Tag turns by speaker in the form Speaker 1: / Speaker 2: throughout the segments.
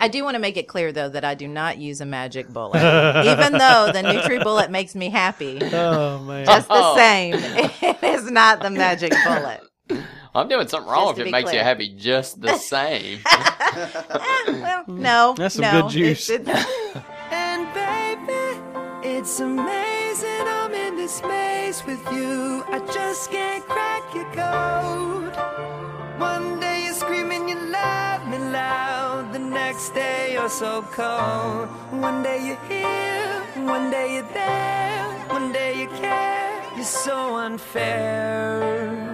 Speaker 1: I do want to make it clear though that I do not use a magic bullet, even though the Nutri Bullet makes me happy.
Speaker 2: Oh man.
Speaker 1: Just the
Speaker 3: Oh.
Speaker 1: same, it is not the magic bullet.
Speaker 3: I'm doing something wrong
Speaker 1: Just to
Speaker 3: if it
Speaker 1: be
Speaker 3: makes
Speaker 1: clear.
Speaker 3: you happy just the same.
Speaker 1: Eh, well, no,
Speaker 2: That's some
Speaker 1: no,
Speaker 2: good juice.
Speaker 1: It's, it's,
Speaker 4: And baby, it's amazing I'm in this maze with you. I just can't crack your code. One day you're screaming, you love me loud. The next day you're so cold. One day you're here, one day you're there, one day you care. You're so unfair.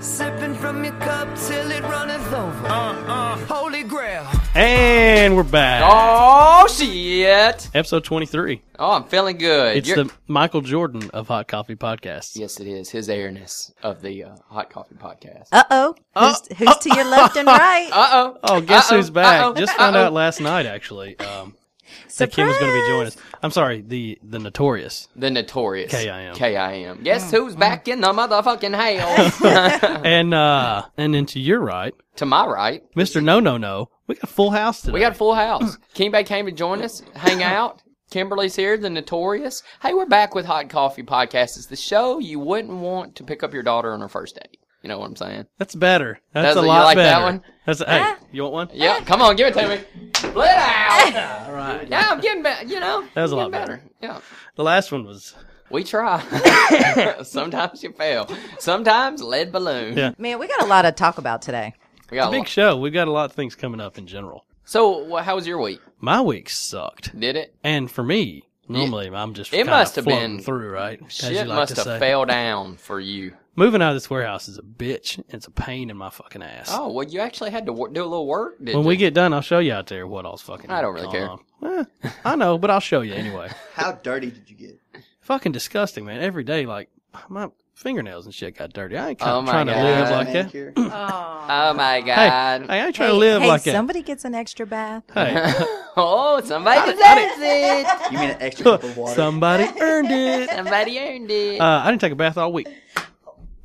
Speaker 4: Sipping from your cup till it runneth over. Uh, uh, holy grail.
Speaker 2: And we're back.
Speaker 3: oh shit!
Speaker 2: Episode 23.
Speaker 3: Oh, I'm feeling good.
Speaker 2: It's
Speaker 3: You're-
Speaker 2: the Michael Jordan of Hot Coffee Podcast.
Speaker 3: yes, it is his airness of the uh, hot coffee podcast.
Speaker 1: uh oh, who's, who's to your left and right?
Speaker 3: Uh
Speaker 2: Oh, guess
Speaker 3: Uh-oh,
Speaker 2: who's back?
Speaker 3: uh-oh,
Speaker 2: Just found
Speaker 3: uh-oh.
Speaker 2: out last night, actually, um, that
Speaker 1: Surprise!
Speaker 2: Kim was going to be joining us. I'm sorry, the the notorious.
Speaker 3: The notorious
Speaker 2: K.I.M..
Speaker 3: K.I.M. Guess
Speaker 1: Oh.
Speaker 3: who's back in the motherfucking hail?
Speaker 2: And uh, and then to your right,
Speaker 3: to my right,
Speaker 2: Mister No No No. We got a full house today.
Speaker 3: we got a full house. Kimbe came to join us, hang out. Kimberly's here, the notorious. Hey, we're back with Hot Coffee Podcast. It's the show you wouldn't want to pick up your daughter on her first date. You know what I'm saying?
Speaker 2: that's better. That's
Speaker 3: That's-
Speaker 2: a
Speaker 3: you
Speaker 2: lot
Speaker 3: like
Speaker 2: better.
Speaker 3: that one?
Speaker 2: That's hey, you want one?
Speaker 3: Yeah,
Speaker 1: Eh.
Speaker 3: come on, give it to me. Split out.
Speaker 2: All right.
Speaker 3: Yeah, I'm getting better. You know,
Speaker 2: That was a
Speaker 3: I'm getting
Speaker 2: lot
Speaker 3: Yeah,
Speaker 2: The last one was
Speaker 3: we try. Sometimes you fail. Sometimes lead balloon.
Speaker 2: Yeah.
Speaker 1: Man, we got a lot to talk about today.
Speaker 3: We got a
Speaker 2: big
Speaker 3: lot.
Speaker 2: show. We've got a lot of things coming up in general.
Speaker 3: So, wha- how was your week?
Speaker 2: My week sucked,
Speaker 3: Did it?
Speaker 2: and for me, normally I'm just
Speaker 3: It
Speaker 2: kinda
Speaker 3: must have
Speaker 2: floating
Speaker 3: been-
Speaker 2: through right. as you
Speaker 3: Shit
Speaker 2: like
Speaker 3: must
Speaker 2: to
Speaker 3: have
Speaker 2: say.
Speaker 3: fell down for you.
Speaker 2: Moving out of this warehouse is a bitch. and It's a pain in my fucking ass.
Speaker 3: Oh well, you actually had to wor- do a little work. Did
Speaker 2: when
Speaker 3: you?
Speaker 2: we get done, I'll show you out there what all's fucking.
Speaker 3: I don't really
Speaker 2: going on. Eh, I know, but I'll show you anyway.
Speaker 5: How dirty did you get?
Speaker 2: fucking disgusting, man. Every day, like my fingernails and shit got dirty. I ain't kinda
Speaker 3: Oh my
Speaker 2: trying to
Speaker 3: God.
Speaker 2: live
Speaker 3: Yeah,
Speaker 2: like that. Hey,
Speaker 5: Manicure?
Speaker 3: oh my
Speaker 2: I,
Speaker 3: god!
Speaker 2: I ain't trying to live
Speaker 1: hey,
Speaker 2: like that.
Speaker 1: somebody gets an extra bath.
Speaker 2: Hey,
Speaker 3: oh, somebody deserves it.
Speaker 5: You mean an extra cup of water?
Speaker 2: somebody earned it.
Speaker 3: Somebody earned it.
Speaker 2: Uh, I didn't take a bath all week.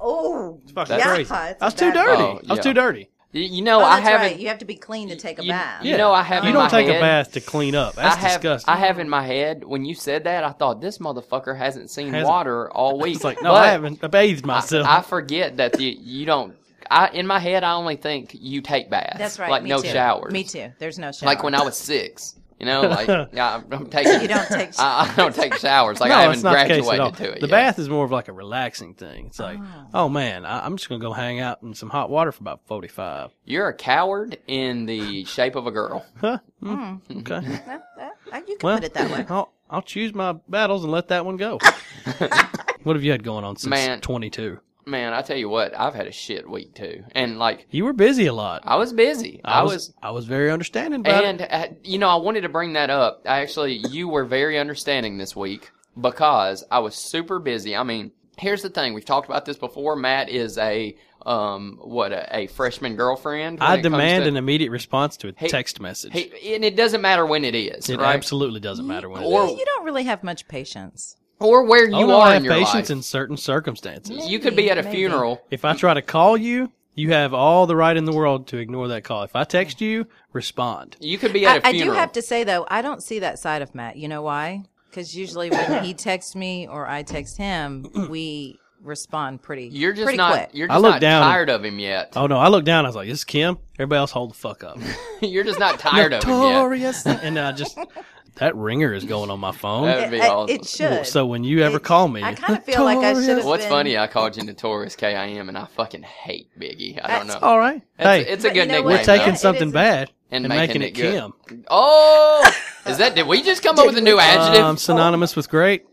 Speaker 1: Oh,
Speaker 2: It's fucking
Speaker 1: yeah,
Speaker 2: crazy. I
Speaker 1: it's
Speaker 2: was
Speaker 1: a
Speaker 2: too
Speaker 1: bad-
Speaker 2: dirty.
Speaker 3: Oh,
Speaker 2: I was
Speaker 3: yeah.
Speaker 2: too dirty.
Speaker 3: you, you know,
Speaker 1: Oh,
Speaker 3: I
Speaker 1: that's
Speaker 3: haven't.
Speaker 1: right. You have to be clean to take a
Speaker 3: you-
Speaker 1: bath.
Speaker 3: you know, I have
Speaker 2: You
Speaker 3: in
Speaker 2: don't
Speaker 3: my
Speaker 2: take a
Speaker 3: head-
Speaker 2: bath to clean up. That's
Speaker 3: I have,
Speaker 2: disgusting.
Speaker 3: I have in my head when you said that, I thought this motherfucker hasn't seen
Speaker 2: Hasn't-
Speaker 3: water all week.
Speaker 2: it's like no,
Speaker 3: But
Speaker 2: I haven't. I bathed myself.
Speaker 3: I forget that you, you don't. I in my head, I only think you take baths.
Speaker 1: That's right.
Speaker 3: Like
Speaker 1: me
Speaker 3: no
Speaker 1: too.
Speaker 3: showers.
Speaker 1: Me too. There's no shower.
Speaker 3: Like when I was six. You know, like yeah, I'm, I'm taking.
Speaker 1: You don't take
Speaker 3: I, Ah. I don't take showers. Like I
Speaker 2: no,
Speaker 3: haven't
Speaker 2: it's not the
Speaker 3: graduated
Speaker 2: case at all.
Speaker 3: to it.
Speaker 2: the
Speaker 3: yet.
Speaker 2: bath is more of like a relaxing thing. It's like, oh, man, I, I'm just gonna go hang out in some hot water for about 45.
Speaker 3: You're a coward in the shape of a girl.
Speaker 2: Huh? Mm.
Speaker 3: Mm-hmm.
Speaker 2: Okay.
Speaker 1: Uh, uh, you can
Speaker 2: Well,
Speaker 1: put it that way.
Speaker 2: I'll, I'll choose my battles and let that one go. what have you had going on since
Speaker 3: Man.
Speaker 2: 22?
Speaker 3: Man, I tell you what, I've had a shit week too, and like
Speaker 2: You were busy a lot.
Speaker 3: I was busy. I, was,
Speaker 2: I was very understanding about
Speaker 3: and
Speaker 2: it.
Speaker 3: uh, you know, I wanted to bring that up. I actually, you were very understanding this week because I was super busy. I mean, here's the thing: we've talked about this before. Matt is a um, what a, a freshman girlfriend. when
Speaker 2: I
Speaker 3: it comes
Speaker 2: demand
Speaker 3: to-
Speaker 2: an immediate response to a
Speaker 3: Hey-
Speaker 2: text message.
Speaker 3: He, and it doesn't matter when it is,
Speaker 2: it
Speaker 3: right?
Speaker 2: absolutely doesn't matter when
Speaker 3: Or-
Speaker 2: it is.
Speaker 1: You don't really have much patience.
Speaker 3: Or where you
Speaker 2: Oh, no, I
Speaker 3: are
Speaker 2: have
Speaker 3: in your
Speaker 2: patience
Speaker 3: life.
Speaker 2: in certain circumstances.
Speaker 3: you could be at a
Speaker 1: Maybe.
Speaker 3: funeral.
Speaker 2: If I try to call you, you have all the right in the world to ignore that call. If I text you, respond.
Speaker 3: You could be
Speaker 1: I,
Speaker 3: at a
Speaker 1: I
Speaker 3: funeral.
Speaker 1: do have to say though, I don't see that side of Matt. You know why? Because usually when he texts me or I text him, we respond pretty.
Speaker 3: You're just
Speaker 1: pretty
Speaker 3: not.
Speaker 1: Quick.
Speaker 3: You're
Speaker 2: I
Speaker 3: just
Speaker 2: look
Speaker 3: not
Speaker 2: down and-
Speaker 3: tired of him yet.
Speaker 2: Oh no, I looked down. I was like, "This is Kim." Everybody else, hold the fuck up.
Speaker 3: you're just not tired of him yet.
Speaker 2: Notorious. and then I just that ringer is going on my
Speaker 3: That
Speaker 2: phone.
Speaker 3: would be
Speaker 1: I-
Speaker 3: awesome.
Speaker 1: It should.
Speaker 2: So when you ever
Speaker 1: It-
Speaker 2: call me,
Speaker 1: I kind of feel like I should have.
Speaker 3: What's
Speaker 1: been,
Speaker 3: funny? I called you Notorious K.I.M. and I fucking hate Biggie. I don't
Speaker 1: That's-
Speaker 3: know.
Speaker 2: all right.
Speaker 3: It's,
Speaker 2: hey,
Speaker 3: it's a
Speaker 1: But you
Speaker 3: good
Speaker 1: know
Speaker 3: nickname.
Speaker 1: what?
Speaker 2: we're taking
Speaker 1: Yeah, it
Speaker 2: something
Speaker 1: is-
Speaker 2: bad
Speaker 3: And
Speaker 2: and,
Speaker 3: making
Speaker 2: making,
Speaker 3: it
Speaker 2: it,
Speaker 3: good.
Speaker 2: Kim.
Speaker 3: though. Oh, is that? Did we just come up with a new adjective?
Speaker 2: Um, synonymous with great.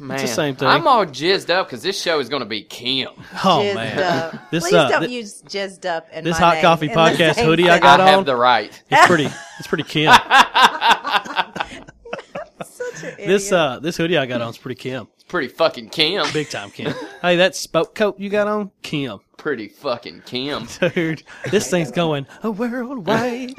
Speaker 3: Man,
Speaker 2: the same thing.
Speaker 3: I'm all jizzed up because this show is going to be Kim.
Speaker 2: Oh
Speaker 1: jizzed
Speaker 2: man,
Speaker 1: up.
Speaker 2: this
Speaker 1: Please
Speaker 2: uh,
Speaker 1: don't
Speaker 2: thi-
Speaker 1: use jizzed up and
Speaker 2: this
Speaker 1: my
Speaker 2: hot
Speaker 1: name
Speaker 2: coffee
Speaker 1: in the
Speaker 2: podcast
Speaker 1: same
Speaker 2: hoodie I
Speaker 1: sentence.
Speaker 2: got
Speaker 3: I have
Speaker 2: on.
Speaker 3: the right.
Speaker 2: it's pretty. It's pretty Kim.
Speaker 1: Such an
Speaker 2: this
Speaker 1: idiot.
Speaker 2: uh, this hoodie I got on is pretty Kim.
Speaker 3: It's pretty fucking Kim.
Speaker 2: Big time Kim. hey, that spoke coat you got on, Kim.
Speaker 3: Pretty fucking Kim.
Speaker 2: dude. This thing's going a worldwide.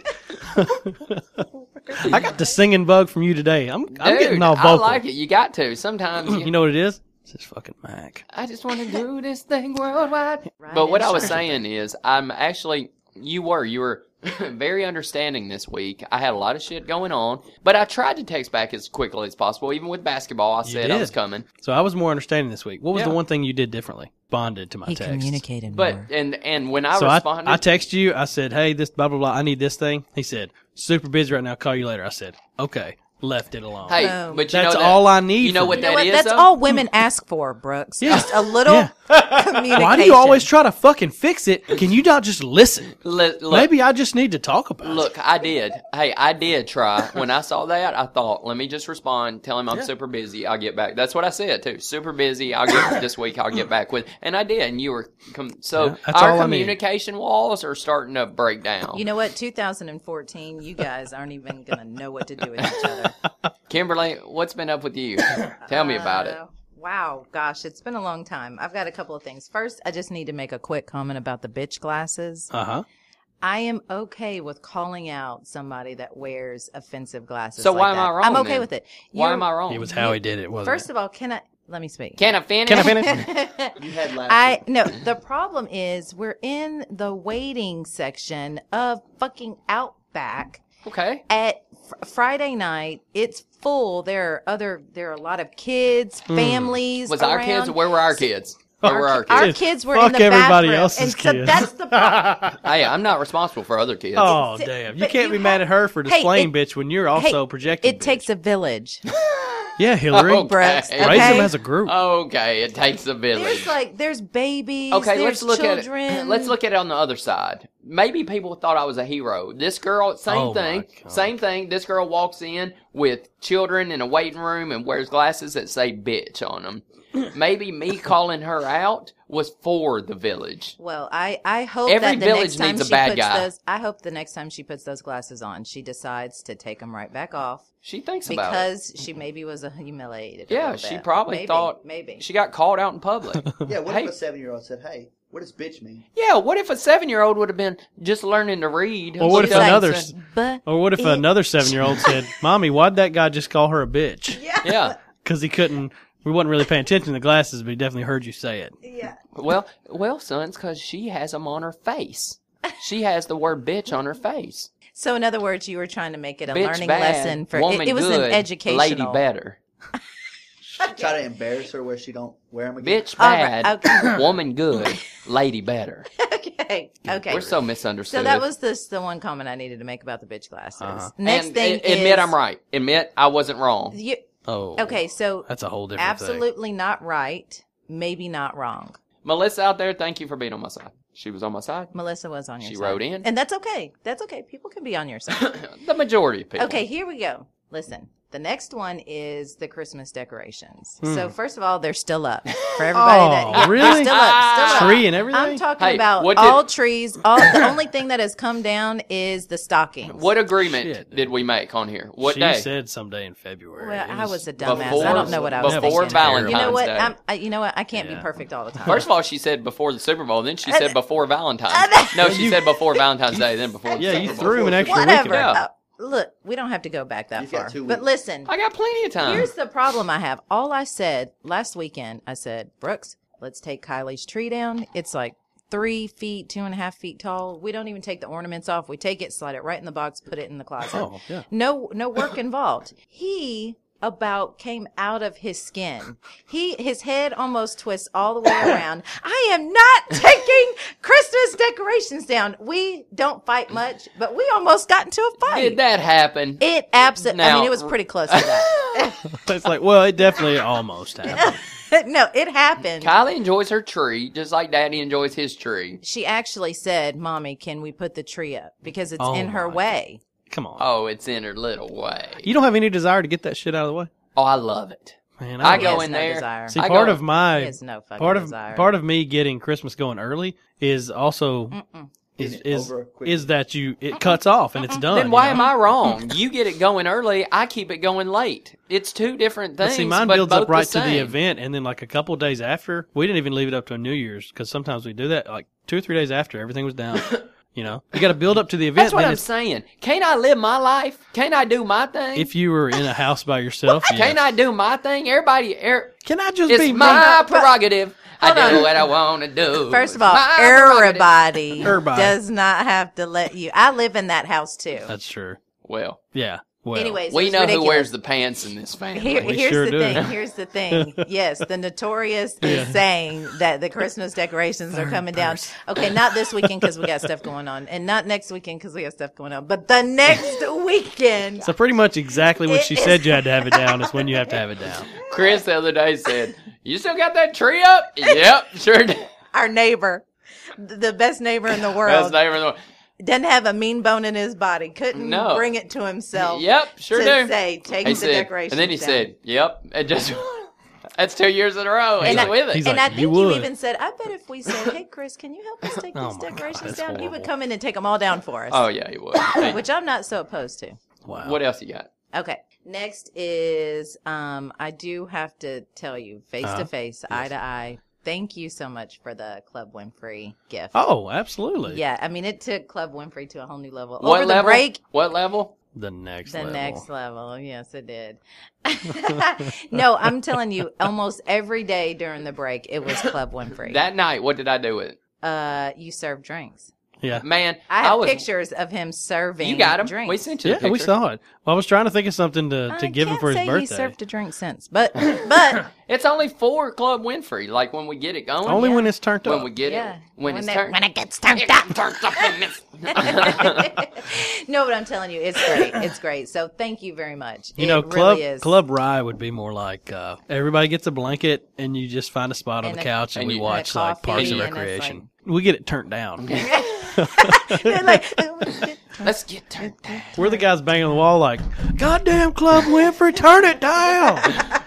Speaker 2: I got the singing bug from you today. I'm I'm
Speaker 3: Dude,
Speaker 2: getting all
Speaker 3: I
Speaker 2: vocal.
Speaker 3: like it. You got to. Sometimes you,
Speaker 2: You know what it is? It's this fucking Mac.
Speaker 3: I just want to do this thing worldwide.
Speaker 1: Right
Speaker 3: but what I was
Speaker 1: inside.
Speaker 3: saying is, I'm actually, you were, you were very understanding this week. I had a lot of shit going on, but I tried to text back as quickly as possible. Even with basketball, I
Speaker 2: You
Speaker 3: said I
Speaker 2: did.
Speaker 3: was coming.
Speaker 2: So I was more understanding this week. What was
Speaker 3: Yeah.
Speaker 2: the one thing you did differently? Bonded to my
Speaker 1: He
Speaker 2: text.
Speaker 1: communicated
Speaker 3: But
Speaker 1: more.
Speaker 3: and and when I
Speaker 2: Mm-hmm. so I,
Speaker 3: responded,
Speaker 2: I texted you. I said, "Hey, this blah blah blah. I need this thing." He said, "Super busy right now. Call you later." I said, "Okay." Left it alone.
Speaker 3: hey,
Speaker 1: Oh.
Speaker 3: but you
Speaker 2: That's
Speaker 3: know that-
Speaker 2: all I need
Speaker 3: You know
Speaker 2: from
Speaker 3: what
Speaker 2: you.
Speaker 1: You know
Speaker 3: that
Speaker 1: what?
Speaker 3: is,
Speaker 1: That's
Speaker 3: though?
Speaker 1: all women ask for, Brooks. Just a little
Speaker 2: Yeah.
Speaker 1: communication.
Speaker 2: Why do you always try to fucking fix it? Can you not just listen?
Speaker 3: Look, look,
Speaker 2: Maybe I just need to talk about it.
Speaker 3: Look, I did. Hey, I did try. When I saw that, I thought, let me just respond, tell him I'm super busy. I'll get back. That's what I said too. Super busy. I'll get this week. I'll get back with. And I did. And you were com- so
Speaker 2: Yeah, that's
Speaker 3: our
Speaker 2: all I need.
Speaker 3: communication walls are starting to break down.
Speaker 1: You know what? 2014, you guys aren't even going to know what to do with each other.
Speaker 3: Kimberly, what's been up with you? Tell me about it.
Speaker 1: Uh, Wow, gosh, it's been a long time. I've got a couple of things. First, I just need to make a quick comment about the bitch glasses.
Speaker 2: Uh huh.
Speaker 1: I am okay with calling out somebody that wears offensive glasses.
Speaker 3: So
Speaker 1: like
Speaker 3: why am
Speaker 1: that.
Speaker 3: I wrong
Speaker 1: I'm okay
Speaker 3: then?
Speaker 1: with it.
Speaker 3: Why
Speaker 1: You're-
Speaker 3: am I wrong?
Speaker 2: It was how he did it, wasn't
Speaker 1: First
Speaker 2: it?
Speaker 1: of all, can I let me speak?
Speaker 3: Can I finish?
Speaker 2: Can I finish?
Speaker 5: You had last.
Speaker 1: I no. The problem is we're in the waiting section of fucking Outback
Speaker 3: Okay.
Speaker 1: at fr- Friday night. It's full. There are other. There are a lot of kids,
Speaker 2: Hmm.
Speaker 1: families.
Speaker 3: Was our kids?
Speaker 1: around.
Speaker 3: Where were our kids? Where were our
Speaker 1: Our
Speaker 3: kids?
Speaker 2: Dude,
Speaker 1: kids were in
Speaker 2: fuck
Speaker 1: the
Speaker 2: everybody
Speaker 1: bathroom,
Speaker 2: else's
Speaker 1: and so
Speaker 2: kids.
Speaker 1: that's the problem.
Speaker 3: hey, I'm not responsible for other kids.
Speaker 2: oh
Speaker 1: It's-
Speaker 2: damn! You
Speaker 1: but
Speaker 2: can't
Speaker 1: you
Speaker 2: be
Speaker 1: have-
Speaker 2: mad at her for
Speaker 1: Hey,
Speaker 2: displaying
Speaker 1: it-
Speaker 2: bitch when you're also
Speaker 1: Hey,
Speaker 2: projecting.
Speaker 1: It
Speaker 2: bitch.
Speaker 1: takes a village.
Speaker 2: yeah, Hillary.
Speaker 3: Oh, bro.
Speaker 1: Brooks,
Speaker 3: Okay. Uh,
Speaker 2: Raise
Speaker 1: okay?
Speaker 2: them as a group.
Speaker 3: Okay, it takes a village.
Speaker 1: There's like there's babies.
Speaker 3: Okay,
Speaker 1: there's
Speaker 3: let's look
Speaker 1: children.
Speaker 3: at it. Let's look at it on the other side. Maybe people thought I was a hero. This girl, same
Speaker 2: Oh my
Speaker 3: thing,
Speaker 2: God.
Speaker 3: same thing. This girl walks in with children in a waiting room and wears glasses that say "bitch" on them. Maybe me calling her out was for the village.
Speaker 1: Well, I I hope
Speaker 3: Every
Speaker 1: that the
Speaker 3: village
Speaker 1: next time
Speaker 3: needs a
Speaker 1: she
Speaker 3: bad
Speaker 1: puts
Speaker 3: guy.
Speaker 1: those, I hope the next time she puts those glasses on, she decides to take them right back off
Speaker 3: She thinks about it.
Speaker 1: because she maybe was uh, humiliated. a
Speaker 3: Yeah,
Speaker 1: little
Speaker 3: she
Speaker 1: bit.
Speaker 3: probably
Speaker 1: Maybe,
Speaker 3: thought
Speaker 1: maybe.
Speaker 3: she got called out in public.
Speaker 5: yeah, what
Speaker 3: Hey.
Speaker 5: if a seven-year-old said, "Hey, what does bitch mean?"
Speaker 3: yeah, what if a seven-year-old would have been just learning to read?
Speaker 2: Or what
Speaker 1: She's
Speaker 2: if
Speaker 1: like,
Speaker 2: another-
Speaker 1: but
Speaker 2: Or what if
Speaker 1: it-
Speaker 2: another seven year old said, Mommy, why'd that guy just call her a bitch?
Speaker 3: Yeah.
Speaker 2: Because he couldn't, we wasn't really paying attention to the glasses, but he definitely heard you say it.
Speaker 1: Yeah.
Speaker 3: Well, well, son, because she has them on her face. She has the word "bitch" on her face.
Speaker 1: So in other words, you were trying to make it a
Speaker 3: Bitch
Speaker 1: learning
Speaker 3: bad,
Speaker 1: lesson for
Speaker 3: woman
Speaker 1: it, it was
Speaker 3: good,
Speaker 1: an educational.
Speaker 3: lady better.
Speaker 5: Try to embarrass her where she don't wear them again.
Speaker 3: Bitch
Speaker 1: All right,
Speaker 3: bad,
Speaker 1: okay.
Speaker 3: woman good, lady better.
Speaker 1: Okay. Okay.
Speaker 3: We're so misunderstood.
Speaker 1: So that was this the one comment I needed to make about the bitch glasses.
Speaker 2: Uh-huh.
Speaker 1: Next
Speaker 3: And
Speaker 1: thing
Speaker 3: a-
Speaker 1: is,
Speaker 3: admit I'm right. Admit I wasn't wrong.
Speaker 1: You,
Speaker 2: Oh.
Speaker 1: okay, so
Speaker 2: That's a whole different thing.
Speaker 1: absolutely not right, maybe not wrong.
Speaker 3: Melissa out there, thank you for being on my side. She was on my side.
Speaker 1: Melissa was on your
Speaker 3: She
Speaker 1: side.
Speaker 3: wrote in.
Speaker 1: And that's okay. That's okay. People can be on your side.
Speaker 3: The majority of people.
Speaker 1: okay, here we go. Listen, the next one is the Christmas decorations. So first of all, they're still up for everybody.
Speaker 2: Hmm. Oh,
Speaker 1: that, yeah,
Speaker 2: really?
Speaker 1: They're still up. Still up.
Speaker 2: Tree and everything?
Speaker 1: I'm talking
Speaker 3: Hey,
Speaker 1: about
Speaker 3: what did-
Speaker 1: all trees. All the only thing that has come down is the stockings.
Speaker 3: What agreement
Speaker 2: Shit, dude.
Speaker 3: did we make on here? What
Speaker 2: she
Speaker 3: day?
Speaker 2: said someday in February.
Speaker 1: Well,
Speaker 2: It
Speaker 1: I was a dumbass.
Speaker 3: before-
Speaker 1: I don't know what I was
Speaker 2: that
Speaker 3: before
Speaker 1: thinking.
Speaker 3: Valentine's
Speaker 1: you know what?
Speaker 3: Day.
Speaker 1: I'm, I, you know what? I can't
Speaker 2: Yeah.
Speaker 1: be perfect all the time.
Speaker 3: First of all, she said before the Super Bowl. Then she
Speaker 1: And-
Speaker 3: said before Valentine's. No, she said before Valentine's Day. Then before. the
Speaker 2: Yeah, you
Speaker 3: Super Bowl.
Speaker 2: threw him an extra week.
Speaker 1: whatever.
Speaker 2: in it.
Speaker 3: Yeah.
Speaker 1: Uh, look, we don't have to go back that
Speaker 5: You've got
Speaker 1: far.
Speaker 5: two
Speaker 1: But
Speaker 5: weeks.
Speaker 1: listen,
Speaker 3: I got plenty of time.
Speaker 1: here's the problem I have. All I said last weekend, I said, Brooks, let's take Kylie's tree down. It's like three feet, two and a half feet tall. We don't even take the ornaments off. We take it, slide it right in the box, put it in the closet.
Speaker 2: Oh, yeah.
Speaker 1: No, no work involved. He about came out of his skin. He his head almost twists all the way around. I am not taking Christmas decorations down. We don't fight much, but we almost got into a fight.
Speaker 3: Did that happen?
Speaker 1: It absolutely. I
Speaker 3: Now-
Speaker 1: mean, it was pretty close to that.
Speaker 2: It's like, well, it definitely almost happened.
Speaker 1: no, it happened.
Speaker 3: Kylie enjoys her tree just like Daddy enjoys his tree.
Speaker 1: She actually said, "Mommy, can we put the tree up because it's
Speaker 2: Oh
Speaker 1: in her
Speaker 2: my
Speaker 1: way?"
Speaker 2: Come on.
Speaker 3: Oh, it's in her little way.
Speaker 2: You don't have any desire to get that shit out of the way?
Speaker 3: oh, I love it.
Speaker 2: Man,
Speaker 3: I
Speaker 2: don't-
Speaker 3: go
Speaker 1: has
Speaker 3: in
Speaker 1: no
Speaker 3: there.
Speaker 1: desire.
Speaker 2: See,
Speaker 3: I
Speaker 2: part
Speaker 3: go-
Speaker 2: of my
Speaker 1: He has no fucking
Speaker 2: part of
Speaker 1: desire.
Speaker 2: part of me getting Christmas going early is also is
Speaker 5: Getting it
Speaker 2: is,
Speaker 5: over quick.
Speaker 2: is that you it cuts off and it's done.
Speaker 3: Then why
Speaker 2: you
Speaker 3: am
Speaker 2: know?
Speaker 3: I wrong? You get it going early. I keep it going late. It's two different
Speaker 2: But
Speaker 3: things.
Speaker 2: see, mine
Speaker 3: but
Speaker 2: builds
Speaker 3: both
Speaker 2: up right
Speaker 3: the
Speaker 2: to the
Speaker 3: same.
Speaker 2: event, and then like a couple days after, we didn't even leave it up to New Year's because sometimes we do that. Like two or three days after, everything was down. You know, you got to build up to the event.
Speaker 3: That's what
Speaker 2: then
Speaker 3: I'm
Speaker 2: it's-
Speaker 3: saying. Can't I live my life? Can't I do my thing?
Speaker 2: if you were in a house by yourself, yeah.
Speaker 3: Can't I do my thing? Everybody, er,
Speaker 2: Can I just be
Speaker 3: it's my
Speaker 1: but-
Speaker 3: prerogative. I
Speaker 1: Hold
Speaker 3: do
Speaker 1: on.
Speaker 3: what I want to do.
Speaker 1: First of
Speaker 3: It's
Speaker 1: all,
Speaker 3: my prerogative.
Speaker 1: everybody,
Speaker 2: Everybody.
Speaker 1: does not have to let you. I live in that house too.
Speaker 2: That's true.
Speaker 3: Well,
Speaker 2: Yeah. Well,
Speaker 1: Anyways,
Speaker 3: we
Speaker 1: it's
Speaker 3: know who
Speaker 1: ridiculous.
Speaker 3: wears the pants in this family.
Speaker 1: Here,
Speaker 2: We
Speaker 1: here's
Speaker 2: sure
Speaker 1: the
Speaker 2: do.
Speaker 1: thing. Here's the thing. Yes, the notorious is saying that the Christmas decorations are coming down. Okay, not this weekend because we got stuff going on, and not next weekend because we got stuff going on, but the next weekend.
Speaker 2: So pretty much exactly when
Speaker 1: It
Speaker 2: she
Speaker 1: is-
Speaker 2: said you had to have it down is when you have to have it down.
Speaker 3: Chris the other day said, "You still got that tree up?" yep, sure. do."
Speaker 1: Our neighbor, th- the best neighbor in the
Speaker 3: That's
Speaker 1: world,
Speaker 3: not even the one.
Speaker 1: doesn't have a mean bone in his body. Couldn't
Speaker 3: No.
Speaker 1: bring it to himself.
Speaker 3: Yep, sure
Speaker 1: to
Speaker 3: do.
Speaker 1: say take
Speaker 3: He
Speaker 1: the
Speaker 3: said,
Speaker 1: decorations.
Speaker 3: and then he
Speaker 1: down.
Speaker 3: said, "Yep." It just that's two years in a row.
Speaker 1: And
Speaker 3: He's
Speaker 1: I-
Speaker 3: with it.
Speaker 2: he's
Speaker 1: and
Speaker 2: like,
Speaker 1: I think
Speaker 2: "You
Speaker 1: you,
Speaker 2: would."
Speaker 1: even said, "I bet if we said, hey Chris, can you help us take
Speaker 2: Oh
Speaker 1: these
Speaker 2: my God,
Speaker 1: decorations
Speaker 2: that's
Speaker 1: down?' He would
Speaker 2: horrible.
Speaker 1: come in and take them all down for us."
Speaker 3: oh yeah, he would. Hey,
Speaker 1: which I'm not so opposed to.
Speaker 2: Wow.
Speaker 3: what else you got?
Speaker 1: Okay. Next is um I do have to tell you face
Speaker 2: Uh-huh.
Speaker 1: to face, eye to eye. Thank you so much for the Club Winfrey gift.
Speaker 2: Oh, absolutely.
Speaker 1: Yeah, I mean it took Club Winfrey to a whole new level.
Speaker 3: What
Speaker 1: Over the
Speaker 3: level?
Speaker 1: break,
Speaker 3: What level?
Speaker 2: The next.
Speaker 1: the
Speaker 2: level.
Speaker 1: next level. Yes, it did. no, I'm telling you, almost every day during the break, it was Club Winfrey.
Speaker 3: That night, what did I do with it?
Speaker 1: uh, you served drinks.
Speaker 2: Yeah.
Speaker 3: Man,
Speaker 1: I have
Speaker 3: was.
Speaker 1: pictures of him serving.
Speaker 3: You got him.
Speaker 1: Drinks.
Speaker 3: We sent you.
Speaker 2: Yeah,
Speaker 3: the
Speaker 2: we
Speaker 3: picture.
Speaker 2: saw it. Well, I was trying to think of something to,
Speaker 1: I
Speaker 2: to give him
Speaker 1: can't
Speaker 2: for his
Speaker 1: say He
Speaker 2: birthday.
Speaker 1: served a drink since, but but
Speaker 3: It's only for Club Winfrey. Like when we get it going.
Speaker 2: Only when it's turned
Speaker 3: when
Speaker 2: up.
Speaker 3: we get
Speaker 1: yeah,
Speaker 3: it. When, it's
Speaker 1: that-
Speaker 3: turned.
Speaker 1: when it gets turned up.
Speaker 3: turned up in this.
Speaker 1: no, but I'm telling you, it's great. It's great. So thank you very much.
Speaker 2: you
Speaker 1: it
Speaker 2: know,
Speaker 1: really
Speaker 2: club
Speaker 1: is.
Speaker 2: club rye would be more like uh, everybody gets a blanket and you just find a spot on
Speaker 1: And
Speaker 2: the
Speaker 1: a-
Speaker 2: couch and,
Speaker 3: and
Speaker 2: we
Speaker 3: you- and a
Speaker 2: watch like Parks
Speaker 1: coffee and
Speaker 2: and
Speaker 1: it's
Speaker 2: Recreation. We get it turned down.
Speaker 1: They're like, "Oh, it's good."
Speaker 3: Let's get turned down.
Speaker 2: We're the guys banging on the wall like, "Goddamn Club Winfrey, turn it down!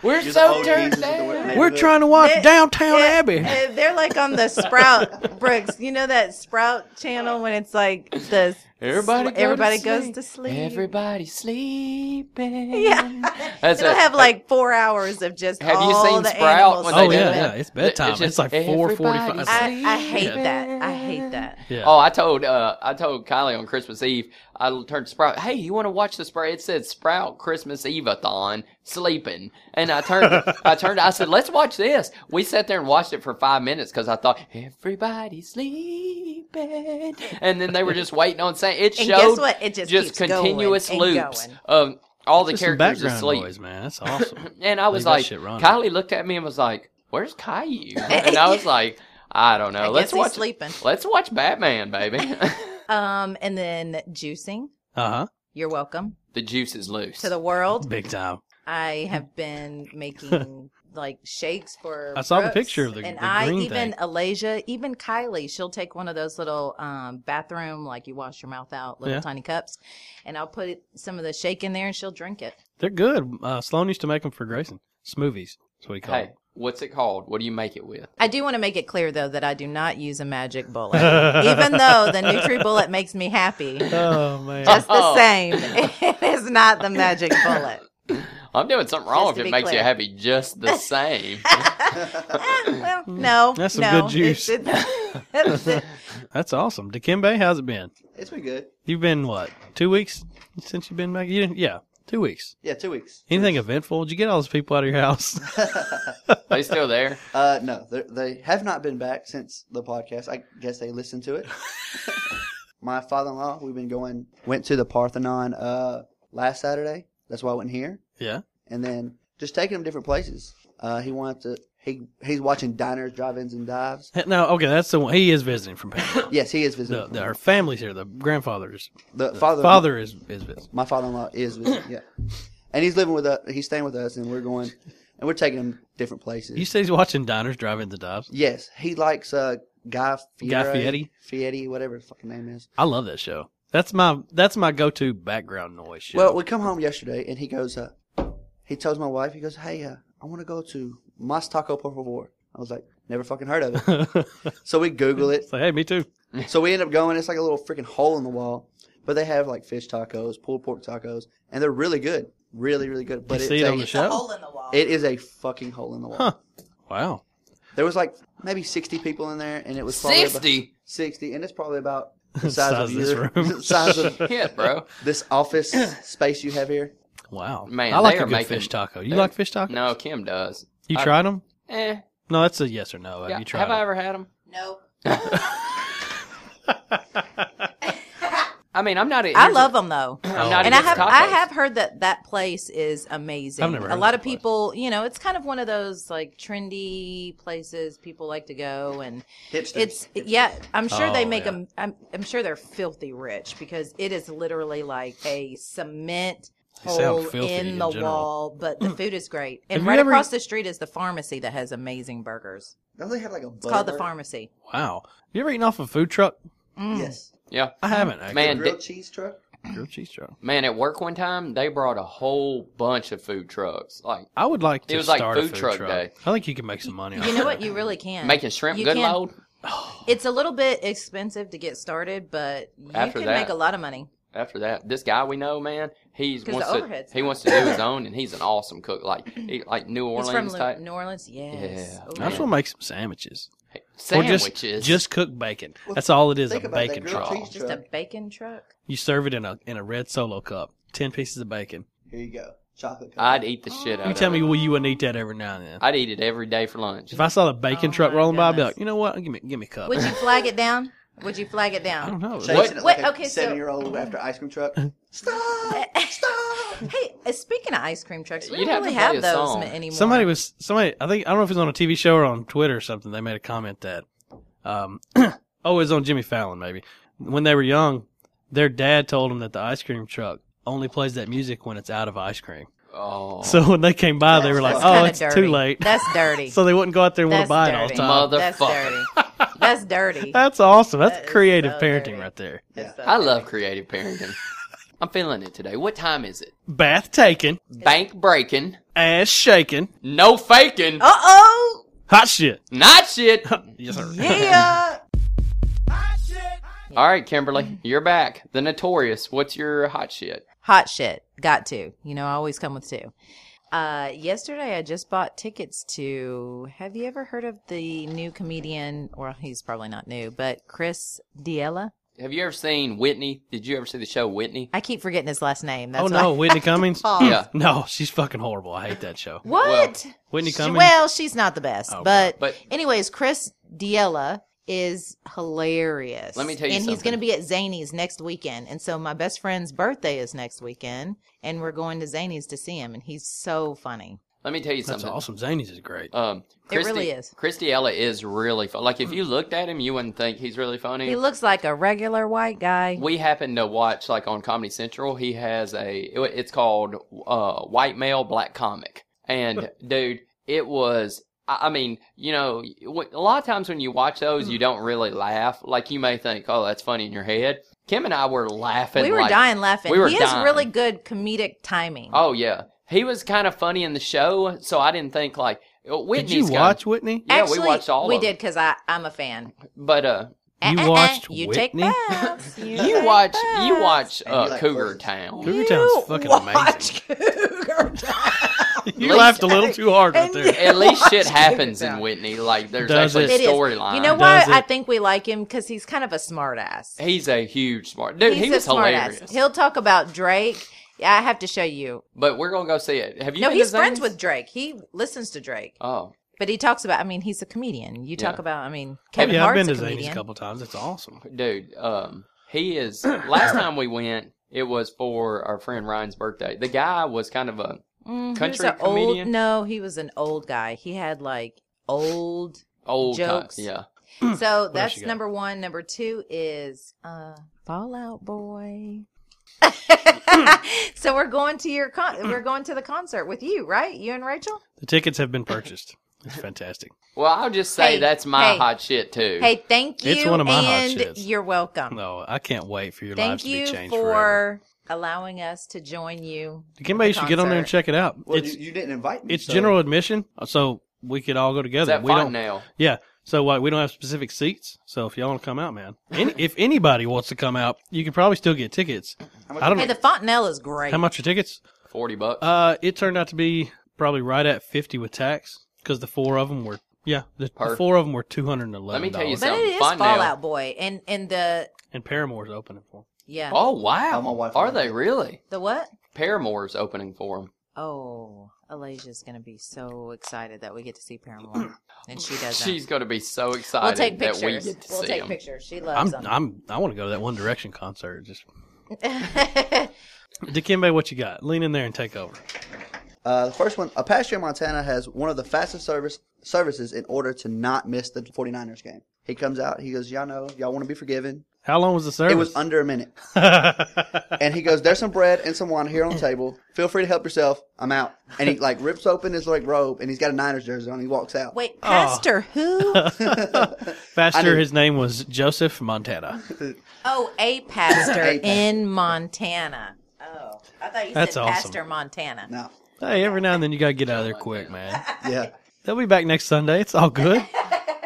Speaker 3: We're
Speaker 5: You're the
Speaker 3: so
Speaker 5: OGs
Speaker 3: turned
Speaker 5: of the
Speaker 3: down.
Speaker 2: We're
Speaker 5: neighborhood.
Speaker 2: trying to watch
Speaker 1: It-
Speaker 2: Downtown
Speaker 1: it-
Speaker 2: Abbey."
Speaker 1: it- uh, they're like on the Sprout Brooks. You know that Sprout channel when it's like the
Speaker 3: Everybody,
Speaker 1: sl-
Speaker 3: go
Speaker 1: everybody
Speaker 3: to
Speaker 1: goes
Speaker 3: sleep.
Speaker 1: to sleep.
Speaker 3: Everybody sleeping.
Speaker 1: Yeah.
Speaker 3: That's
Speaker 1: It'll
Speaker 3: it.
Speaker 1: have like four hours of just
Speaker 3: Have you
Speaker 1: all
Speaker 3: seen
Speaker 1: the
Speaker 3: Sprout
Speaker 1: animals
Speaker 3: when they
Speaker 2: oh
Speaker 1: singing.
Speaker 3: do
Speaker 2: yeah,
Speaker 3: that.
Speaker 2: yeah, it's bedtime.
Speaker 3: It's
Speaker 2: It's,
Speaker 3: just
Speaker 2: like four forty-five.
Speaker 3: everybody's-
Speaker 1: I, I hate
Speaker 2: Yeah.
Speaker 1: that. I hate that.
Speaker 2: Yeah.
Speaker 3: Oh, I told uh, I told Kylie on Christmas Eve. I turned to Sprout. Hey, you want to watch the Sprout? It said Sprout Christmas Eve-a-thon sleeping, and I turned. I turned. I said, "Let's watch this." We sat there and watched it for five minutes because I thought everybody's sleeping, and then they were just waiting on saying it
Speaker 1: And
Speaker 3: showed.
Speaker 1: guess what? It just keeps going
Speaker 3: continuous
Speaker 1: and
Speaker 3: loops
Speaker 1: going.
Speaker 3: of all the
Speaker 2: Just some
Speaker 3: characters
Speaker 2: background
Speaker 3: asleep.
Speaker 2: noise, man. That's awesome.
Speaker 3: And I was
Speaker 2: Leave that
Speaker 3: like,
Speaker 2: shit running.
Speaker 3: Kylie looked at me and was like, "Where's Caillou?" And I was like, "I don't know.
Speaker 1: I guess
Speaker 3: let's
Speaker 1: he's
Speaker 3: watch.
Speaker 1: sleeping.
Speaker 3: Let's watch Batman, baby.
Speaker 1: Um, and then juicing.
Speaker 2: uh
Speaker 1: You're welcome
Speaker 3: the juice is loose.
Speaker 1: to the
Speaker 2: huh.
Speaker 1: world.
Speaker 2: Big time.
Speaker 1: I have been making like shakes for.
Speaker 2: I saw the
Speaker 1: Brooks,
Speaker 2: picture of the-
Speaker 1: and
Speaker 2: the
Speaker 1: I
Speaker 2: green
Speaker 1: even
Speaker 2: thing.
Speaker 1: Alasia, even Kylie, she'll take one of those little um bathroom like you wash your mouth out little
Speaker 2: Yeah.
Speaker 1: tiny cups, and I'll put it- some of the shake in there, and she'll drink it.
Speaker 2: They're good. Uh, Sloan used to make them for Grayson. Smoothies. That's what he called.
Speaker 3: hey, what's it called? What do you make it with?
Speaker 1: I do want to make it clear though that I do not use a magic bullet, even though the Nutri Bullet makes me happy.
Speaker 2: them. Oh man.
Speaker 1: Just
Speaker 3: Oh.
Speaker 1: the same, it is not the magic bullet.
Speaker 3: I'm doing something wrong
Speaker 1: Just
Speaker 3: if
Speaker 1: to
Speaker 3: it
Speaker 1: be
Speaker 3: makes you
Speaker 1: clear.
Speaker 3: happy just the same.
Speaker 1: Eh, well, no,
Speaker 2: That's some
Speaker 1: no.
Speaker 2: good juice.
Speaker 1: It's- it's-
Speaker 2: That's awesome. Dikembe, how's it been?
Speaker 5: It's been good.
Speaker 2: You've been what? Two weeks since you've been back? You didn't, yeah, two weeks.
Speaker 5: Yeah, two weeks.
Speaker 2: Anything eventful? Did you get all those people out of your house?
Speaker 3: they still there?
Speaker 5: Uh, no, they- they have not been back since the podcast. I guess they listened to it. My father-in-law, we've been going, went to the Parthenon uh, last Saturday. That's why I went here,
Speaker 2: yeah.
Speaker 5: and then just taking him different places. Uh, he wanted to. He he's watching diners, drive-ins, and dives.
Speaker 2: No, okay, that's the one. He is visiting from Panama.
Speaker 5: Yes, he is visiting.
Speaker 2: the, the, her family's here. The grandfather's
Speaker 5: the father,
Speaker 2: father is, is visiting.
Speaker 5: My father-in-law is visiting. Yeah, and he's living with us. He's staying with us, and we're going, and we're taking him different places.
Speaker 2: You said he's watching Diners, Driving the Dives.
Speaker 5: Yes, he likes uh Guy Fieri,
Speaker 2: Guy Fieri?
Speaker 5: Fieri, whatever his fucking name is.
Speaker 2: I love that show. That's my that's my go to background noise show.
Speaker 5: Well, we come home yesterday, and he goes, uh, he tells my wife, he goes, hey, uh, I want to go to Mas Taco Por Favor. I was like, never fucking heard of it. so we Google it.
Speaker 2: so, hey, me too.
Speaker 5: So we end up going. It's like a little freaking hole in the wall, but they have like fish tacos, pulled pork tacos, and they're really good, really, really good. But
Speaker 2: you
Speaker 5: it's
Speaker 2: see it
Speaker 5: a,
Speaker 2: on the show?
Speaker 1: hole in the wall.
Speaker 5: it is a fucking hole in the wall.
Speaker 2: Huh. Wow.
Speaker 5: There was like maybe sixty people in there, and it was probably about-
Speaker 3: Sixty.
Speaker 5: 60 and it's probably about the size,
Speaker 2: Size
Speaker 5: of
Speaker 2: of this
Speaker 5: your
Speaker 2: room.
Speaker 5: size of
Speaker 3: Yeah, bro.
Speaker 5: this office space you have here.
Speaker 2: Wow,
Speaker 3: Man,
Speaker 2: I like
Speaker 3: they
Speaker 2: a
Speaker 3: are
Speaker 2: good
Speaker 3: making-
Speaker 2: fish taco. You
Speaker 3: they're-
Speaker 2: like fish tacos?
Speaker 3: No, Kim does.
Speaker 2: you
Speaker 3: I-
Speaker 2: tried them?
Speaker 3: Eh.
Speaker 2: No, that's a yes or no. Have
Speaker 3: yeah.
Speaker 2: you tried?
Speaker 3: Have I
Speaker 2: 'em?
Speaker 3: ever had them?
Speaker 1: No.
Speaker 3: I mean, I'm not. A,
Speaker 1: I
Speaker 3: here's a-
Speaker 1: love them though.
Speaker 3: I'm not
Speaker 1: and I
Speaker 3: against
Speaker 1: have
Speaker 3: tacos.
Speaker 1: I have heard that that place is amazing.
Speaker 2: I've never heard
Speaker 1: a
Speaker 2: of
Speaker 1: lot
Speaker 2: that
Speaker 1: of people, you know, it's kind of one of those like trendy places people like to go and
Speaker 5: Hipsters.
Speaker 1: it's yeah, I'm sure
Speaker 2: Oh,
Speaker 1: they make
Speaker 2: yeah.
Speaker 1: them I'm, I'm sure they're filthy rich because it is literally like a cement
Speaker 2: They sound
Speaker 1: hole
Speaker 2: filthy
Speaker 1: in
Speaker 2: in
Speaker 1: the
Speaker 2: general. Hmm.
Speaker 1: wall, but the food is great. And
Speaker 2: Have you
Speaker 1: right
Speaker 2: ever-
Speaker 1: across the street is the pharmacy that has amazing burgers.
Speaker 5: Don't they have like a
Speaker 1: It's called the pharmacy.
Speaker 2: Wow. You ever eaten off a food truck?
Speaker 1: Mm.
Speaker 5: Yes.
Speaker 3: Yeah.
Speaker 2: I haven't. Actually.
Speaker 3: Mm-hmm. Man,
Speaker 5: Grilled cheese truck.
Speaker 2: grilled cheese truck.
Speaker 3: Man, at work one time, they brought a whole bunch of food trucks. Like
Speaker 2: I would like to
Speaker 3: It was like
Speaker 2: start a
Speaker 3: food
Speaker 2: food
Speaker 3: truck
Speaker 2: truck,
Speaker 3: day.
Speaker 2: I think you can make some money.
Speaker 1: You know what? You really can.
Speaker 3: making shrimp
Speaker 1: You
Speaker 3: good
Speaker 1: can-
Speaker 3: load.
Speaker 1: It's a little bit expensive to get started, but you
Speaker 3: After
Speaker 1: can
Speaker 3: that.
Speaker 1: make a lot of money.
Speaker 3: After that, this guy we know, man, he's
Speaker 1: 'Cause
Speaker 3: wants
Speaker 1: the
Speaker 3: to
Speaker 1: overhead's
Speaker 3: he wants to do his own, and he's an awesome cook. Like he, like New
Speaker 1: He's
Speaker 3: Orleans
Speaker 1: from Lu-
Speaker 3: type
Speaker 1: New Orleans, yes.
Speaker 3: Yeah.
Speaker 1: Oh,
Speaker 2: I just
Speaker 1: yeah.
Speaker 2: want to make some sandwiches.
Speaker 3: sandwiches.
Speaker 2: Or just, just cook bacon.
Speaker 5: Well,
Speaker 2: That's all it is, a
Speaker 5: think about that
Speaker 2: bacon
Speaker 5: grilled
Speaker 2: truck.
Speaker 5: cheese
Speaker 1: Just a
Speaker 5: truck.
Speaker 1: bacon truck.
Speaker 2: You serve it in a in a red solo cup. Ten pieces of bacon.
Speaker 5: Here you go. Chocolate. covered.
Speaker 3: I'd eat the shit out.
Speaker 2: You
Speaker 3: of
Speaker 2: tell me
Speaker 3: it.
Speaker 2: well, you wouldn't eat that every now and then.
Speaker 3: I'd eat it every day for lunch.
Speaker 2: if I saw the bacon
Speaker 1: Oh
Speaker 2: truck
Speaker 1: my
Speaker 2: rolling by, I'd be
Speaker 1: goodness.
Speaker 2: like, you know what? Give me give me a cup.
Speaker 1: Would you flag it down? Would you flag it
Speaker 2: I don't
Speaker 1: down?
Speaker 2: know.
Speaker 5: Chasing
Speaker 3: What-
Speaker 5: it
Speaker 1: what-
Speaker 5: like
Speaker 1: okay,
Speaker 5: a
Speaker 1: so-
Speaker 5: seven-year-old after ice cream truck. Stop! Stop!
Speaker 1: Hey, uh, speaking of ice cream trucks, we
Speaker 3: You'd
Speaker 1: don't
Speaker 3: have to
Speaker 1: really
Speaker 3: play
Speaker 1: have
Speaker 3: a
Speaker 1: those
Speaker 3: song.
Speaker 1: ma- anymore.
Speaker 2: Somebody was somebody. I think I don't know if it was on a TV show or on Twitter or something. They made a comment that, um, oh, it was on Jimmy Fallon maybe. When they were young, their dad told them that the ice cream truck only plays that music when it's out of ice cream.
Speaker 3: Oh,
Speaker 2: So when they came by, they were like,
Speaker 1: That's
Speaker 2: oh,
Speaker 1: kinda
Speaker 2: it's
Speaker 1: dirty.
Speaker 2: too late.
Speaker 1: That's dirty.
Speaker 2: so they wouldn't go out there and want
Speaker 1: That's
Speaker 2: to buy
Speaker 1: dirty.
Speaker 2: it all the time.
Speaker 1: That's
Speaker 3: Motherfucker.
Speaker 1: dirty. That's dirty.
Speaker 2: That's awesome. That's
Speaker 1: That is
Speaker 2: creative
Speaker 1: so
Speaker 2: parenting
Speaker 1: dirty.
Speaker 2: right there.
Speaker 1: That's so
Speaker 3: I
Speaker 1: dirty.
Speaker 3: love creative parenting. I'm feeling it today. What time is it?
Speaker 2: Bath taken,
Speaker 3: Bank breaking,
Speaker 2: ass shaking,
Speaker 3: no faking,
Speaker 1: Uh oh.
Speaker 2: hot shit.
Speaker 3: not shit.
Speaker 2: Yes, sir.
Speaker 1: Yeah.
Speaker 3: All right, Kimberly, you're back. The notorious. What's your hot shit?
Speaker 1: Hot shit. Got to. You know, I always come with two. Uh, yesterday I just bought tickets to, have you ever heard of the new comedian, well, he's probably not new, but Chris Diella?
Speaker 3: Have you ever seen Whitney? Did you ever see the show Whitney?
Speaker 1: I keep forgetting his last name. That's
Speaker 2: Oh no,
Speaker 1: why-
Speaker 2: Whitney Cummings.
Speaker 3: Yeah.
Speaker 2: No, she's fucking horrible. I hate that show.
Speaker 1: What?
Speaker 2: Whitney
Speaker 1: She-
Speaker 2: Cummings.
Speaker 1: well, she's not the best,
Speaker 2: Oh,
Speaker 1: but,
Speaker 3: But-
Speaker 1: anyways, Chris Diella is hilarious.
Speaker 3: Let me tell you
Speaker 1: And he's
Speaker 3: something.
Speaker 1: going to be at Zany's next weekend, and so my best friend's birthday is next weekend, and we're going to Zany's to see him, and he's so funny.
Speaker 3: Let me tell you
Speaker 2: That's
Speaker 3: something.
Speaker 2: awesome. Zanies is great.
Speaker 3: Um,
Speaker 1: It
Speaker 3: Christy,
Speaker 1: really is.
Speaker 3: Christy Ella is really fun. Like if you looked at him, you wouldn't think he's really funny.
Speaker 1: He looks like a regular white guy.
Speaker 3: we happened to watch like on Comedy Central. He has a. it- It's called uh, White Male Black Comic, and dude, it was. I I mean, you know, wh- a lot of times when you watch those, you don't really laugh. Like you may think, "Oh, that's funny" in your head. Kim and I were laughing.
Speaker 1: We were
Speaker 3: like,
Speaker 1: dying laughing.
Speaker 3: we were
Speaker 1: he
Speaker 3: dying.
Speaker 1: has really good comedic timing.
Speaker 3: Oh yeah, he was kind of funny in the show, so I didn't think like "Oh, Whitney's
Speaker 2: Did you
Speaker 3: kinda-
Speaker 2: watch Whitney?
Speaker 3: yeah,
Speaker 1: Actually,
Speaker 3: we watched all.
Speaker 1: We
Speaker 3: of
Speaker 1: did
Speaker 3: them.
Speaker 1: because I'm a fan.
Speaker 3: but uh,
Speaker 2: You
Speaker 1: Eh, eh, eh.
Speaker 2: watched
Speaker 1: You
Speaker 2: Whitney?
Speaker 1: take baths. You,
Speaker 3: you
Speaker 1: take
Speaker 3: watch,
Speaker 1: baths.
Speaker 3: you watch
Speaker 5: And you
Speaker 3: uh,
Speaker 5: like
Speaker 3: Cougar
Speaker 5: horses.
Speaker 3: Town.
Speaker 2: Cougar
Speaker 1: You
Speaker 2: Town's fucking
Speaker 1: watch Cougar Town.
Speaker 2: You laughed a little too hard
Speaker 1: And-
Speaker 2: right there.
Speaker 3: At least shit
Speaker 1: Cougar
Speaker 3: happens in
Speaker 1: Town.
Speaker 3: Whitney. Like there's
Speaker 2: Does
Speaker 3: actually
Speaker 1: It
Speaker 3: a
Speaker 1: is.
Speaker 3: storyline.
Speaker 1: You know
Speaker 2: what?
Speaker 1: why
Speaker 2: Does it-
Speaker 1: I think we like him? Because he's kind of a smartass.
Speaker 3: He's a huge smart dude.
Speaker 1: he's
Speaker 3: he was
Speaker 1: a smartass.
Speaker 3: hilarious.
Speaker 1: He'll talk about Drake. Yeah, I have to show you.
Speaker 3: But we're gonna go see it. Have you?
Speaker 1: No,
Speaker 3: been
Speaker 1: he's
Speaker 3: to
Speaker 1: friends
Speaker 3: Zane's?
Speaker 1: with Drake. He listens to Drake.
Speaker 3: Oh,
Speaker 1: But he talks about. I mean, he's a comedian. You talk
Speaker 3: Yeah.
Speaker 1: about. I mean, Kevin
Speaker 2: Oh, Yeah, I've
Speaker 1: Hart's
Speaker 2: been to
Speaker 1: a
Speaker 2: Zanies
Speaker 1: comedian.
Speaker 2: a couple times. It's awesome.
Speaker 3: dude. Um, he is. last time we went, it was for our friend Ryan's birthday. The guy was kind of a
Speaker 1: Mm, he was
Speaker 3: country
Speaker 1: a Old,
Speaker 3: comedian?
Speaker 1: no, he was an old guy. He had like old.
Speaker 3: old ti-
Speaker 1: Jokes.
Speaker 3: yeah.
Speaker 1: so
Speaker 2: you
Speaker 1: that's
Speaker 2: got?
Speaker 1: number one. Number two is uh Fallout Boy. so we're going to your con- we're going to the concert with you, right? You and Rachel.
Speaker 2: The tickets have been purchased. It's fantastic.
Speaker 3: Well, I'll just say
Speaker 1: Hey,
Speaker 3: that's my
Speaker 1: hey,
Speaker 3: hot shit too.
Speaker 1: Hey, thank you.
Speaker 2: It's one of my hot
Speaker 1: and
Speaker 2: shits.
Speaker 1: You're welcome.
Speaker 2: No, I can't wait for your lives
Speaker 1: thank
Speaker 2: to be
Speaker 1: you
Speaker 2: changed forever.
Speaker 1: for allowing us to join you.
Speaker 2: Kimberly, you should get on there and
Speaker 1: concert.
Speaker 2: check it out.
Speaker 5: Well,
Speaker 2: it's
Speaker 5: you, you didn't invite me.
Speaker 2: it's
Speaker 5: so-
Speaker 2: general admission, uh, so we could all go
Speaker 3: is
Speaker 2: together.
Speaker 3: that
Speaker 2: we don't.
Speaker 3: Fontanelle?
Speaker 2: Yeah. So like, we don't have specific seats. So if y'all want to come out, man, any, if anybody wants to come out, you can probably still get tickets.
Speaker 5: How much
Speaker 2: I don't
Speaker 1: Hey, the Fontanelle is great.
Speaker 2: How much are tickets?
Speaker 3: Forty bucks.
Speaker 2: Uh, it turned out to be probably right at fifty with tax because the four of them were yeah, the, the
Speaker 3: Per-
Speaker 2: four of them were two hundred and eleven.
Speaker 3: Let me tell you
Speaker 1: But
Speaker 3: something.
Speaker 1: it is
Speaker 3: Fontanelle.
Speaker 1: Fallout Boy, and and the
Speaker 2: And Paramore's opening for him.
Speaker 1: Yeah.
Speaker 3: Oh wow!
Speaker 5: Oh, my wife
Speaker 3: Are
Speaker 5: loves
Speaker 3: they
Speaker 5: it.
Speaker 3: really?
Speaker 1: The what?
Speaker 3: Paramore's opening for him.
Speaker 1: Oh, Alazia's going to be so excited that we get to see Paramore. and she doesn't.
Speaker 3: She's going to be so excited
Speaker 1: we'll take
Speaker 3: that
Speaker 1: pictures.
Speaker 3: we get to
Speaker 1: will
Speaker 3: see
Speaker 1: take
Speaker 3: him.
Speaker 1: pictures. She
Speaker 2: I'm,
Speaker 1: loves them.
Speaker 2: I'm, I want to go to that One Direction concert. Just Dikembe, what you got? Lean in there and take over.
Speaker 5: Uh, the first one, Apache Montana has one of the fastest service services in order to not miss the 49ers game. He comes out, he goes, Y'all know, y'all want to be forgiven.
Speaker 2: How long was the service?
Speaker 5: It was under a minute. and he goes, There's some bread and some wine here on the table. Feel free to help yourself. I'm out. And he like rips open his like robe and he's got a Niners jersey on. he walks out.
Speaker 1: Wait, Pastor who?
Speaker 2: Faster,
Speaker 5: knew-
Speaker 2: his name was Joseph Montana.
Speaker 1: Oh, a pastor
Speaker 5: A pastor.
Speaker 1: in Montana. Oh, I thought you
Speaker 2: That's
Speaker 1: said
Speaker 2: awesome.
Speaker 1: Pastor Montana.
Speaker 5: No.
Speaker 2: Hey, every now and then you gotta get out of there
Speaker 3: Oh
Speaker 2: quick, man.
Speaker 5: Yeah.
Speaker 2: They'll be back next Sunday. It's all good.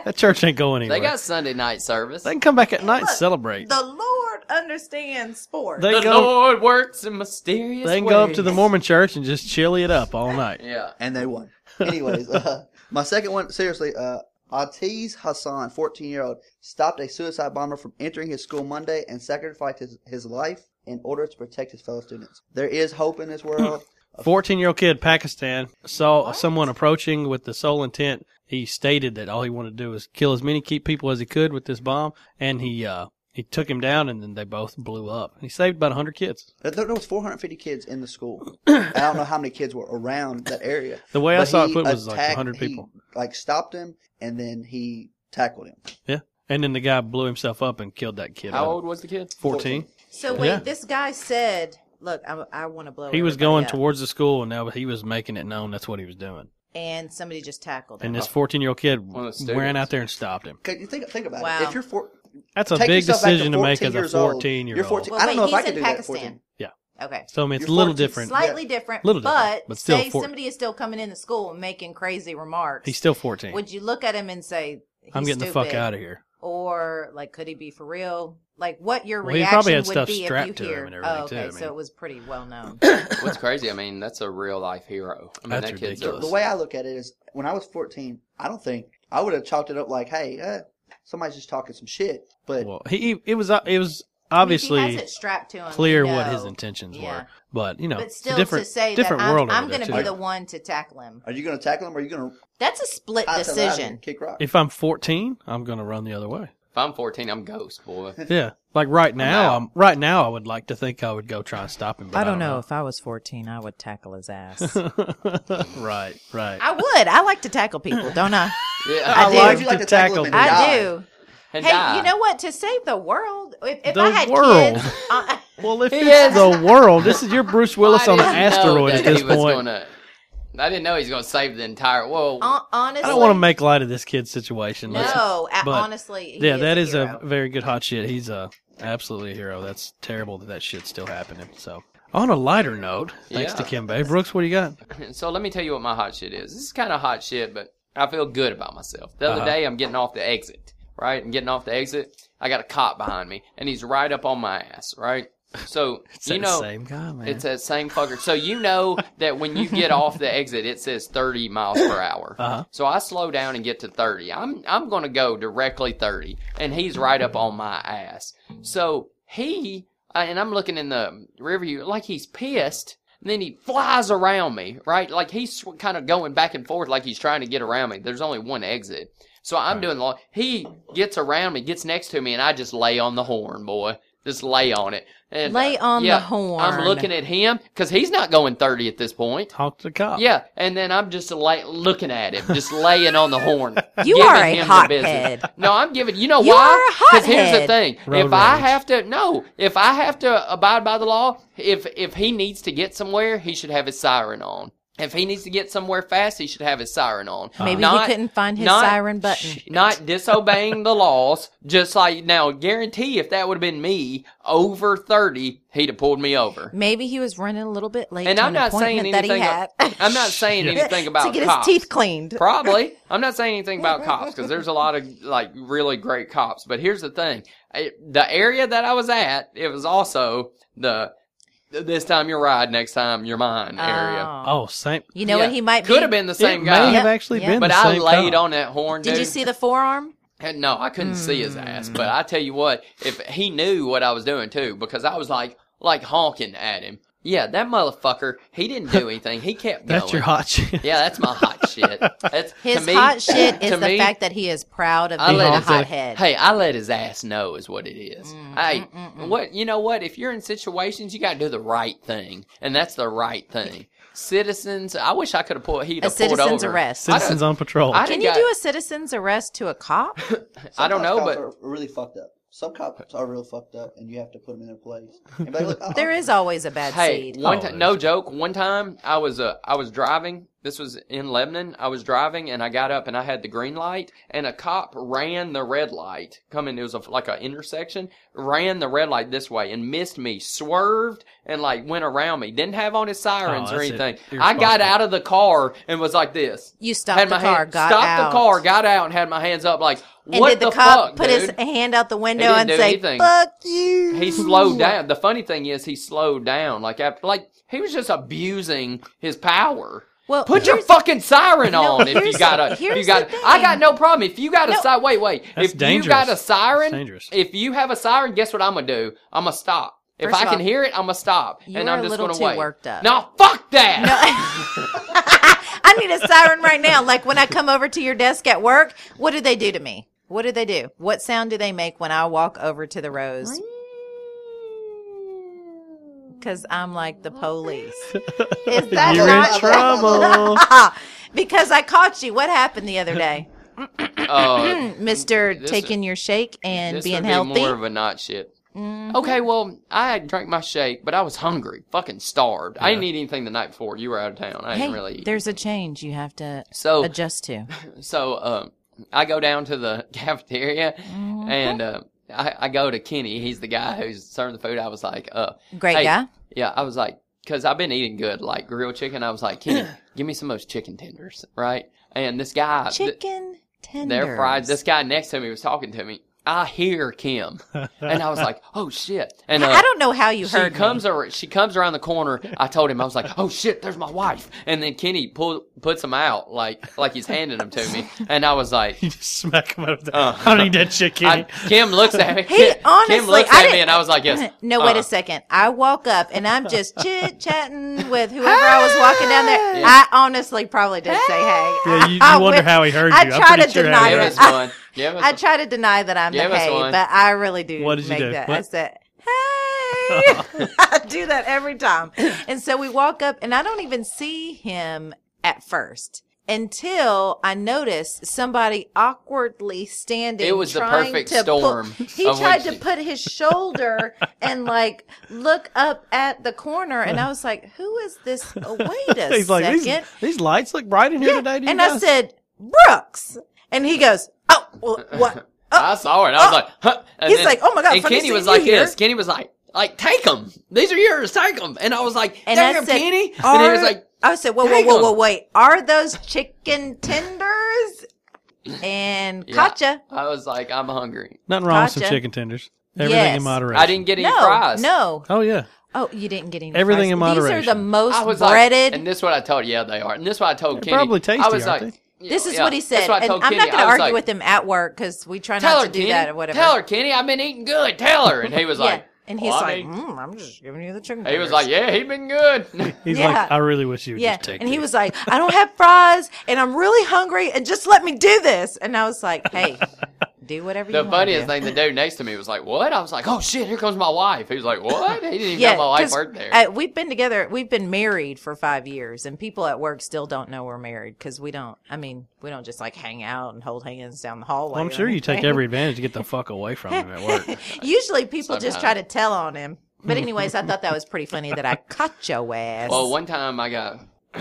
Speaker 2: That church ain't going anywhere.
Speaker 3: They
Speaker 2: They,
Speaker 3: got Sunday night service.
Speaker 2: can come back at night and
Speaker 1: Look,
Speaker 2: celebrate.
Speaker 1: The Lord understands sports.
Speaker 2: They
Speaker 3: the
Speaker 2: go.
Speaker 3: Lord works in mysterious
Speaker 2: They can go up to the
Speaker 3: ways.
Speaker 2: Mormon church and just chilly it up all night.
Speaker 3: Yeah.
Speaker 5: And they won. Anyways, uh, my second one, seriously, uh, Atiz Hassan, 14 year old, stopped a suicide bomber from entering his school Monday and sacrificed his, his life in order to protect his fellow students. There is hope in this world.
Speaker 2: Fourteen-year-old kid, Pakistan, saw someone approaching with the sole intent. He stated that all he wanted to do was kill as many keep people as he could with this bomb, and he uh, he took him down, and then they both blew up. He saved about hundred kids.
Speaker 5: There, there was 450 kids in the school. I don't know how many kids were around that area.
Speaker 2: The way I
Speaker 5: But
Speaker 2: saw it
Speaker 5: he
Speaker 2: put was like
Speaker 5: attacked-
Speaker 2: 100
Speaker 5: he,
Speaker 2: people.
Speaker 5: like stopped him and then he tackled him.
Speaker 2: Yeah. And then the guy blew himself up and killed that kid.
Speaker 3: How old was the kid?
Speaker 2: 14.
Speaker 1: So wait,
Speaker 2: Yeah.
Speaker 1: this guy said, "Look, I, I want to blow."
Speaker 2: He was
Speaker 1: everybody
Speaker 2: going
Speaker 1: up.
Speaker 2: towards the school, and now he was making it known that's what he was doing.
Speaker 1: and somebody just tackled him.
Speaker 2: And this 14 year old kid
Speaker 3: One of the
Speaker 2: ran
Speaker 3: students.
Speaker 2: out there and stopped him.
Speaker 5: 'Cause you think think about
Speaker 1: Wow.
Speaker 5: it. If you're four,
Speaker 2: That's a
Speaker 5: take
Speaker 2: big
Speaker 5: yourself back
Speaker 2: decision to make
Speaker 5: 14
Speaker 2: as a
Speaker 5: years old.
Speaker 2: 14 year
Speaker 5: You're 14.
Speaker 1: Well,
Speaker 2: old.
Speaker 5: I don't
Speaker 1: wait,
Speaker 5: know if
Speaker 1: he's
Speaker 5: I could
Speaker 1: in
Speaker 5: do
Speaker 1: Pakistan.
Speaker 5: that. at 14.
Speaker 2: Yeah.
Speaker 1: okay,
Speaker 2: So, I mean, it's a
Speaker 5: You're
Speaker 2: little
Speaker 5: 14.
Speaker 2: different.
Speaker 1: slightly different,
Speaker 2: Little different,
Speaker 1: but,
Speaker 2: but still
Speaker 1: say
Speaker 2: for-
Speaker 1: somebody is still coming into school making crazy remarks.
Speaker 2: He's still 14.
Speaker 1: Would you look at him and say, He's
Speaker 2: I'm getting the fuck out
Speaker 1: here,"
Speaker 2: of here.
Speaker 1: or like, could he be for real? Like, what your
Speaker 2: Well, he
Speaker 1: reaction
Speaker 2: probably had
Speaker 1: would
Speaker 2: stuff
Speaker 1: be if
Speaker 2: strapped
Speaker 1: you
Speaker 2: to him
Speaker 1: hear?
Speaker 2: and
Speaker 1: oh,
Speaker 2: everything, too,
Speaker 1: okay,
Speaker 2: I
Speaker 1: so
Speaker 2: mean.
Speaker 1: it was pretty well known.
Speaker 3: What's crazy? I mean, that's a real life hero. I mean,
Speaker 2: That's
Speaker 3: that kid's
Speaker 5: The,
Speaker 2: ridiculous.
Speaker 5: the way I look at it is, when I was 14, I don't think I would have chalked it up like, "Hey, uh, somebody's just talking some shit." But
Speaker 2: Well, he, it was uh, it was
Speaker 1: I mean, if
Speaker 2: obviously
Speaker 1: he has it strapped to him. we
Speaker 2: clear what his
Speaker 1: know.
Speaker 2: intentions
Speaker 1: Yeah.
Speaker 2: were. But, you know,
Speaker 1: But
Speaker 2: it's a
Speaker 1: still,
Speaker 2: different,
Speaker 1: to say that
Speaker 2: different
Speaker 1: I'm,
Speaker 2: world
Speaker 1: I'm
Speaker 2: going to
Speaker 1: be the one to tackle him,
Speaker 5: are you going to tackle him? Or are you going to
Speaker 1: that's a split decision.
Speaker 5: kick rock?
Speaker 2: If I'm 14, I'm going to run the other way.
Speaker 3: If I'm 14, I'm ghost boy.
Speaker 2: Yeah, like right now,
Speaker 3: out.
Speaker 2: I'm, right now I would like to think I would go try and stop him. But I, don't know.
Speaker 1: if I was 14, I would tackle his ass.
Speaker 2: right, right.
Speaker 1: I would. I like to tackle people, don't I?
Speaker 3: Yeah,
Speaker 1: do.
Speaker 5: Why'd you
Speaker 2: to
Speaker 5: like to
Speaker 2: tackle
Speaker 5: tackle him and
Speaker 2: them.
Speaker 1: I
Speaker 5: die?
Speaker 1: do.
Speaker 3: and
Speaker 1: Hey,
Speaker 3: die.
Speaker 1: you know what? To save the world, if, if
Speaker 2: The
Speaker 1: I had
Speaker 2: world.
Speaker 1: kids, uh,
Speaker 2: well, if
Speaker 3: He
Speaker 2: it's
Speaker 3: is-
Speaker 2: the world, this is your Bruce
Speaker 1: Oh,
Speaker 2: Willis
Speaker 3: I
Speaker 2: on an
Speaker 3: didn't know
Speaker 2: asteroid
Speaker 3: that
Speaker 2: at this
Speaker 3: he was
Speaker 2: point.
Speaker 3: Gonna, I didn't know he's going to save the entire world.
Speaker 1: hon- honestly,
Speaker 2: I don't want to make light of this kid's situation. Let's-
Speaker 1: No, a-
Speaker 2: but-
Speaker 1: honestly, he
Speaker 2: yeah, that is a,
Speaker 1: hero.
Speaker 2: very good hot shit. He's a absolutely a hero. That's terrible that that shit's still happening. So. On a lighter note, thanks to
Speaker 3: Yeah.
Speaker 2: Kimbe. Brooks, what do you got?
Speaker 3: So let me tell you what my hot shit is. This is kind of hot shit, but I feel good about myself. The other
Speaker 2: Uh-huh.
Speaker 3: day, I'm getting off the exit, right? I'm getting off the exit. I got a cop behind me, and he's right up on my ass, right? So
Speaker 2: It's
Speaker 3: you
Speaker 2: that
Speaker 3: know,
Speaker 2: same guy, man.
Speaker 3: It's that same fucker. So you know that when you get off the exit, it says 30 miles per hour.
Speaker 2: Uh-huh.
Speaker 3: So I slow down and get to 30. I'm I'm going to go directly 30, and he's right up on my ass. So he uh, and I'm looking in the rearview like he's pissed. And then he flies around me, right? Like he's kind of going back and forth, like he's trying to get around me. There's only one exit. So I'm doing long. He gets around me, gets next to me, and I just lay on the horn, boy. Just lay on it. And,
Speaker 1: Lay
Speaker 3: uh,
Speaker 1: on the
Speaker 3: yeah,
Speaker 1: horn.
Speaker 3: I'm looking at him because he's not going 30 at this point.
Speaker 2: Talk to the cop.
Speaker 3: Yeah, and then I'm just lay, looking at him, just laying on the horn.
Speaker 1: You
Speaker 3: giving
Speaker 1: are a
Speaker 3: him the
Speaker 1: hothead.
Speaker 3: business. No, I'm giving. You know
Speaker 1: You are
Speaker 3: why?
Speaker 1: a
Speaker 3: here's
Speaker 1: hothead.
Speaker 3: the thing:
Speaker 2: Road
Speaker 3: if I
Speaker 2: rage.
Speaker 3: have to, no, if I have to abide by the law, if if he needs to get somewhere, he should have his siren on. If he needs to get somewhere fast, he should have his siren on.
Speaker 2: Uh,
Speaker 1: Maybe
Speaker 3: Not-
Speaker 1: he couldn't find his
Speaker 3: not-
Speaker 1: siren button.
Speaker 3: not disobeying the laws, just like now. Guarantee if that would have been me over thirty, he'd have pulled me over.
Speaker 1: Maybe he was running a little bit late
Speaker 3: And
Speaker 1: to
Speaker 3: I'm
Speaker 1: an
Speaker 3: not saying
Speaker 1: appointment that he
Speaker 3: anything.
Speaker 1: had.
Speaker 3: I'm not saying anything about
Speaker 1: to get
Speaker 3: cops.
Speaker 1: his teeth cleaned.
Speaker 3: Probably. I'm not saying anything about cops because there's a lot of like really great cops. But here's the thing: I- the area that I was at, it was also the this time you're right, next time you're mine area.
Speaker 1: Oh.
Speaker 2: Oh, same.
Speaker 1: you know
Speaker 3: Yeah.
Speaker 1: what he might
Speaker 3: Could
Speaker 1: be?
Speaker 3: have been the
Speaker 2: It
Speaker 3: same
Speaker 2: may
Speaker 3: guy,
Speaker 2: have
Speaker 1: Yep,
Speaker 2: actually
Speaker 1: yep.
Speaker 2: been
Speaker 3: but
Speaker 2: the
Speaker 3: I
Speaker 2: same
Speaker 3: laid
Speaker 2: cop.
Speaker 3: on that horn.
Speaker 1: Did you
Speaker 3: dude.
Speaker 1: see Hmm. the forearm?
Speaker 3: And no, I couldn't see his ass, but I tell you what, if he knew what I was doing too, because I was like, like honking at him. Yeah, that motherfucker, he didn't do anything. He kept going.
Speaker 2: That's your hot shit.
Speaker 3: Yeah, that's my hot shit. That's
Speaker 1: His
Speaker 3: to me,
Speaker 1: hot shit is
Speaker 3: to
Speaker 1: the
Speaker 3: me,
Speaker 1: fact that he is proud of
Speaker 3: I
Speaker 1: being
Speaker 3: let
Speaker 1: a
Speaker 3: his-
Speaker 1: hothead.
Speaker 3: Hey, I let his ass know is what it is.
Speaker 1: Mm,
Speaker 3: hey, what you know? What if you're in situations, you got to do the right thing, and that's the right thing. Citizens, I wish I could have pulled. He'd
Speaker 1: A
Speaker 3: have pulled
Speaker 1: citizen's
Speaker 3: over.
Speaker 1: arrest.
Speaker 3: I
Speaker 2: Citizens on patrol.
Speaker 3: I
Speaker 1: Can
Speaker 3: done
Speaker 1: you
Speaker 3: got-
Speaker 1: do a citizen's arrest to a cop?
Speaker 3: I don't know,
Speaker 5: cops
Speaker 3: but
Speaker 5: are really fucked up. Some cops are real fucked up, and you have to put them in their place. And be like, look, I-
Speaker 1: There is always a bad
Speaker 3: Hey,
Speaker 1: seed.
Speaker 3: one
Speaker 2: Oh,
Speaker 3: ti- no joke. One time, I was uh, I was driving. This was in Lebanon. I was driving, and I got up, and I had the green light, and a cop ran the red light. Coming, it was a, like an intersection. Ran the red light this way and missed me. Swerved and like went around me. Didn't have on his sirens
Speaker 2: Oh,
Speaker 3: or
Speaker 2: that's it.
Speaker 3: anything. I got
Speaker 2: Irresponsible.
Speaker 3: out of the car and was like this.
Speaker 1: You stopped the car,
Speaker 3: hand-
Speaker 1: got
Speaker 3: stopped
Speaker 1: out.
Speaker 3: the car, got out, and had my hands up like.
Speaker 1: And
Speaker 3: What
Speaker 1: did the,
Speaker 3: the,
Speaker 1: cop
Speaker 3: fuck,
Speaker 1: put
Speaker 3: dude?
Speaker 1: his hand out the window
Speaker 3: didn't
Speaker 1: and
Speaker 3: do
Speaker 1: say,
Speaker 3: anything.
Speaker 1: "Fuck you"?
Speaker 3: He slowed down. The funny thing is, he slowed down. Like, after, like he was just abusing his power.
Speaker 1: Well,
Speaker 3: Put your
Speaker 1: here's-
Speaker 3: fucking siren
Speaker 1: No,
Speaker 3: on if you
Speaker 1: here's-
Speaker 3: got a. If you
Speaker 1: here's
Speaker 3: got.
Speaker 1: the
Speaker 3: I got
Speaker 1: thing.
Speaker 3: no problem if you got a
Speaker 1: No.
Speaker 3: siren. Wait, wait.
Speaker 2: That's
Speaker 3: if you got a
Speaker 2: dangerous.
Speaker 3: siren,
Speaker 2: That's dangerous.
Speaker 3: if you have a siren, guess what I'm gonna do? I'm gonna stop. If
Speaker 1: First
Speaker 3: I
Speaker 1: of
Speaker 3: can
Speaker 1: all,
Speaker 3: hear it, I'm gonna stop,
Speaker 1: you
Speaker 3: and
Speaker 1: are
Speaker 3: I'm
Speaker 1: a
Speaker 3: just
Speaker 1: little
Speaker 3: gonna
Speaker 1: too
Speaker 3: wait.
Speaker 1: worked up.
Speaker 3: No, fuck that.
Speaker 1: No. I need a siren right now. Like when I come over to your desk at work, what do they do to me? What do they do? What sound do they make when I walk over to the rose? Because I'm like the police. Is that
Speaker 2: You're
Speaker 1: not
Speaker 2: in trouble.
Speaker 1: because I caught you. What happened the other day,
Speaker 3: Uh,
Speaker 1: Mister?
Speaker 3: This-
Speaker 1: Taking your shake and
Speaker 3: this
Speaker 1: being
Speaker 3: would
Speaker 1: healthy. Mm-hmm.
Speaker 3: Be more of a not shit. Okay, well, I drank my shake, but I was hungry, fucking starved. I didn't eat anything the night before. You were out of town. I
Speaker 1: hey,
Speaker 3: didn't really Oh. eat.
Speaker 1: there's a change you have to
Speaker 3: So
Speaker 1: adjust to.
Speaker 3: so um, I go down to the cafeteria,
Speaker 1: Mm-hmm.
Speaker 3: and uh, I, I go to Kenny. He's the guy who's serving the food. I was like, uh,
Speaker 1: Great
Speaker 3: hey-
Speaker 1: guy.
Speaker 3: Yeah, I was like, because I've been eating good, like grilled chicken. I was like, Kenny, give me some of those chicken tenders, right? And this guy, th-
Speaker 1: Chicken tenders.
Speaker 3: they're fried. This guy next to me was talking to me. I hear Kim, and I was like, "Oh shit!" And uh,
Speaker 1: I don't know how you
Speaker 3: she
Speaker 1: heard.
Speaker 3: comes
Speaker 1: me.
Speaker 3: ar- she comes around the corner. I told him I was like, "Oh shit, there's my wife." And then Kenny pull, puts him out like like he's handing them to me, and I was like,
Speaker 2: you just smack him out of the. I don't need that shit,
Speaker 3: Uh. I,
Speaker 2: Kenny.
Speaker 3: "Kim looks at me."
Speaker 1: He honestly,
Speaker 3: Kim looks
Speaker 1: I
Speaker 3: at me,
Speaker 1: didn't-
Speaker 3: and I was like, "Yes."
Speaker 1: No, wait
Speaker 3: uh,
Speaker 1: a second. I walk up and I'm just chit chatting with whoever I was walking down there. I honestly probably did say hey.
Speaker 2: Yeah, you- you
Speaker 1: I
Speaker 2: wonder
Speaker 1: wish-
Speaker 2: how he heard
Speaker 1: I
Speaker 2: you. I'm
Speaker 1: try to
Speaker 2: pretty sure
Speaker 1: deny
Speaker 2: how
Speaker 3: Give
Speaker 2: he
Speaker 1: it.
Speaker 3: us
Speaker 1: I-
Speaker 3: one. Give us
Speaker 1: I
Speaker 3: one.
Speaker 1: try to deny that I'm
Speaker 3: Give
Speaker 1: the
Speaker 3: us
Speaker 1: hey,
Speaker 3: one.
Speaker 1: but I really do.
Speaker 2: What did you
Speaker 1: make
Speaker 2: do?
Speaker 1: That.
Speaker 2: What-
Speaker 1: I said hey. I do that every time, and so we walk up, and I don't even see him at first. Until I notice somebody awkwardly standing.
Speaker 3: It was the
Speaker 1: trying
Speaker 3: perfect
Speaker 1: to pull-
Speaker 3: storm
Speaker 1: he
Speaker 3: of
Speaker 1: tried
Speaker 3: when
Speaker 1: to
Speaker 3: she-
Speaker 1: put his shoulder and like look up at the corner, and I was like, "Who is this? Oh, wait a
Speaker 2: He's
Speaker 1: second.
Speaker 2: like, these, these lights look bright in here today. Do you
Speaker 1: And I
Speaker 2: guys-"
Speaker 1: said, "Brooks," and he goes, "Oh, well, what?"
Speaker 3: I saw it. I was like, huh. And
Speaker 1: oh, He's like, "Oh my God,
Speaker 3: And
Speaker 1: funny
Speaker 3: Kenny
Speaker 1: seeing
Speaker 3: was
Speaker 1: you
Speaker 3: like
Speaker 1: here."
Speaker 3: this. Kenny was like, like, take them. These are yours. Take them. And I was like,
Speaker 1: And I
Speaker 3: damn,
Speaker 1: said,
Speaker 3: Kenny.
Speaker 1: Are,
Speaker 3: and he was like,
Speaker 1: I said, whoa, whoa,
Speaker 3: "Hang
Speaker 1: whoa, whoa,
Speaker 3: on."
Speaker 1: wait. Are those chicken tenders? And
Speaker 3: Yeah.
Speaker 1: gotcha.
Speaker 3: I was like, I'm hungry.
Speaker 2: Nothing wrong with some
Speaker 1: Gotcha.
Speaker 2: chicken tenders. Everything
Speaker 1: Yes.
Speaker 2: in moderation.
Speaker 3: I didn't get any
Speaker 1: No,
Speaker 3: fries.
Speaker 1: no.
Speaker 2: Oh yeah.
Speaker 1: Oh, you didn't get any.
Speaker 2: Everything in
Speaker 1: fries. These are the
Speaker 2: moderation.
Speaker 3: I
Speaker 1: most
Speaker 3: was like,
Speaker 1: breaded.
Speaker 3: and this is what I told. Yeah, they are. And this is what I told Kenny.
Speaker 2: probably tasty,
Speaker 3: I was
Speaker 2: aren't
Speaker 3: like,
Speaker 1: this is
Speaker 3: yeah,
Speaker 1: what he
Speaker 3: that's
Speaker 1: said,
Speaker 3: what I
Speaker 1: and
Speaker 3: told
Speaker 1: I'm
Speaker 3: Kenny.
Speaker 1: not going
Speaker 3: I
Speaker 1: to
Speaker 3: was
Speaker 1: argue
Speaker 3: like,
Speaker 1: with him at work because we try
Speaker 3: Tell
Speaker 1: not
Speaker 3: her,
Speaker 1: to do
Speaker 3: Kenny.
Speaker 1: that or whatever.
Speaker 3: Tell her, Kenny. I've been eating good. Tell her. And he was
Speaker 1: yeah.
Speaker 3: like,
Speaker 1: and he's
Speaker 3: "Well, I
Speaker 1: like,
Speaker 3: mean-"
Speaker 1: mm, I'm just giving you the chicken.
Speaker 3: he was
Speaker 1: tenders."
Speaker 3: like, yeah, he been good.
Speaker 2: He's
Speaker 1: Yeah.
Speaker 2: like, I really wish you would
Speaker 1: Yeah.
Speaker 2: just take
Speaker 1: And he
Speaker 2: these."
Speaker 1: was like, I don't have fries and I'm really hungry and just let me do this. And I was like, hey, do whatever you
Speaker 3: The
Speaker 1: want.
Speaker 3: funniest thing, the dude next to me was like, "What?" I was like, "Oh shit, here comes my wife." He was like, "What?" He didn't even know my wife
Speaker 1: 'cause,
Speaker 3: worked there.
Speaker 1: uh, we've been together. We've been married for five years, and people at work still don't know we're married because we don't. I mean, we don't just like hang out and hold hands down the hallway.
Speaker 2: Well, I'm
Speaker 1: or
Speaker 2: sure you take
Speaker 1: anything.
Speaker 2: every advantage to get the fuck away from him at work.
Speaker 1: Usually, people just try
Speaker 3: Sometimes.
Speaker 1: to tell on him. But anyways, I thought that was pretty funny that I caught your ass.
Speaker 3: well, one time I got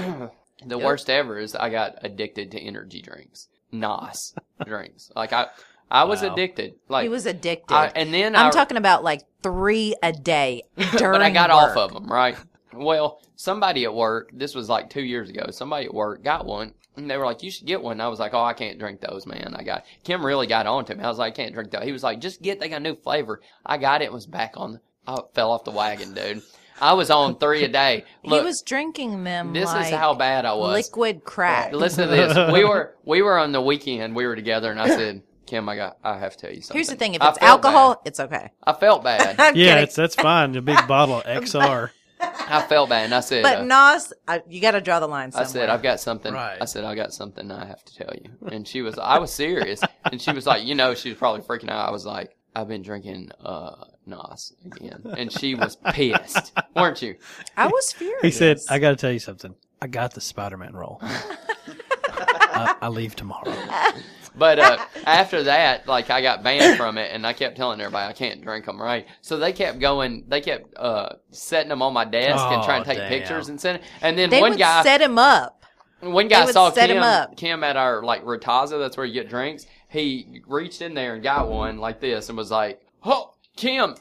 Speaker 3: the worst ever is I got addicted to energy drinks, Nas drinks. Like I, I was
Speaker 2: Wow.
Speaker 3: addicted. Like
Speaker 1: he was addicted.
Speaker 3: I, and then
Speaker 1: I'm
Speaker 3: I,
Speaker 1: talking about like three a day during.
Speaker 3: but I got
Speaker 1: work.
Speaker 3: off of them, right? Well, somebody at work, this was like two years ago, somebody at work got one and they were like, You should get one. And I was like, Oh, I can't drink those, man. I got Kim really got on to me. I was like, I can't drink those. He was like, Just get, they got a new flavor. I got it, and was back on, I fell off the wagon, dude. I was on three a day. Look,
Speaker 1: he was drinking them.
Speaker 3: this
Speaker 1: like
Speaker 3: is how bad I was.
Speaker 1: liquid crack.
Speaker 3: Listen to this. We were we were on the weekend. We were together, and I said, Kim, I got. I have to tell you something.
Speaker 1: Here's the thing: if
Speaker 3: I
Speaker 1: it's
Speaker 3: felt
Speaker 1: alcohol,
Speaker 3: bad.
Speaker 1: it's okay.
Speaker 3: I felt bad.
Speaker 1: I'm
Speaker 2: Yeah,
Speaker 1: kidding.
Speaker 2: it's, that's fine. The big bottle of XR.
Speaker 3: I felt bad, and I said,
Speaker 1: but
Speaker 3: uh,
Speaker 1: Nas, I, you got to draw the line
Speaker 3: I
Speaker 1: somewhere.
Speaker 3: said, I've got something.
Speaker 2: Right.
Speaker 3: I said, I got something I have to tell you. And she was, I was serious. and she was like, you know, she was probably freaking out. I was like, I've been drinking, uh, Nos again. And she was pissed. Weren't you?
Speaker 1: I was furious.
Speaker 2: He said, I got to tell you something. I got the Spider Man role. I, I leave tomorrow.
Speaker 3: But, uh, after that, like, I got banned from it and I kept telling everybody I can't drink them, right? So they kept going, they kept, uh, setting them on my desk and
Speaker 2: Oh,
Speaker 3: trying to take
Speaker 2: damn.
Speaker 3: pictures and send And then
Speaker 1: they
Speaker 3: one
Speaker 1: would
Speaker 3: guy,
Speaker 1: set him up.
Speaker 3: One
Speaker 1: They
Speaker 3: guy
Speaker 1: would
Speaker 3: saw
Speaker 1: set
Speaker 3: Kim,
Speaker 1: him up.
Speaker 3: Kim at our like Rotaza, that's where you get drinks. He reached in there and got one like this and was like, Oh, Kim,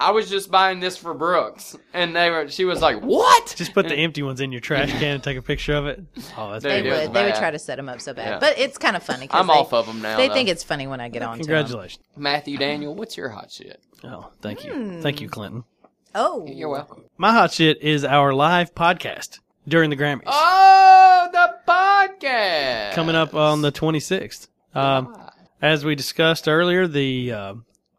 Speaker 3: I was just buying this for Brooks. And they were she was like, What?
Speaker 2: Just put the empty ones in your trash can and take a picture of it. Oh, that's
Speaker 1: They
Speaker 3: They
Speaker 2: pretty
Speaker 3: do.
Speaker 2: good.
Speaker 1: would. They would
Speaker 3: bad.
Speaker 1: try to set him up so bad.
Speaker 3: Yeah.
Speaker 1: But it's kind of funny. 'cause
Speaker 3: I'm
Speaker 1: they,
Speaker 3: off of them now.
Speaker 1: They
Speaker 3: though.
Speaker 1: think it's funny when I get on.
Speaker 2: Congratulations.
Speaker 3: Matthew Daniel, what's your hot shit?
Speaker 2: Oh, thank you. Thank you, Clinton.
Speaker 1: Oh,
Speaker 3: You're welcome.
Speaker 2: My hot shit is our live podcast during the Grammys.
Speaker 3: Oh the podcast.
Speaker 2: coming up on the 26th. Um,
Speaker 3: Ah.
Speaker 2: as we discussed earlier, the uh,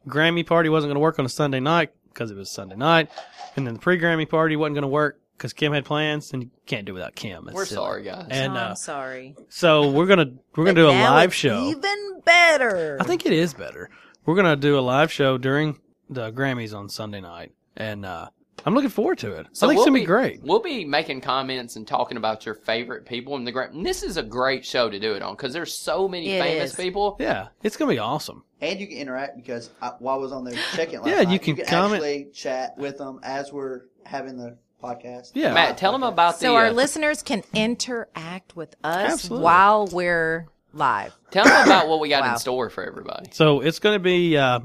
Speaker 2: Grammy party wasn't going to work on a Sunday night because it was Sunday night, and then the pre-Grammy party wasn't going to work because Kim had plans, and you can't do without Kim. It's
Speaker 3: We're
Speaker 2: silly.
Speaker 3: sorry, guys.
Speaker 2: And uh,
Speaker 1: I'm sorry.
Speaker 2: so we're gonna we're gonna
Speaker 1: But
Speaker 2: do a
Speaker 1: now
Speaker 2: live
Speaker 1: it's
Speaker 2: show.
Speaker 1: Even better.
Speaker 2: I think it is better. We're gonna do a live show during the Grammys on Sunday night, and uh, I'm looking forward to it. I think it's gonna be great.
Speaker 3: We'll be making comments and talking about your favorite people in the Gram. And this is a great show to do it on because there's so many
Speaker 1: It
Speaker 3: famous
Speaker 1: is.
Speaker 3: people.
Speaker 2: Yeah, it's gonna be awesome.
Speaker 5: And you can interact because I, while I was on there checking last
Speaker 2: Yeah, you
Speaker 5: night,
Speaker 2: can comment.
Speaker 5: actually chat with them as we're having the podcast.
Speaker 2: Yeah.
Speaker 3: Matt, tell them about
Speaker 1: so
Speaker 3: the
Speaker 1: our
Speaker 3: uh,
Speaker 1: listeners can interact with us
Speaker 2: Absolutely.
Speaker 1: while we're live.
Speaker 3: Tell them about what we got
Speaker 1: Wow.
Speaker 3: in store for everybody.
Speaker 2: So it's going to be uh,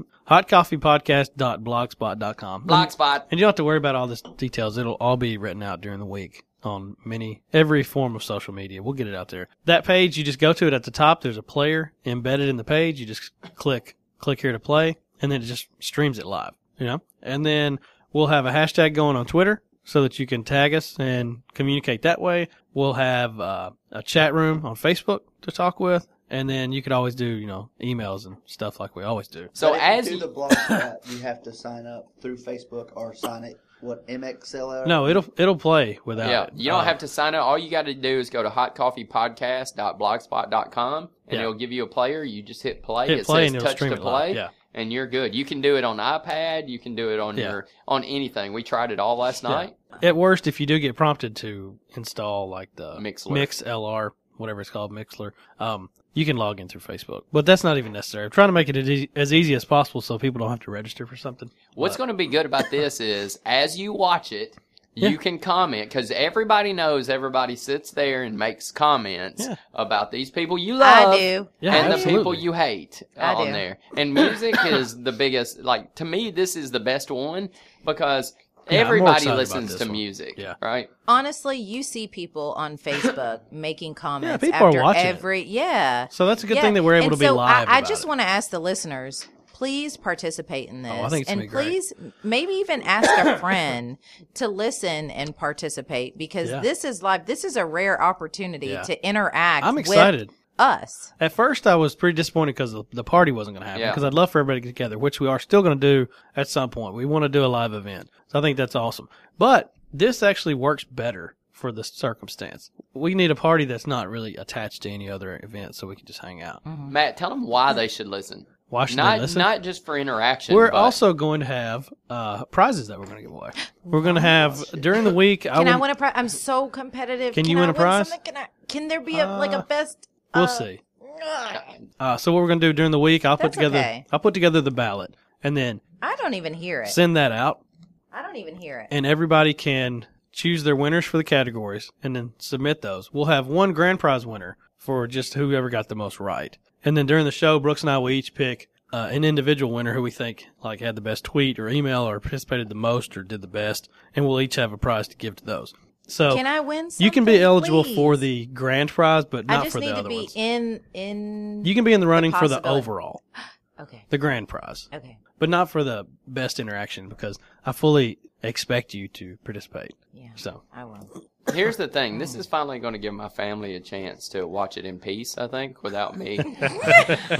Speaker 2: hotcoffeepodcast.blogspot.com.
Speaker 3: Blogspot.
Speaker 2: And you don't have to worry about all this details. It'll all be written out during the week on many, every form of social media. We'll get it out there. That page, you just go to it at the top. There's a player embedded in the page. You just click, click here to play, and then it just streams it live, you know? And then we'll have a hashtag going on Twitter so that you can tag us and communicate that way. We'll have uh, a chat room on Facebook to talk with. And then you could always do, you know, emails and stuff like we always do.
Speaker 3: So
Speaker 5: But if
Speaker 3: as
Speaker 5: you do
Speaker 3: you,
Speaker 5: the blog chat, you have to sign up through Facebook or sign it. What MXLR?
Speaker 2: No, it'll it'll play without.
Speaker 3: yeah,
Speaker 2: it.
Speaker 3: you don't
Speaker 2: Uh,
Speaker 3: have to sign up. All you got to do is go to hotcoffeepodcast.blogspot.com and
Speaker 2: Yeah.
Speaker 3: it'll give you a player. You just hit play.
Speaker 2: Hit
Speaker 3: it
Speaker 2: play
Speaker 3: says
Speaker 2: and it'll
Speaker 3: touch
Speaker 2: stream
Speaker 3: to
Speaker 2: it live,
Speaker 3: play,
Speaker 2: yeah.
Speaker 3: and you're good. You can do it on iPad. You can do it on
Speaker 2: Yeah.
Speaker 3: your on anything. We tried it all last night.
Speaker 2: At worst, if you do get prompted to install like the
Speaker 3: Mixler.
Speaker 2: Mix LR, whatever it's called, Mixler, um, you can log in through Facebook. But that's not even necessary. I'm trying to make it as easy, as easy as possible so people don't have to register for something.
Speaker 3: What's going to be good about this is as you watch it,
Speaker 2: Yeah.
Speaker 3: you can comment because everybody knows everybody sits there and makes comments
Speaker 2: Yeah.
Speaker 3: about these people you love.
Speaker 1: I do.
Speaker 2: Yeah,
Speaker 3: and
Speaker 2: absolutely.
Speaker 3: the people you hate uh,
Speaker 1: I do.
Speaker 3: on there. And music is the biggest. Like to me, this is the best one because
Speaker 2: Yeah, I'm more
Speaker 3: everybody
Speaker 2: excited about
Speaker 3: listens
Speaker 2: this
Speaker 3: to
Speaker 2: one.
Speaker 3: music.
Speaker 2: Yeah.
Speaker 3: Right.
Speaker 1: Honestly, you see people on Facebook making comments.
Speaker 2: people are
Speaker 1: after
Speaker 2: watching it.
Speaker 1: every. Yeah.
Speaker 2: So that's a good
Speaker 1: Yeah.
Speaker 2: thing that we're able
Speaker 1: And
Speaker 2: to be
Speaker 1: so
Speaker 2: live.
Speaker 1: I, I
Speaker 2: about
Speaker 1: just
Speaker 2: it. Oh,
Speaker 1: want to ask the listeners, please participate in this.
Speaker 2: I think it's
Speaker 1: and
Speaker 2: gonna be great.
Speaker 1: please maybe even ask a friend to listen and participate because
Speaker 2: Yeah.
Speaker 1: this is live. This is a rare opportunity
Speaker 2: Yeah.
Speaker 1: to interact
Speaker 2: I'm
Speaker 1: with
Speaker 2: excited.
Speaker 1: us.
Speaker 2: At first, I was pretty disappointed because the, the party wasn't going to happen.
Speaker 3: Yeah.
Speaker 2: Because I'd love for everybody to get together, which we are still going to do at some point. We want to do a live event, so I think that's awesome. But this actually works better for the circumstance. We need a party that's not really attached to any other event, so we can just hang out.
Speaker 3: Matt, tell them why they should listen.
Speaker 2: Why should
Speaker 3: Mm. not
Speaker 2: they listen?
Speaker 3: not just for interaction.
Speaker 2: we're
Speaker 3: but-
Speaker 2: also going to have uh, prizes that we're going to give away. We're
Speaker 3: Oh,
Speaker 2: going to have during the week.
Speaker 1: Can
Speaker 2: I
Speaker 1: I,
Speaker 2: will,
Speaker 1: win a prize? I'm so competitive.
Speaker 2: Can you win
Speaker 1: I
Speaker 2: a prize?
Speaker 1: something? Can, I, can there be a, like
Speaker 2: Uh,
Speaker 1: a best?
Speaker 2: we'll
Speaker 1: uh,
Speaker 2: see.
Speaker 1: ugh.
Speaker 2: Uh, so what we're going to do during the week, I'll put
Speaker 1: That's
Speaker 2: together.
Speaker 1: okay.
Speaker 2: I'll put together the ballot and then
Speaker 1: I don't even hear it.
Speaker 2: send that out.
Speaker 1: I don't even hear it.
Speaker 2: and everybody can choose their winners for the categories and then submit those. We'll have one grand prize winner for just whoever got the most right. And then during the show, Brooks and I will each pick uh, an individual winner who we think like had the best tweet or email or participated the most or did the best, and we'll each have a prize to give to those. So
Speaker 1: Can I win? Something,
Speaker 2: you can be eligible
Speaker 1: please?
Speaker 2: for the grand prize, but
Speaker 1: I
Speaker 2: not
Speaker 1: just
Speaker 2: for
Speaker 1: need
Speaker 2: the
Speaker 1: to
Speaker 2: other
Speaker 1: be
Speaker 2: ones.
Speaker 1: in in.
Speaker 2: You can be in the running for the
Speaker 1: possibility.
Speaker 2: overall,
Speaker 1: okay.
Speaker 2: the grand prize,
Speaker 1: Okay.
Speaker 2: but not for the best interaction because I fully expect you to participate.
Speaker 1: Yeah.
Speaker 2: So
Speaker 1: I will.
Speaker 3: Here's the thing. This is finally going to give my family a chance to watch it in peace. I think without me,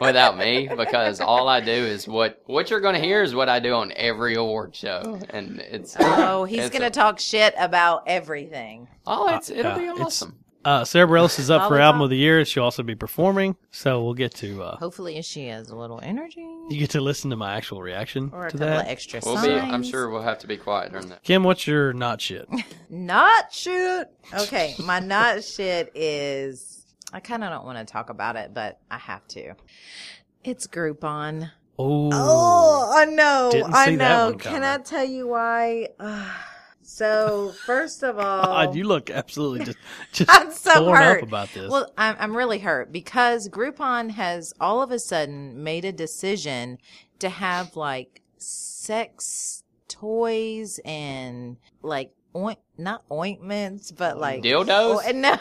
Speaker 3: without me, because all I do is what what you're going to hear is what I do on every award show, and it's
Speaker 2: Uh,
Speaker 1: Oh, he's
Speaker 3: it's
Speaker 1: gonna
Speaker 3: a-
Speaker 1: talk shit about everything.
Speaker 3: oh, it's it'll be
Speaker 2: Yeah, it's-
Speaker 3: awesome.
Speaker 2: Uh, Sarah Bareilles is up for
Speaker 1: Lollipop.
Speaker 2: album of the year. and She'll also be performing, so we'll get to uh,
Speaker 1: Hopefully, she has a little energy
Speaker 2: you get to listen to my actual reaction
Speaker 1: or a
Speaker 2: to
Speaker 1: couple
Speaker 2: that.
Speaker 1: of extra
Speaker 3: We'll
Speaker 1: signs.
Speaker 3: be. I'm sure we'll have to be quiet during that.
Speaker 2: Kim, what's your not shit?
Speaker 1: Not shit. Okay, my not shit is. I kind of don't want to talk about it, but I have to. It's Groupon.
Speaker 2: Oh,
Speaker 1: Oh, I know.
Speaker 2: Didn't
Speaker 1: I
Speaker 2: see that
Speaker 1: know.
Speaker 2: one
Speaker 1: Can
Speaker 2: coming.
Speaker 1: I tell you why? so, first of all,
Speaker 2: God, you look absolutely just just
Speaker 1: Oh. I'm so
Speaker 2: torn
Speaker 1: hurt.
Speaker 2: up about this.
Speaker 1: Well, I'm, I'm really hurt because Groupon has all of a sudden made a decision to have like sex toys and like oint, not ointments, but like
Speaker 3: Dildos?
Speaker 1: Oh, no,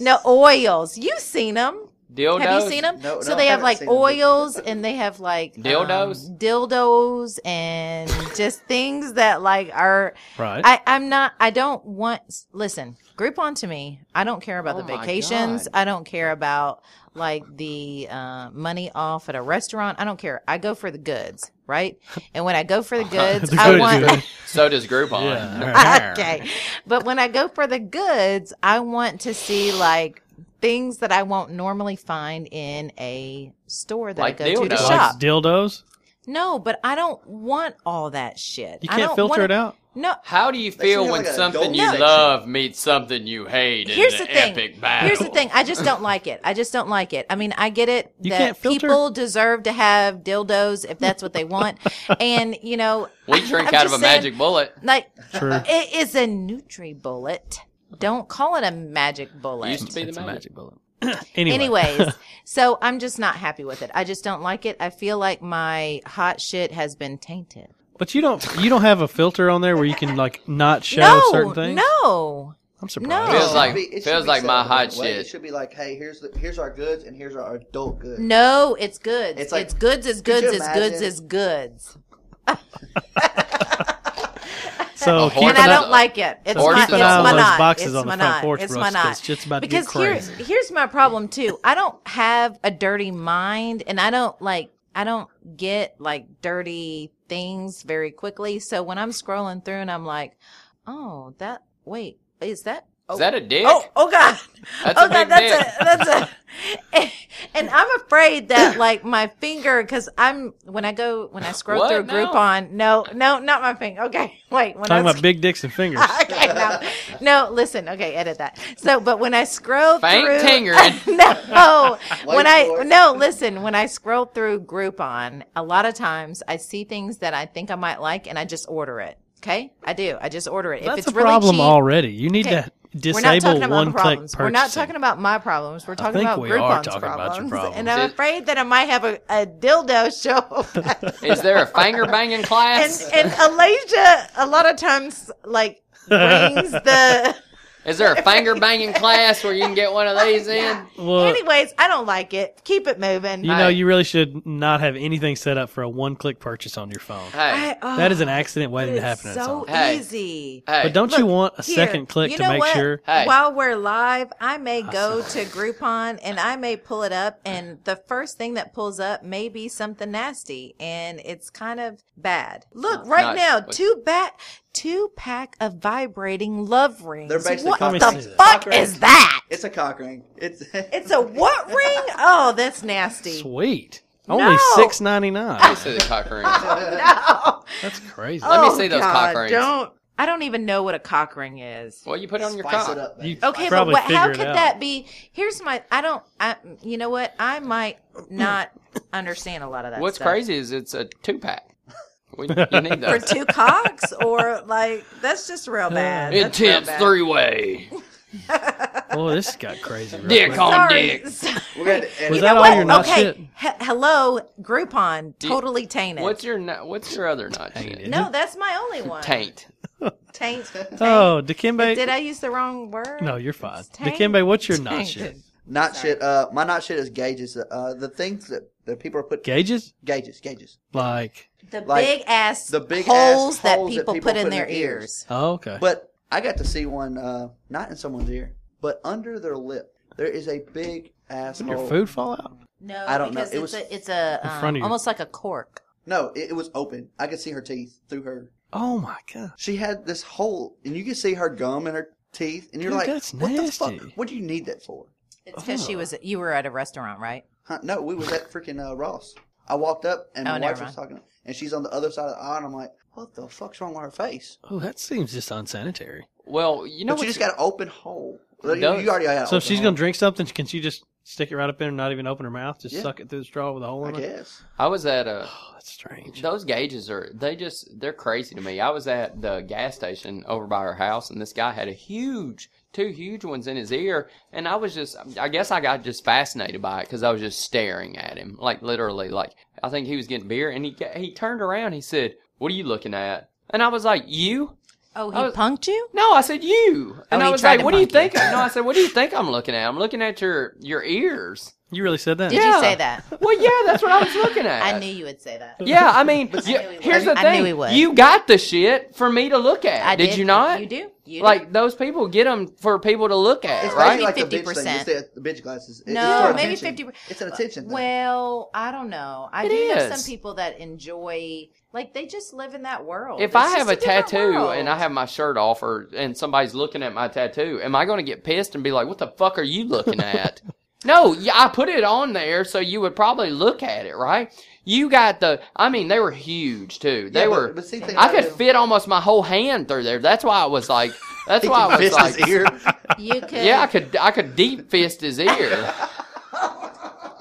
Speaker 1: no oils. You've seen them.
Speaker 3: Dildos.
Speaker 1: Have you seen them?
Speaker 5: No,
Speaker 1: so
Speaker 5: no,
Speaker 1: they
Speaker 5: I
Speaker 1: have
Speaker 5: haven't
Speaker 1: like
Speaker 5: seen 'em.
Speaker 1: oils and they have like um,
Speaker 3: Dildos?
Speaker 1: dildos, and just things that like are
Speaker 2: right?
Speaker 1: I, I'm not. I don't want. Listen, Groupon to me. I don't care about
Speaker 3: Oh
Speaker 1: the
Speaker 3: my
Speaker 1: vacations.
Speaker 3: God.
Speaker 1: I don't care about like the uh, money off at a restaurant. I don't care. I go for the goods, right? And when I go for the goods,
Speaker 2: The
Speaker 1: I
Speaker 2: goods,
Speaker 1: want.
Speaker 2: good.
Speaker 3: So does Groupon.
Speaker 2: yeah.
Speaker 1: okay, but when I go for the goods, I want to see like things that I won't normally find in a store that
Speaker 3: Like
Speaker 1: I go to to
Speaker 3: dildos.
Speaker 2: Like
Speaker 1: shop.
Speaker 2: dildos.
Speaker 1: No, but I don't want all that shit.
Speaker 2: You
Speaker 1: I
Speaker 2: can't
Speaker 1: don't
Speaker 2: filter
Speaker 1: wanna-
Speaker 2: it out.
Speaker 1: No,
Speaker 3: How do you
Speaker 5: They should
Speaker 3: feel
Speaker 5: have,
Speaker 3: when
Speaker 5: like, an
Speaker 3: something
Speaker 5: adult
Speaker 3: you
Speaker 5: section.
Speaker 3: love meets something you hate in
Speaker 1: Here's the
Speaker 3: an
Speaker 1: thing.
Speaker 3: epic battle?
Speaker 1: Here's the thing. I just don't like it. I just don't like it. I mean, I get it
Speaker 2: You
Speaker 1: that
Speaker 2: can't filter.
Speaker 1: people deserve to have dildos if that's what they want, and you know,
Speaker 3: We drink
Speaker 1: I'm
Speaker 3: out of
Speaker 1: just
Speaker 3: a
Speaker 1: saying,
Speaker 3: magic bullet.
Speaker 1: Like
Speaker 2: True.
Speaker 1: it is a Nutri Bullet. Don't call it a magic bullet.
Speaker 3: Used to be the
Speaker 2: It's a
Speaker 3: magic.
Speaker 2: magic bullet. anyway,
Speaker 1: Anyways, so I'm just not happy with it. I just don't like it. I feel like my hot shit has been tainted.
Speaker 2: but you don't you don't have a filter on there where you can like not show certain
Speaker 1: no,
Speaker 2: things.
Speaker 1: no.
Speaker 2: I'm
Speaker 1: No.
Speaker 2: surprised.
Speaker 1: Feels
Speaker 5: It should
Speaker 3: like-
Speaker 5: be- it should
Speaker 3: feels
Speaker 5: be
Speaker 3: like
Speaker 5: set
Speaker 3: my
Speaker 5: up in
Speaker 3: hot
Speaker 5: that way.
Speaker 3: shit.
Speaker 5: It should be like, hey, here's the, here's our goods and here's our adult goods.
Speaker 1: No, it's goods. It's,
Speaker 5: It's like-
Speaker 1: goods is goods
Speaker 5: you
Speaker 1: is goods
Speaker 5: imagine-
Speaker 1: is goods.
Speaker 2: So
Speaker 3: horse-
Speaker 2: keep
Speaker 1: and
Speaker 3: an
Speaker 1: I
Speaker 3: eye-
Speaker 1: don't like it. It's
Speaker 3: Or
Speaker 1: my, it's
Speaker 3: keep an eye on
Speaker 1: my
Speaker 2: those
Speaker 1: not.
Speaker 2: boxes
Speaker 1: it's
Speaker 2: on the
Speaker 1: my
Speaker 2: front
Speaker 1: not.
Speaker 2: porch,
Speaker 1: it's
Speaker 2: Brooks,
Speaker 1: my
Speaker 2: 'cause
Speaker 1: not.
Speaker 2: shit's about to get
Speaker 1: because here's
Speaker 2: crazy.
Speaker 1: here's my problem too. I don't have a dirty mind, and I don't like I don't get like dirty things very quickly. So when I'm scrolling through, and I'm like, oh, that wait, is that
Speaker 3: Is that a dick?
Speaker 1: Oh, oh God.
Speaker 3: That's
Speaker 1: oh
Speaker 3: a
Speaker 1: God,
Speaker 3: big
Speaker 1: that's a, that's a, and I'm afraid that like my finger, cause I'm, when I go, when I scroll
Speaker 3: What?
Speaker 1: through
Speaker 3: No.
Speaker 1: Groupon, no, no, not my finger. Okay. Wait, when
Speaker 2: talking
Speaker 1: I,
Speaker 2: about big dicks and fingers.
Speaker 1: okay, no, no, listen. Okay, edit that. So, but when I scroll
Speaker 3: Faint
Speaker 1: through,
Speaker 3: tingering.
Speaker 1: no, when I
Speaker 5: for it.
Speaker 1: no, listen. When I scroll through Groupon, a lot of times I see things that I think I might like, and I just order it. Okay, I do. I just order it. if
Speaker 2: That's
Speaker 1: it's
Speaker 2: a
Speaker 1: really
Speaker 2: problem
Speaker 1: cheap,
Speaker 2: already. You need
Speaker 1: Okay.
Speaker 2: to
Speaker 1: we're not
Speaker 2: disable
Speaker 1: talking about
Speaker 2: one click
Speaker 1: problems.
Speaker 2: purchasing.
Speaker 1: We're not talking about my problems. We're talking
Speaker 2: think
Speaker 1: about
Speaker 2: we are
Speaker 1: Groupon's
Speaker 2: talking
Speaker 1: problems.
Speaker 2: about your problems.
Speaker 1: And I'm
Speaker 3: Is-
Speaker 1: afraid that I might have a, a dildo show up.
Speaker 3: Is there a finger banging
Speaker 1: and
Speaker 3: class?
Speaker 1: and Alasia a lot of times like brings the
Speaker 3: Is there a finger banging class where you can get one of these in?
Speaker 2: Well,
Speaker 1: Anyways, I don't like it. Keep it moving.
Speaker 2: you know, you really should not have anything set up for a one-click purchase on your phone.
Speaker 3: Hey,
Speaker 1: I- oh,
Speaker 2: That is an accident
Speaker 1: but
Speaker 2: waiting to
Speaker 1: it's
Speaker 2: happen. at some
Speaker 1: So
Speaker 2: point.
Speaker 3: Hey.
Speaker 1: easy.
Speaker 3: hey.
Speaker 2: But don't you
Speaker 1: Look,
Speaker 2: want a
Speaker 1: Here,
Speaker 2: second click
Speaker 1: you
Speaker 2: to
Speaker 1: know
Speaker 2: make
Speaker 1: what?
Speaker 2: sure?
Speaker 3: Hey.
Speaker 1: While we're live, I may go to Groupon and I may pull it up, and the first thing that pulls up may be something nasty, and it's kind of bad. Look right
Speaker 3: Nice.
Speaker 1: now,
Speaker 3: What-
Speaker 1: two bat, two pack of vibrating love rings.
Speaker 5: They're basically
Speaker 1: what
Speaker 5: cock
Speaker 1: the
Speaker 2: rings.
Speaker 1: fuck
Speaker 5: Cock
Speaker 1: is
Speaker 5: rings.
Speaker 1: that?
Speaker 5: It's a cock ring. It's
Speaker 1: It's a what ring? Oh, that's nasty.
Speaker 2: Sweet. Only
Speaker 1: No.
Speaker 2: six ninety nine.
Speaker 3: Let me see the cock rings.
Speaker 1: No.
Speaker 2: That's crazy.
Speaker 3: Let me
Speaker 1: Oh,
Speaker 3: see those
Speaker 1: God,
Speaker 3: cock rings.
Speaker 1: Don't. I don't even know what a cock ring is.
Speaker 3: Well, you put it on your
Speaker 5: spice it
Speaker 3: cock.
Speaker 5: up.
Speaker 2: You
Speaker 5: baby.
Speaker 1: Okay, but
Speaker 2: probably
Speaker 1: what, how
Speaker 2: figure it
Speaker 1: could
Speaker 2: out.
Speaker 1: that be? Here's my. I don't. I. You know what? I might not understand a lot of that.
Speaker 3: What's
Speaker 1: stuff.
Speaker 3: crazy is it's a two pack. You need
Speaker 1: for
Speaker 3: those.
Speaker 1: two cocks or like that's just real bad. That's real
Speaker 3: Intense
Speaker 1: bad.
Speaker 3: three way.
Speaker 2: Oh, this got crazy. real
Speaker 3: Dick
Speaker 2: quick.
Speaker 3: on
Speaker 1: Sorry.
Speaker 3: dick.
Speaker 1: sorry.
Speaker 5: We're gonna have to
Speaker 2: Was
Speaker 5: edit
Speaker 1: You
Speaker 2: that
Speaker 1: know
Speaker 2: all
Speaker 1: what?
Speaker 2: your not
Speaker 1: okay.
Speaker 2: shit?
Speaker 1: He- hello, Groupon,
Speaker 3: Do-
Speaker 1: totally tainted.
Speaker 3: What's your nu- what's your other nut?
Speaker 2: Taint
Speaker 3: shit?
Speaker 2: it.
Speaker 1: no, that's my only one.
Speaker 3: Taint.
Speaker 1: Taint.
Speaker 2: Oh, Dikembe.
Speaker 1: Did I use the wrong word?
Speaker 2: No, you're fine.
Speaker 1: It's taint.
Speaker 2: Dikembe, what's your not
Speaker 1: Taint.
Speaker 2: shit?
Speaker 5: not shit. Uh, my not shit is gauges. Uh, the things that, that people are put
Speaker 2: Gauges?
Speaker 5: gauges, gauges.
Speaker 2: Like,
Speaker 1: The
Speaker 5: Like,
Speaker 1: big ass
Speaker 5: the big ass
Speaker 1: holes that
Speaker 5: holes that
Speaker 1: people
Speaker 5: people
Speaker 1: put in their
Speaker 5: ears.
Speaker 1: ears.
Speaker 2: oh, okay.
Speaker 5: But I got to see one, uh, not in someone's ear, but under their lip. There is a big ass
Speaker 2: Did your
Speaker 5: hole.
Speaker 2: food fall out?
Speaker 1: No,
Speaker 5: I don't know.
Speaker 1: because It's
Speaker 5: It was
Speaker 1: a, it's a
Speaker 2: in
Speaker 1: um,
Speaker 2: front of you.
Speaker 1: almost like a cork.
Speaker 5: No, it, it was open. I could see her teeth through her.
Speaker 2: Oh my god!
Speaker 5: She had this hole, and you could see her gum and her teeth, and you're
Speaker 2: Dude,
Speaker 5: like,
Speaker 2: that's
Speaker 5: "What the
Speaker 2: nasty.
Speaker 5: fuck? What do you need that for?"
Speaker 1: It's because
Speaker 3: Oh.
Speaker 1: she was. You were at a restaurant, right?
Speaker 5: Huh? No, we was at freaking uh, Ross. I walked up, and
Speaker 1: Oh,
Speaker 5: my
Speaker 1: never
Speaker 5: wife was talking, and she's on the other side of the aisle, and I'm like, "What the fuck's wrong with her face?"
Speaker 2: Oh, that seems just unsanitary.
Speaker 3: Well, you know
Speaker 5: but
Speaker 3: what?
Speaker 5: you just got an open hole. Like, You,
Speaker 3: does.
Speaker 5: you already got.
Speaker 2: So if she's gonna drink something, can she just stick it right up in and not even open her mouth? Just
Speaker 5: Yeah.
Speaker 2: suck it through the straw with a hole
Speaker 5: I
Speaker 2: in it.
Speaker 5: guess.
Speaker 3: I was at a.
Speaker 2: Oh, that's strange.
Speaker 3: Those gauges are they just they're crazy to me. I was at the gas station over by her house and this guy had a huge two huge ones in his ear and I was just I guess I got just fascinated by it cuz I was just staring at him like literally like I think he was getting beer and he ga- he turned around he said, "What are you looking at?" And I was like, "You?"
Speaker 1: Oh, he
Speaker 3: I was-
Speaker 1: punked you.
Speaker 3: No, I said you. And
Speaker 1: Oh,
Speaker 3: I
Speaker 1: he
Speaker 3: was
Speaker 1: tried
Speaker 3: like,
Speaker 1: to
Speaker 3: "What do you
Speaker 1: punk you.
Speaker 3: think?" No, I said, "What do you think I'm looking at? I'm looking at your your ears."
Speaker 2: You really said that?
Speaker 1: Did
Speaker 3: Yeah.
Speaker 1: you say that?
Speaker 3: Well, yeah, that's what I was looking at.
Speaker 1: I knew you would say that.
Speaker 3: Yeah, I mean, you-
Speaker 1: I knew he would.
Speaker 3: here's the
Speaker 1: I
Speaker 3: thing.
Speaker 1: knew he would.
Speaker 3: You got the shit for me to look at.
Speaker 1: I
Speaker 3: did, you not?
Speaker 1: You do. You do.
Speaker 3: Like those people get them for people to look at,
Speaker 5: It's
Speaker 3: right?
Speaker 5: basically like the bitch
Speaker 1: 50%.
Speaker 5: thing. It's the, the bitch glasses. It-
Speaker 1: No,
Speaker 5: it's for
Speaker 1: maybe
Speaker 5: attention.
Speaker 1: 50%.
Speaker 5: It's an attention. thing.
Speaker 1: Well, I don't know. I
Speaker 3: It
Speaker 1: do know
Speaker 3: is.
Speaker 1: some people that enjoy, like, they just live in that
Speaker 5: Oh,
Speaker 1: world.
Speaker 3: if
Speaker 1: It's
Speaker 3: I have
Speaker 1: just
Speaker 3: a
Speaker 1: different
Speaker 3: tattoo
Speaker 1: world.
Speaker 3: and I have my shirt off, or and somebody's looking at my tattoo, am I going to get pissed and be like, "What the fuck are you looking at"? no, yeah, I put it on there so you would probably look at it, right? You got the. I mean, they were huge too. They
Speaker 5: Yeah, but-
Speaker 3: were.
Speaker 5: but see, think
Speaker 3: I
Speaker 5: about
Speaker 3: could
Speaker 5: it.
Speaker 3: fit almost my whole hand through there. That's why I was like. That's
Speaker 5: He
Speaker 3: why I was
Speaker 5: confessed his
Speaker 3: like.
Speaker 5: ear.
Speaker 1: you could,
Speaker 3: Yeah, I could I could deep fist his ear.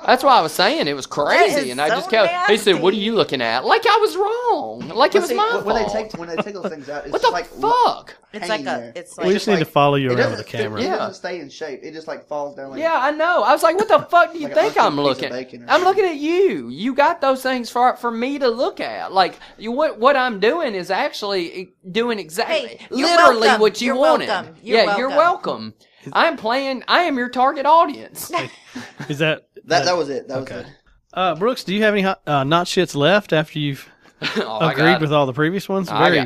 Speaker 3: That's why I was saying it was
Speaker 1: That
Speaker 3: crazy,
Speaker 1: is
Speaker 3: and I
Speaker 1: so
Speaker 3: just kept. He said, "What are
Speaker 1: nasty.
Speaker 3: you looking at?" Like I was wrong. Like it was
Speaker 5: see,
Speaker 3: my
Speaker 5: when they
Speaker 3: fault.
Speaker 5: take when they take those things out, it's
Speaker 3: what the
Speaker 5: just like
Speaker 3: fuck?
Speaker 1: it's like
Speaker 5: hanging
Speaker 1: a,
Speaker 5: there.
Speaker 1: it's
Speaker 2: we
Speaker 1: like,
Speaker 2: just
Speaker 5: like-
Speaker 2: need to follow you
Speaker 5: It
Speaker 2: around with the
Speaker 5: doesn't,
Speaker 2: camera.
Speaker 5: it
Speaker 3: Yeah.
Speaker 5: doesn't stay in shape. It just like falls down. Like,
Speaker 3: Yeah, I know. I was like, "What the fuck do you
Speaker 5: Like an
Speaker 3: think I'm
Speaker 5: uncooked piece
Speaker 3: looking?
Speaker 5: of bacon or
Speaker 3: I'm
Speaker 5: something.
Speaker 3: looking at you. You got those things for for me to look at. Like you, what what I'm doing is actually e, doing exactly,
Speaker 1: Hey, you're
Speaker 3: literally
Speaker 1: welcome.
Speaker 3: what you
Speaker 1: You're
Speaker 3: wanted.
Speaker 1: welcome. You're
Speaker 3: yeah, you're
Speaker 1: welcome.
Speaker 3: welcome. I'm playing. I am your target audience.
Speaker 2: Is that
Speaker 5: That that was it. That was
Speaker 2: Okay.
Speaker 5: it.
Speaker 2: Uh, Brooks, do you have any hot- uh, not shits left after you've
Speaker 3: Oh, I
Speaker 2: agreed
Speaker 3: got
Speaker 2: with all the previous ones?
Speaker 3: I
Speaker 2: Very,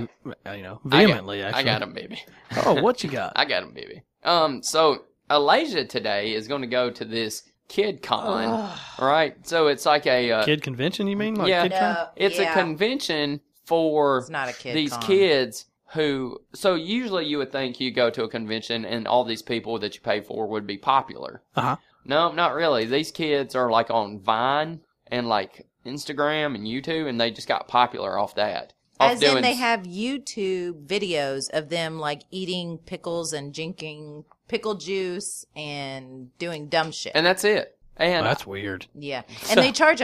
Speaker 2: uh, you know,
Speaker 3: I got-
Speaker 2: vehemently.
Speaker 3: I
Speaker 2: actually,
Speaker 3: got him, baby.
Speaker 2: Oh, what you got?
Speaker 3: I got him, baby. Um, so Elijah today is going to go to this kid con, right? So it's like a uh,
Speaker 2: kid convention? You mean? Like
Speaker 3: Yeah.
Speaker 2: kid con?
Speaker 1: No,
Speaker 3: it's
Speaker 1: yeah.
Speaker 3: a convention for
Speaker 1: It's not a kid
Speaker 3: these
Speaker 1: con.
Speaker 3: kids who. So usually you would think you go to a convention and all these people that you pay for would be popular.
Speaker 2: Uh-huh.
Speaker 3: No, not really. These kids are like on Vine and like Instagram and YouTube, and they just got popular off that. Off
Speaker 1: as in
Speaker 3: doing
Speaker 1: they have YouTube videos of them, like, eating pickles and drinking pickle juice and doing dumb shit.
Speaker 3: and that's it. And
Speaker 2: Well, that's weird.
Speaker 1: yeah. And they charge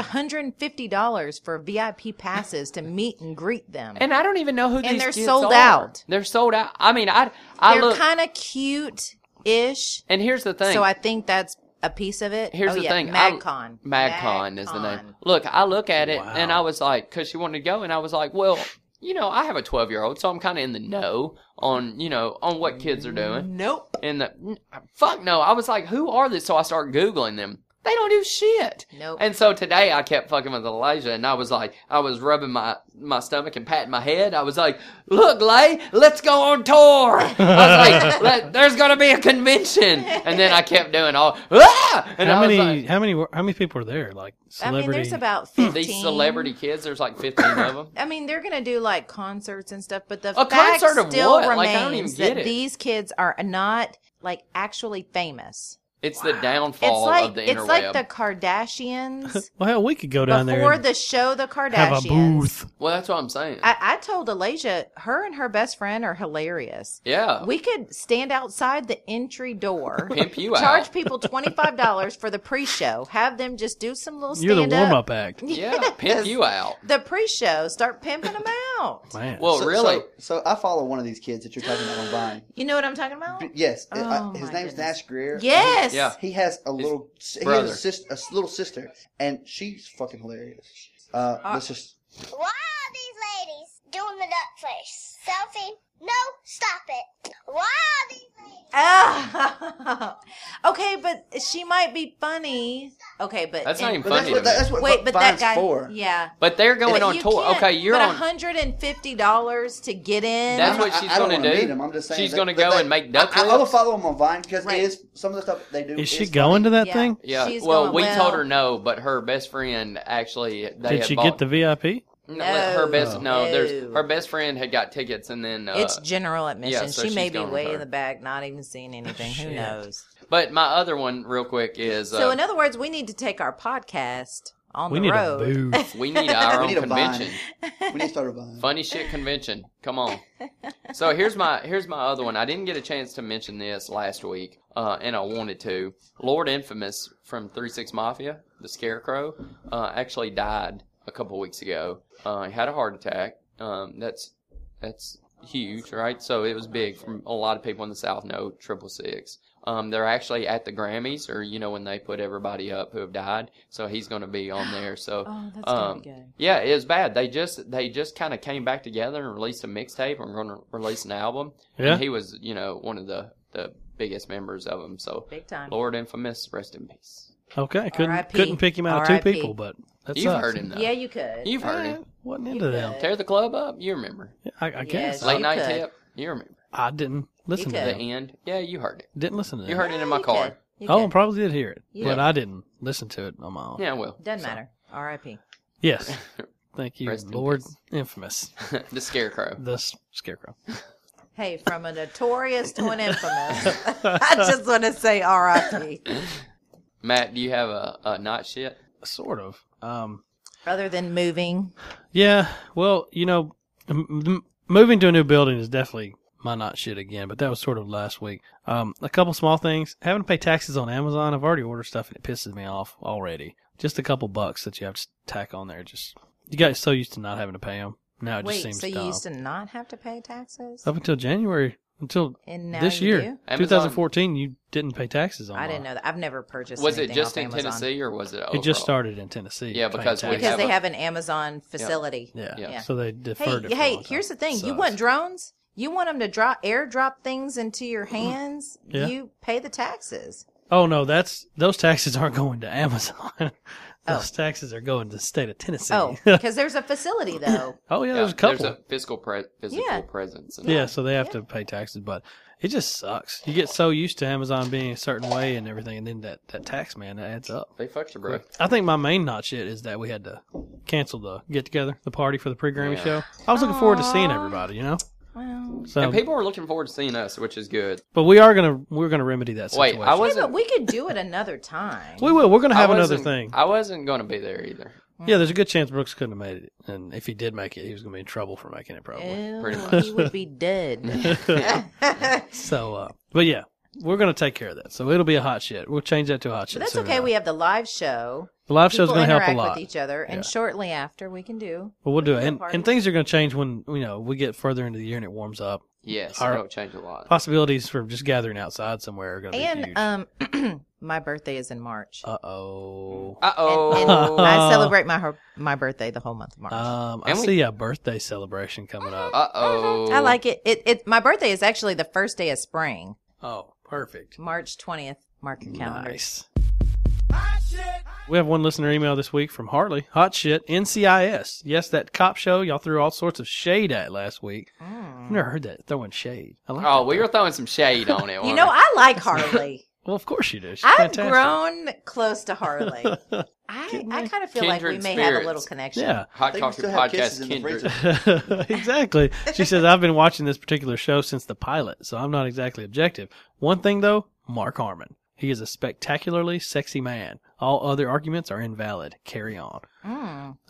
Speaker 1: $150 for VIP passes to meet and greet them.
Speaker 3: And I don't even know who these
Speaker 1: And they're
Speaker 3: kids
Speaker 1: sold
Speaker 3: are.
Speaker 1: out.
Speaker 3: They're sold out. I mean, I I
Speaker 1: They're
Speaker 3: look.
Speaker 1: kind of cute ish.
Speaker 3: and here's the thing.
Speaker 1: So I think that's a piece of it.
Speaker 3: here's
Speaker 1: Oh,
Speaker 3: the
Speaker 1: yeah,
Speaker 3: thing. I-
Speaker 1: MagCon.
Speaker 3: MagCon is the name.
Speaker 1: MagCon.
Speaker 3: Look, I look at it and
Speaker 2: Wow.
Speaker 3: I was like, because she wanted to go, and I was like, well, you know, I have a 12 year old, so I'm kind of in the know on you know on what kids are doing.
Speaker 1: Nope.
Speaker 3: And the n- fuck no, I was like, who are this? So I started googling them. They don't do shit.
Speaker 1: Nope.
Speaker 3: And so today I kept fucking with Elijah and I was like, I was rubbing my, my stomach and patting my head. I was like, look, Lay, let's go on tour. I was like, Let, there's going to be a convention. And then I kept doing all, ah! And
Speaker 2: how
Speaker 3: I was
Speaker 2: many?
Speaker 3: like,
Speaker 2: how many? were- How many people are there? Like
Speaker 1: I
Speaker 2: celebrity?
Speaker 1: mean, there's about 15.
Speaker 3: these celebrity kids, there's like 15 of them.
Speaker 1: I mean, they're going to do like concerts and stuff, but the
Speaker 3: A
Speaker 1: fact
Speaker 3: concert of
Speaker 1: still
Speaker 3: what?
Speaker 1: remains
Speaker 3: Like, I don't even
Speaker 1: that
Speaker 3: get it.
Speaker 1: these kids are not like actually famous.
Speaker 3: It's the downfall
Speaker 1: it's like
Speaker 3: of the
Speaker 1: it's
Speaker 3: interweb.
Speaker 1: like the Kardashians
Speaker 2: well, hell, we could go down there
Speaker 1: before
Speaker 2: and
Speaker 1: the show The Kardashians.
Speaker 2: have a booth.
Speaker 3: well, that's what I'm saying.
Speaker 1: I, I told Alasia, her and her best friend are hilarious.
Speaker 3: yeah.
Speaker 1: We could stand outside the entry door,
Speaker 3: Pimp you
Speaker 1: charge
Speaker 3: out.
Speaker 1: people twenty five dollars for the pre show, have them just do some little stand
Speaker 2: You're the warm
Speaker 1: up.
Speaker 2: up act,
Speaker 3: yeah. Pimp you out.
Speaker 1: The pre show, start pimping them out.
Speaker 2: man.
Speaker 3: Well,
Speaker 5: So-
Speaker 3: Oh, really?
Speaker 5: So, so I follow one of these kids that you're talking about on Vine.
Speaker 1: You know what I'm talking about?
Speaker 5: B- Yes, I- I-
Speaker 1: Oh,
Speaker 5: his
Speaker 1: my
Speaker 5: name's
Speaker 1: goodness.
Speaker 5: Nash Greer.
Speaker 1: Yes.
Speaker 3: Yeah.
Speaker 5: He has a little, he has
Speaker 3: brother.
Speaker 5: a, sis, a little sister, and she's fucking hilarious. Uh, let's just
Speaker 6: Why are these ladies doing the duck face? Selfie? No, stop it. Why are these ladies?
Speaker 1: Ah. okay, but she might be funny Okay, but
Speaker 3: That's not
Speaker 1: and-
Speaker 3: even
Speaker 5: But
Speaker 3: funny to
Speaker 5: that's what,
Speaker 3: me.
Speaker 5: that's what
Speaker 1: Wait,
Speaker 5: vi-
Speaker 1: but that
Speaker 5: Vine's
Speaker 1: guy.
Speaker 5: for.
Speaker 1: Yeah.
Speaker 3: But they're going
Speaker 1: But
Speaker 3: on
Speaker 1: you
Speaker 3: tour.
Speaker 1: can't-
Speaker 3: Okay, you're
Speaker 1: but
Speaker 3: on.
Speaker 1: $150 to get in.
Speaker 3: That's
Speaker 5: I'm
Speaker 3: what
Speaker 5: not-
Speaker 3: she's
Speaker 5: I, I don't
Speaker 3: gonna
Speaker 5: wanna
Speaker 3: do.
Speaker 5: meet him. I'm just saying
Speaker 3: She's
Speaker 5: that-
Speaker 3: gonna
Speaker 5: that
Speaker 3: go
Speaker 5: they-
Speaker 3: and make duck
Speaker 5: I, I, I will
Speaker 3: lips.
Speaker 5: follow him on Vine because
Speaker 1: Right.
Speaker 5: it is some of the stuff they do.
Speaker 2: Is she
Speaker 5: funny.
Speaker 2: going to that
Speaker 1: Yeah.
Speaker 2: thing?
Speaker 3: Yeah.
Speaker 1: She's
Speaker 3: well,
Speaker 1: going,
Speaker 3: we
Speaker 1: "Well."
Speaker 3: told her no, but her best friend actually they
Speaker 2: Did
Speaker 3: had
Speaker 2: she
Speaker 3: bought,
Speaker 2: get the VIP?
Speaker 3: no, her
Speaker 1: No.
Speaker 3: best no,
Speaker 1: No.
Speaker 3: there's her best friend had got tickets and then uh,
Speaker 1: it's general admission.
Speaker 3: yeah, so
Speaker 1: she may
Speaker 3: she's
Speaker 1: be
Speaker 3: going with
Speaker 1: way
Speaker 3: her.
Speaker 1: in the back, not even seeing anything. Who
Speaker 2: Shit.
Speaker 1: knows?
Speaker 3: but my other one real quick is uh,
Speaker 1: So, in other words, we need to take our podcast on
Speaker 2: We
Speaker 1: the
Speaker 2: need
Speaker 1: road.
Speaker 2: a booth.
Speaker 3: we need our
Speaker 5: We
Speaker 3: own
Speaker 5: need a Vine.
Speaker 3: convention.
Speaker 5: We need to start a Vine.
Speaker 3: Funny shit convention. Come on. So here's my here's my other one. I didn't get a chance to mention this last week, uh, and I wanted to. Lord Infamous from Three Six Mafia, the Scarecrow, uh, actually died a couple weeks ago. Uh, he had a heart attack. Um, that's that's huge, right? So it was big from a lot of people in the South know triple six. Um, they're actually at the Grammys, or you know when they put everybody up who have died. So he's going to be on there. So
Speaker 1: Oh, that's
Speaker 3: um,
Speaker 1: gonna be good.
Speaker 3: yeah, it was bad. They just they just kind of came back together and released a mixtape and going to release an album.
Speaker 2: Yeah.
Speaker 3: and he was you know one of the the biggest members of them. So
Speaker 1: Big time.
Speaker 3: Lord Infamous, rest in peace.
Speaker 2: Okay, couldn't
Speaker 1: R.I.P..
Speaker 2: couldn't pick him out of two
Speaker 1: R.I.p..
Speaker 2: people, but that's
Speaker 3: You've heard him though.
Speaker 1: Yeah, you could.
Speaker 3: You've heard
Speaker 2: Eh,
Speaker 3: him.
Speaker 2: wasn't into them.
Speaker 1: could.
Speaker 3: Tear the club up. You remember
Speaker 2: I, I guess
Speaker 1: Yes.
Speaker 2: I,
Speaker 3: late night
Speaker 1: could.
Speaker 3: tip. You remember
Speaker 2: I didn't listen to
Speaker 1: could.
Speaker 3: the
Speaker 2: them.
Speaker 3: end. Yeah, you heard it.
Speaker 2: Didn't listen to them.
Speaker 3: You heard it in my
Speaker 1: You
Speaker 3: car.
Speaker 1: could. You
Speaker 2: oh, I
Speaker 1: could.
Speaker 2: probably did hear it,
Speaker 1: You
Speaker 2: but
Speaker 1: did.
Speaker 2: I didn't listen to it on my own.
Speaker 3: Yeah, well,
Speaker 1: Doesn't matter. R.I.P.
Speaker 2: Yes. Thank you,
Speaker 3: Rest in
Speaker 2: Lord
Speaker 3: peace.
Speaker 2: Infamous,
Speaker 3: the Scarecrow.
Speaker 2: the s- Scarecrow.
Speaker 1: Hey, from a notorious to an infamous. I just want to say R.I.P.
Speaker 3: Matt, do you have a, a not shit?
Speaker 2: Sort of. Um,
Speaker 1: Other than moving,
Speaker 2: Yeah, well, you know, m- m- moving to a new building is definitely my not shit again, but that was sort of last week. Um, a couple small things. Having to pay taxes on Amazon, I've already ordered stuff and it pisses me off already. Just a couple bucks that you have to tack on there. Just you got so used to not having to pay them. Now it
Speaker 1: wait,
Speaker 2: just seems
Speaker 1: so you
Speaker 2: dumb.
Speaker 1: used to not have to pay taxes?
Speaker 2: up until January, until
Speaker 1: And now
Speaker 2: this
Speaker 1: you
Speaker 2: year,
Speaker 1: do?
Speaker 3: Amazon-
Speaker 2: 2014, you didn't pay taxes on.
Speaker 1: I didn't know that. I've never purchased
Speaker 3: Was it
Speaker 1: anything
Speaker 3: just
Speaker 1: off
Speaker 3: in
Speaker 1: Amazon.
Speaker 3: Tennessee or was it?
Speaker 2: It just
Speaker 3: overall?
Speaker 2: started in Tennessee.
Speaker 3: Yeah,
Speaker 2: paying
Speaker 3: because we
Speaker 2: taxes.
Speaker 1: Because
Speaker 3: have
Speaker 1: they
Speaker 3: a-
Speaker 1: have an Amazon facility.
Speaker 2: yeah.
Speaker 3: Yeah.
Speaker 2: so they deferred.
Speaker 1: Hey,
Speaker 2: it
Speaker 1: hey, here's the thing. You want
Speaker 2: drunk.
Speaker 1: drones? You want them to drop airdrop things into your hands?
Speaker 2: Mm. Yeah.
Speaker 1: You pay the taxes.
Speaker 2: Oh no, that's those taxes aren't going to Amazon. those taxes are going to the state of Tennessee.
Speaker 1: Oh, because there's a facility though.
Speaker 2: Oh, yeah,
Speaker 3: Yeah,
Speaker 2: there's a couple.
Speaker 3: There's a physical pre- physical
Speaker 1: Yeah.
Speaker 3: presence. in
Speaker 2: yeah, so they have to pay taxes, but it just sucks. You get so used to Amazon being a certain way and everything, and then that, that tax man that adds up.
Speaker 3: They fucked you, bro.
Speaker 2: I think my main not shit is that we had to cancel the get together, the party for the pre Grammy
Speaker 3: Yeah.
Speaker 2: show. I was looking forward to seeing everybody, you know.
Speaker 1: Well,
Speaker 2: So,
Speaker 3: and people are looking forward to seeing us, which is good.
Speaker 2: but we are gonna we're gonna remedy that
Speaker 3: Wait,
Speaker 2: situation.
Speaker 1: yeah,
Speaker 3: I wasn't.
Speaker 1: but we could do it another time.
Speaker 2: we will. We're gonna
Speaker 3: I
Speaker 2: have another
Speaker 3: wasn't-
Speaker 2: thing.
Speaker 3: I wasn't going to be there either.
Speaker 2: yeah, there's a good chance Brooks couldn't have made it, and if he did make it, he was gonna be in trouble for making it probably.
Speaker 1: Ew,
Speaker 3: pretty much.
Speaker 1: he would be dead.
Speaker 2: So, uh, but yeah, we're gonna take care of that. So it'll be a hot shit. We'll change that to a hot
Speaker 1: But
Speaker 2: shit.
Speaker 1: that's
Speaker 2: soon
Speaker 1: okay.
Speaker 2: enough.
Speaker 1: We have the live show.
Speaker 2: the live
Speaker 1: People
Speaker 2: show's gonna help
Speaker 1: interact
Speaker 2: a lot.
Speaker 1: with each other, and
Speaker 2: Yeah.
Speaker 1: shortly after we can do.
Speaker 2: But we'll do it, and,
Speaker 1: party.
Speaker 2: and things are gonna change when you know we get further into the year and it warms up.
Speaker 3: Yes,
Speaker 2: Our-
Speaker 3: it'll change a lot.
Speaker 2: Possibilities for just gathering outside somewhere are gonna be
Speaker 1: And
Speaker 2: huge.
Speaker 1: um, my birthday is in March.
Speaker 2: uh oh.
Speaker 3: Uh
Speaker 1: And
Speaker 3: oh.
Speaker 1: I celebrate my her- my birthday the whole month of March. Uh-huh.
Speaker 2: Um, I
Speaker 3: And we-
Speaker 2: see a birthday celebration coming up.
Speaker 3: Uh oh.
Speaker 1: I like it. It it my birthday is actually the first day of spring,
Speaker 2: oh, perfect.
Speaker 1: March twentieth. Mark your calendar.
Speaker 2: Nice. We have one listener email this week from Hartley. Hot shit, NCIS. Yes, that cop show y'all threw all sorts of shade at last week.
Speaker 1: Mm.
Speaker 2: I've never heard that throwing shade. I like
Speaker 3: Oh,
Speaker 2: that.
Speaker 3: we were throwing some shade on it.
Speaker 1: You
Speaker 3: weren't
Speaker 1: know,
Speaker 3: we?
Speaker 1: I like Harley.
Speaker 2: Well, of course you do. She's
Speaker 1: I've
Speaker 2: fantastic.
Speaker 1: grown close to Harley. I, I kind of feel like we
Speaker 3: Kindred
Speaker 1: may have a
Speaker 3: spirits.
Speaker 1: little connection.
Speaker 2: Yeah,
Speaker 3: Hot
Speaker 5: They
Speaker 3: Coffee
Speaker 5: still have kisses
Speaker 3: Podcast
Speaker 5: in the
Speaker 3: Kindred.
Speaker 5: freezer.
Speaker 2: exactly. She says I've been watching this particular show since the pilot, so I'm not exactly objective. One thing though, Mark Harmon. He is a spectacularly sexy man. All other arguments are invalid. Carry on.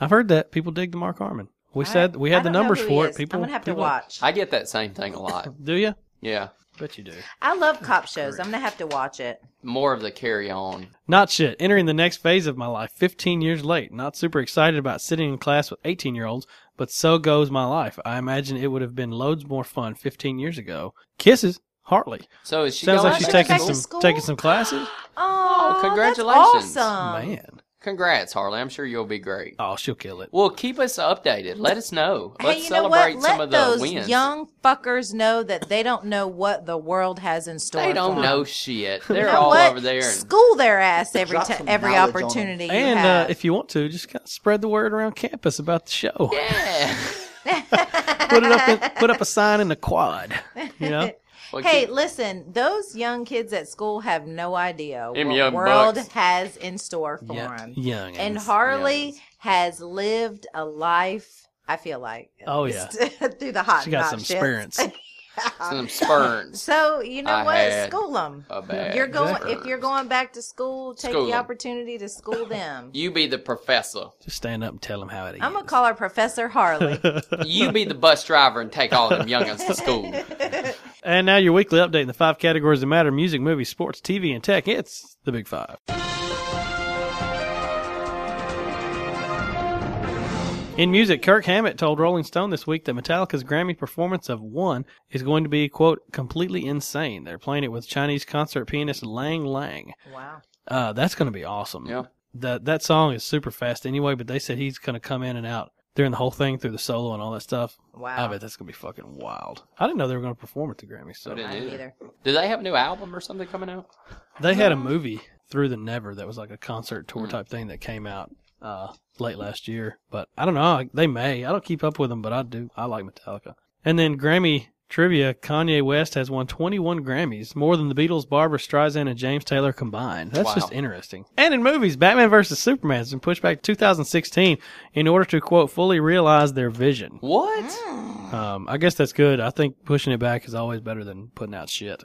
Speaker 2: I've heard that people dig the Mark Harmon. We said we
Speaker 1: Hmm. I
Speaker 2: had the
Speaker 1: don't know
Speaker 2: numbers
Speaker 1: who he
Speaker 2: for
Speaker 1: is.
Speaker 2: it. People,
Speaker 1: I'm gonna have to
Speaker 2: people-
Speaker 1: watch.
Speaker 3: I get that same thing a lot.
Speaker 2: Do you?
Speaker 3: Yeah.
Speaker 2: Bet you do.
Speaker 1: I love cop shows. I'm gonna have to watch it.
Speaker 3: More of the carry on.
Speaker 2: Not shit. Entering the next phase of my life 15 years late. Not super excited about sitting in class with 18 year olds, but so goes my life. I imagine it would have been loads more fun 15 years ago. Kisses, Hartley.
Speaker 3: So is she
Speaker 2: Sounds
Speaker 3: going
Speaker 2: like she's
Speaker 3: back to
Speaker 2: taking
Speaker 1: to
Speaker 3: school?
Speaker 2: some
Speaker 1: school?
Speaker 2: taking some classes.
Speaker 1: Oh,
Speaker 3: congratulations.
Speaker 1: that's awesome!
Speaker 2: Man,
Speaker 3: Congrats, Harley. I'm sure you'll be great.
Speaker 2: Oh, she'll kill it.
Speaker 3: Well, keep us updated. Let us know. Let's
Speaker 1: hey, you know
Speaker 3: celebrate
Speaker 1: what?
Speaker 3: some
Speaker 1: Let
Speaker 3: of the
Speaker 1: those
Speaker 3: wins.
Speaker 1: young fuckers know that they don't know what the world has in store.
Speaker 3: they
Speaker 1: for
Speaker 3: don't
Speaker 1: 'em.
Speaker 3: know shit. They're
Speaker 1: You know
Speaker 3: all
Speaker 1: what?
Speaker 3: over there. And,
Speaker 1: School their ass every
Speaker 5: Drop
Speaker 1: ti-
Speaker 5: some
Speaker 1: every
Speaker 5: knowledge on 'em.
Speaker 1: opportunity you
Speaker 2: And uh,
Speaker 1: have.
Speaker 2: if you want to, just kind of spread the word around campus about the show.
Speaker 3: yeah.
Speaker 2: Put it up. In, put up a sign in the quad. You know.
Speaker 3: Well,
Speaker 1: hey,
Speaker 3: keep-
Speaker 1: listen, those young kids at school have no idea
Speaker 3: Them
Speaker 1: what the
Speaker 3: young
Speaker 1: world
Speaker 3: bucks.
Speaker 1: has in store for
Speaker 2: Yeah,
Speaker 1: them.
Speaker 2: young.
Speaker 1: And Harley has lived a life, I feel like.
Speaker 2: Oh, yeah.
Speaker 1: through the hot
Speaker 2: she got some
Speaker 1: and hot shits.
Speaker 2: experience.
Speaker 3: some spurns.
Speaker 1: So, you know
Speaker 3: I
Speaker 1: what?
Speaker 3: had
Speaker 1: School them.
Speaker 3: a bad
Speaker 1: You're going if
Speaker 3: experience.
Speaker 1: you're going back to school, take
Speaker 3: School
Speaker 1: the
Speaker 3: 'em.
Speaker 1: opportunity to school them.
Speaker 3: You be the professor.
Speaker 2: Just stand up and tell them how it is.
Speaker 1: I'm going to call her Professor Harley.
Speaker 3: You be the bus driver and take all them youngins to school.
Speaker 2: And now your weekly update in the five categories that matter: music, movies, sports, TV, and tech. It's the Big Five. In music, Kirk Hammett told Rolling Stone this week that Metallica's Grammy performance of One is going to be, quote, completely insane. They're playing it with Chinese concert pianist Lang Lang.
Speaker 1: wow.
Speaker 2: Uh, that's going to be awesome.
Speaker 3: Yeah.
Speaker 2: That that song is super fast anyway, but they said he's going to come in and out during the whole thing through the solo and all that stuff.
Speaker 1: Wow.
Speaker 2: I bet that's going to be fucking wild. I didn't know they were going to perform at the Grammys. So
Speaker 3: I didn't
Speaker 1: I didn't
Speaker 3: either.
Speaker 1: either.
Speaker 3: Do they have a new album or something coming out?
Speaker 2: They had a movie through the Never that was like a concert tour type thing that came out uh, late last year. But I don't know. I- They may. I don't keep up with them, but I do. I like Metallica. And then Grammy trivia: Kanye West has won 21 Grammys, more than the Beatles, Barbara Streisand, and James Taylor combined. That's
Speaker 3: Wow.
Speaker 2: just interesting. And in movies, Batman vs Superman has been pushed back to 2016 in order to quote fully realize their vision.
Speaker 3: What?
Speaker 5: Mm.
Speaker 2: Um, I guess that's good. I think pushing it back is always better than putting out shit.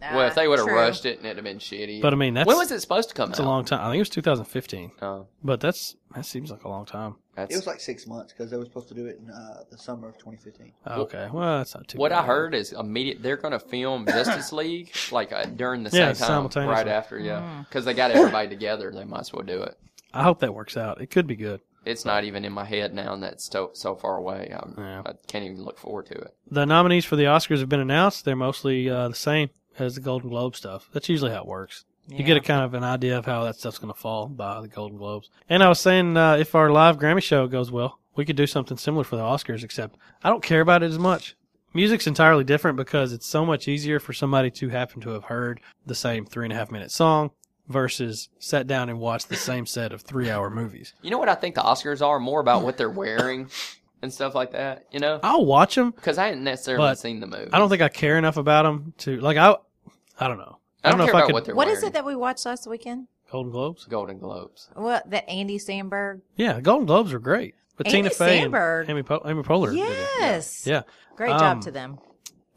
Speaker 3: Well, if they would have
Speaker 1: Ah, true.
Speaker 3: rushed it, and it'd have been shitty.
Speaker 2: But I mean, that's
Speaker 3: when was it supposed to come
Speaker 2: It's
Speaker 3: out?
Speaker 2: a long time. I think it was 2015.
Speaker 3: Oh,
Speaker 2: But that's that seems like a long time.
Speaker 3: that's
Speaker 5: It was like six months because they were supposed to do it in uh, the summer of 2015.
Speaker 2: Oh, okay, well that's not too.
Speaker 3: what
Speaker 2: bad.
Speaker 3: I heard is immediate. They're going to film Justice League like uh, during the
Speaker 2: Yeah,
Speaker 3: same time, right
Speaker 2: simultaneously.
Speaker 3: after. Yeah, because they got everybody together. They might as well do it.
Speaker 2: I hope that works out. It could be good.
Speaker 3: It's not even in my head now, and that's so so far away. I'm,
Speaker 2: Yeah.
Speaker 3: I can't even look forward to it.
Speaker 2: The nominees for the Oscars have been announced. They're mostly uh, the same as the Golden Globe stuff. That's usually how it works. You get a kind of an idea of how that stuff's going to fall by the Golden Globes. And I was saying, uh, if our live Grammy show goes well, we could do something similar for the Oscars, except I don't care about it as much. Music's entirely different because it's so much easier for somebody to happen to have heard the same three and a half minute song versus sat down and watched the same set of three hour movies.
Speaker 3: You know what I think the Oscars are more about what they're wearing and stuff like that. You know,
Speaker 2: I'll watch them,
Speaker 3: because I hadn't necessarily
Speaker 2: But
Speaker 3: seen the movie.
Speaker 2: I don't think I care enough about them to like. I, I don't know.
Speaker 3: I don't,
Speaker 2: know
Speaker 3: care
Speaker 2: if
Speaker 3: about
Speaker 2: I could.
Speaker 3: what they're
Speaker 1: What
Speaker 3: wearing.
Speaker 1: is it that we watched last weekend?
Speaker 2: Golden Globes.
Speaker 3: Golden Globes?
Speaker 1: What the Andy Samberg?
Speaker 2: Yeah, Golden Globes are great. But
Speaker 1: Andy
Speaker 2: Tina Fey
Speaker 1: Samberg.
Speaker 2: and Amy, po- Amy Poehler. did it.
Speaker 1: Yes.
Speaker 2: Yeah.
Speaker 1: Great
Speaker 2: Um,
Speaker 1: job to them.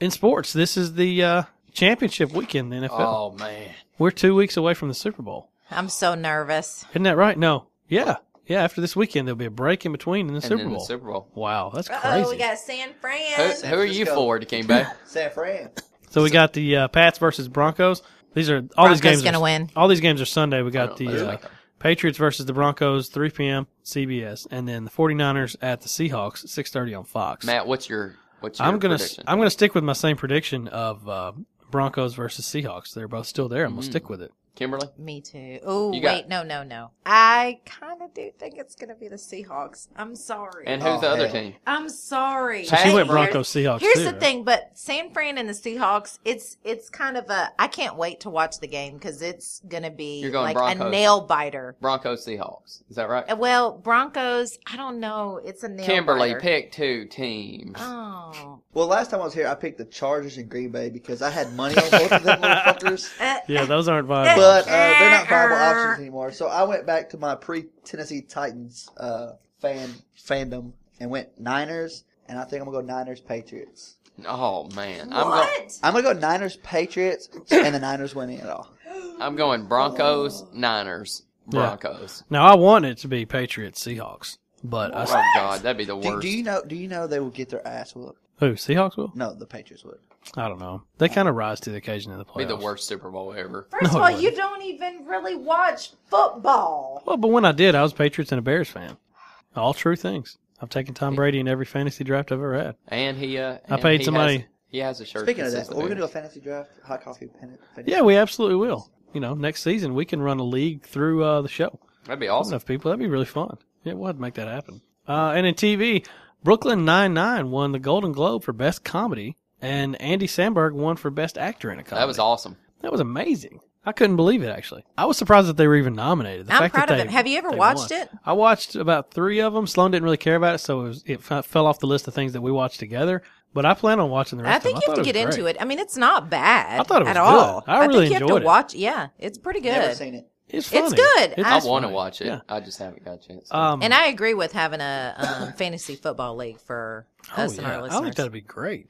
Speaker 2: In sports, this is the uh, championship weekend. in The NFL.
Speaker 3: Oh man,
Speaker 2: We're two weeks away from the Super Bowl.
Speaker 1: I'm so nervous.
Speaker 2: Isn't that right? No. Yeah. Yeah. After this weekend, there'll be a break in between in the
Speaker 3: and
Speaker 2: Super
Speaker 3: then
Speaker 2: Bowl.
Speaker 3: the Super Bowl.
Speaker 2: Wow, that's crazy.
Speaker 1: Oh, we got San
Speaker 3: Who,
Speaker 1: Fran.
Speaker 3: who are you
Speaker 5: Francisco.
Speaker 3: for, Dikembe?
Speaker 5: San Fran.
Speaker 2: so we got the uh, Pats versus Broncos. These are all
Speaker 1: Broncos
Speaker 2: these games.
Speaker 1: gonna
Speaker 2: are,
Speaker 1: win.
Speaker 2: All these games are Sunday. We
Speaker 3: know,
Speaker 2: got
Speaker 3: let's
Speaker 2: the uh,
Speaker 3: make 'em.
Speaker 2: Patriots versus the Broncos, 3 p.m. CBS, and then the 49ers at the Seahawks, 6:30 on Fox.
Speaker 3: Matt, what's your what's your
Speaker 2: I'm gonna
Speaker 3: prediction?
Speaker 2: I'm gonna stick with my same prediction of uh, Broncos versus Seahawks. They're both still there. I'm
Speaker 3: Mm.
Speaker 2: gonna stick with it.
Speaker 3: Kimberly.
Speaker 1: Me too. Oh,
Speaker 3: You
Speaker 1: wait,
Speaker 3: got-
Speaker 1: no, no, no. I kind of do think it's going to be the Seahawks. I'm sorry.
Speaker 3: And who's
Speaker 5: Oh,
Speaker 3: the other
Speaker 5: hell.
Speaker 3: team?
Speaker 1: I'm sorry.
Speaker 3: So she
Speaker 1: Here's-
Speaker 3: went
Speaker 2: Broncos, Seahawks
Speaker 1: Here's
Speaker 2: too,
Speaker 1: the
Speaker 2: right?
Speaker 1: thing, but San Fran and the Seahawks, it's it's kind of a I can't wait to watch the game because it's gonna be
Speaker 3: You're going
Speaker 1: like a
Speaker 3: Broncos.
Speaker 1: nail biter.
Speaker 3: Broncos, Seahawks. Is that right?
Speaker 1: Uh, Well, Broncos, I don't know. It's a nail
Speaker 3: Kimberly,
Speaker 1: biter.
Speaker 3: pick two teams.
Speaker 1: Oh,
Speaker 5: Well, last time I was here, I picked the Chargers and Green Bay because I had money on both of them motherfuckers.
Speaker 1: Uh,
Speaker 2: Yeah, those aren't viable.
Speaker 5: But uh, they're not viable options anymore. So I went back to my pre Tennessee Titans uh, fan fandom and went Niners, and I think I'm gonna go Niners Patriots.
Speaker 3: Oh man, I'm going.
Speaker 1: what?
Speaker 5: I'm gonna go Niners Patriots, and the Niners winning it all.
Speaker 3: I'm going Broncos, Niners, Broncos.
Speaker 2: now I want it to be Patriots Seahawks, but I,
Speaker 3: Oh God, that'd be the
Speaker 5: Do,
Speaker 3: worst.
Speaker 5: do you know? Do you know they will get their ass whooped?
Speaker 2: who Seahawks will?
Speaker 5: No, the Patriots would.
Speaker 2: I don't know. They kind of rise to the occasion in the playoffs.
Speaker 3: be the worst Super Bowl ever.
Speaker 1: First
Speaker 2: No,
Speaker 1: of
Speaker 2: it
Speaker 1: all, you don't even really watch football.
Speaker 2: Well, but when I did, I was Patriots and a Bears fan. All true things. I've taken Tom Brady in every fantasy draft I've ever had.
Speaker 3: And he, uh,
Speaker 2: I
Speaker 3: and
Speaker 2: paid
Speaker 3: he
Speaker 2: somebody-
Speaker 3: has- he has a shirt.
Speaker 5: Speaking of
Speaker 3: says
Speaker 5: that,
Speaker 3: the
Speaker 5: are we gonna do a
Speaker 3: Bears.
Speaker 5: fantasy draft? Hot coffee. Pen, pen,
Speaker 2: Yeah, we absolutely will. You know, next season we can run a league through uh, the show.
Speaker 3: That'd be awesome.
Speaker 2: enough people. That'd be really fun. Yeah, we'll have to make that happen. Uh, and in TV, Brooklyn Nine Nine won the Golden Globe for Best Comedy, and Andy Samberg won for Best Actor in a Comedy.
Speaker 3: That was awesome.
Speaker 2: That was amazing. I couldn't believe it. Actually, I was surprised that they were even nominated. The
Speaker 1: I'm
Speaker 2: fact that
Speaker 1: proud of
Speaker 2: they-
Speaker 1: them. Have you ever
Speaker 2: they
Speaker 1: watched
Speaker 2: won.
Speaker 1: it?
Speaker 2: I watched about three of them. Sloan didn't really care about it, so it, was, it f- fell off the list of things that we watched together. But I plan on watching the rest.
Speaker 1: I think
Speaker 2: of
Speaker 1: you
Speaker 2: them.
Speaker 1: have to get into it. I mean, it's not bad.
Speaker 2: I thought it was
Speaker 1: at
Speaker 2: good.
Speaker 1: all.
Speaker 2: I
Speaker 1: think
Speaker 2: really
Speaker 1: you have
Speaker 2: enjoyed
Speaker 1: to
Speaker 2: it.
Speaker 1: watch. Yeah, it's pretty
Speaker 5: Never
Speaker 1: good.
Speaker 5: seen it.
Speaker 2: It's funny.
Speaker 1: It's good. I-
Speaker 3: I
Speaker 1: That's
Speaker 3: want to
Speaker 2: funny.
Speaker 3: watch it.
Speaker 2: Yeah.
Speaker 3: I just haven't got a chance.
Speaker 2: Um,
Speaker 1: and I agree with having a um, fantasy football league for us and our
Speaker 2: oh, I think
Speaker 1: listeners.
Speaker 2: that'd be great.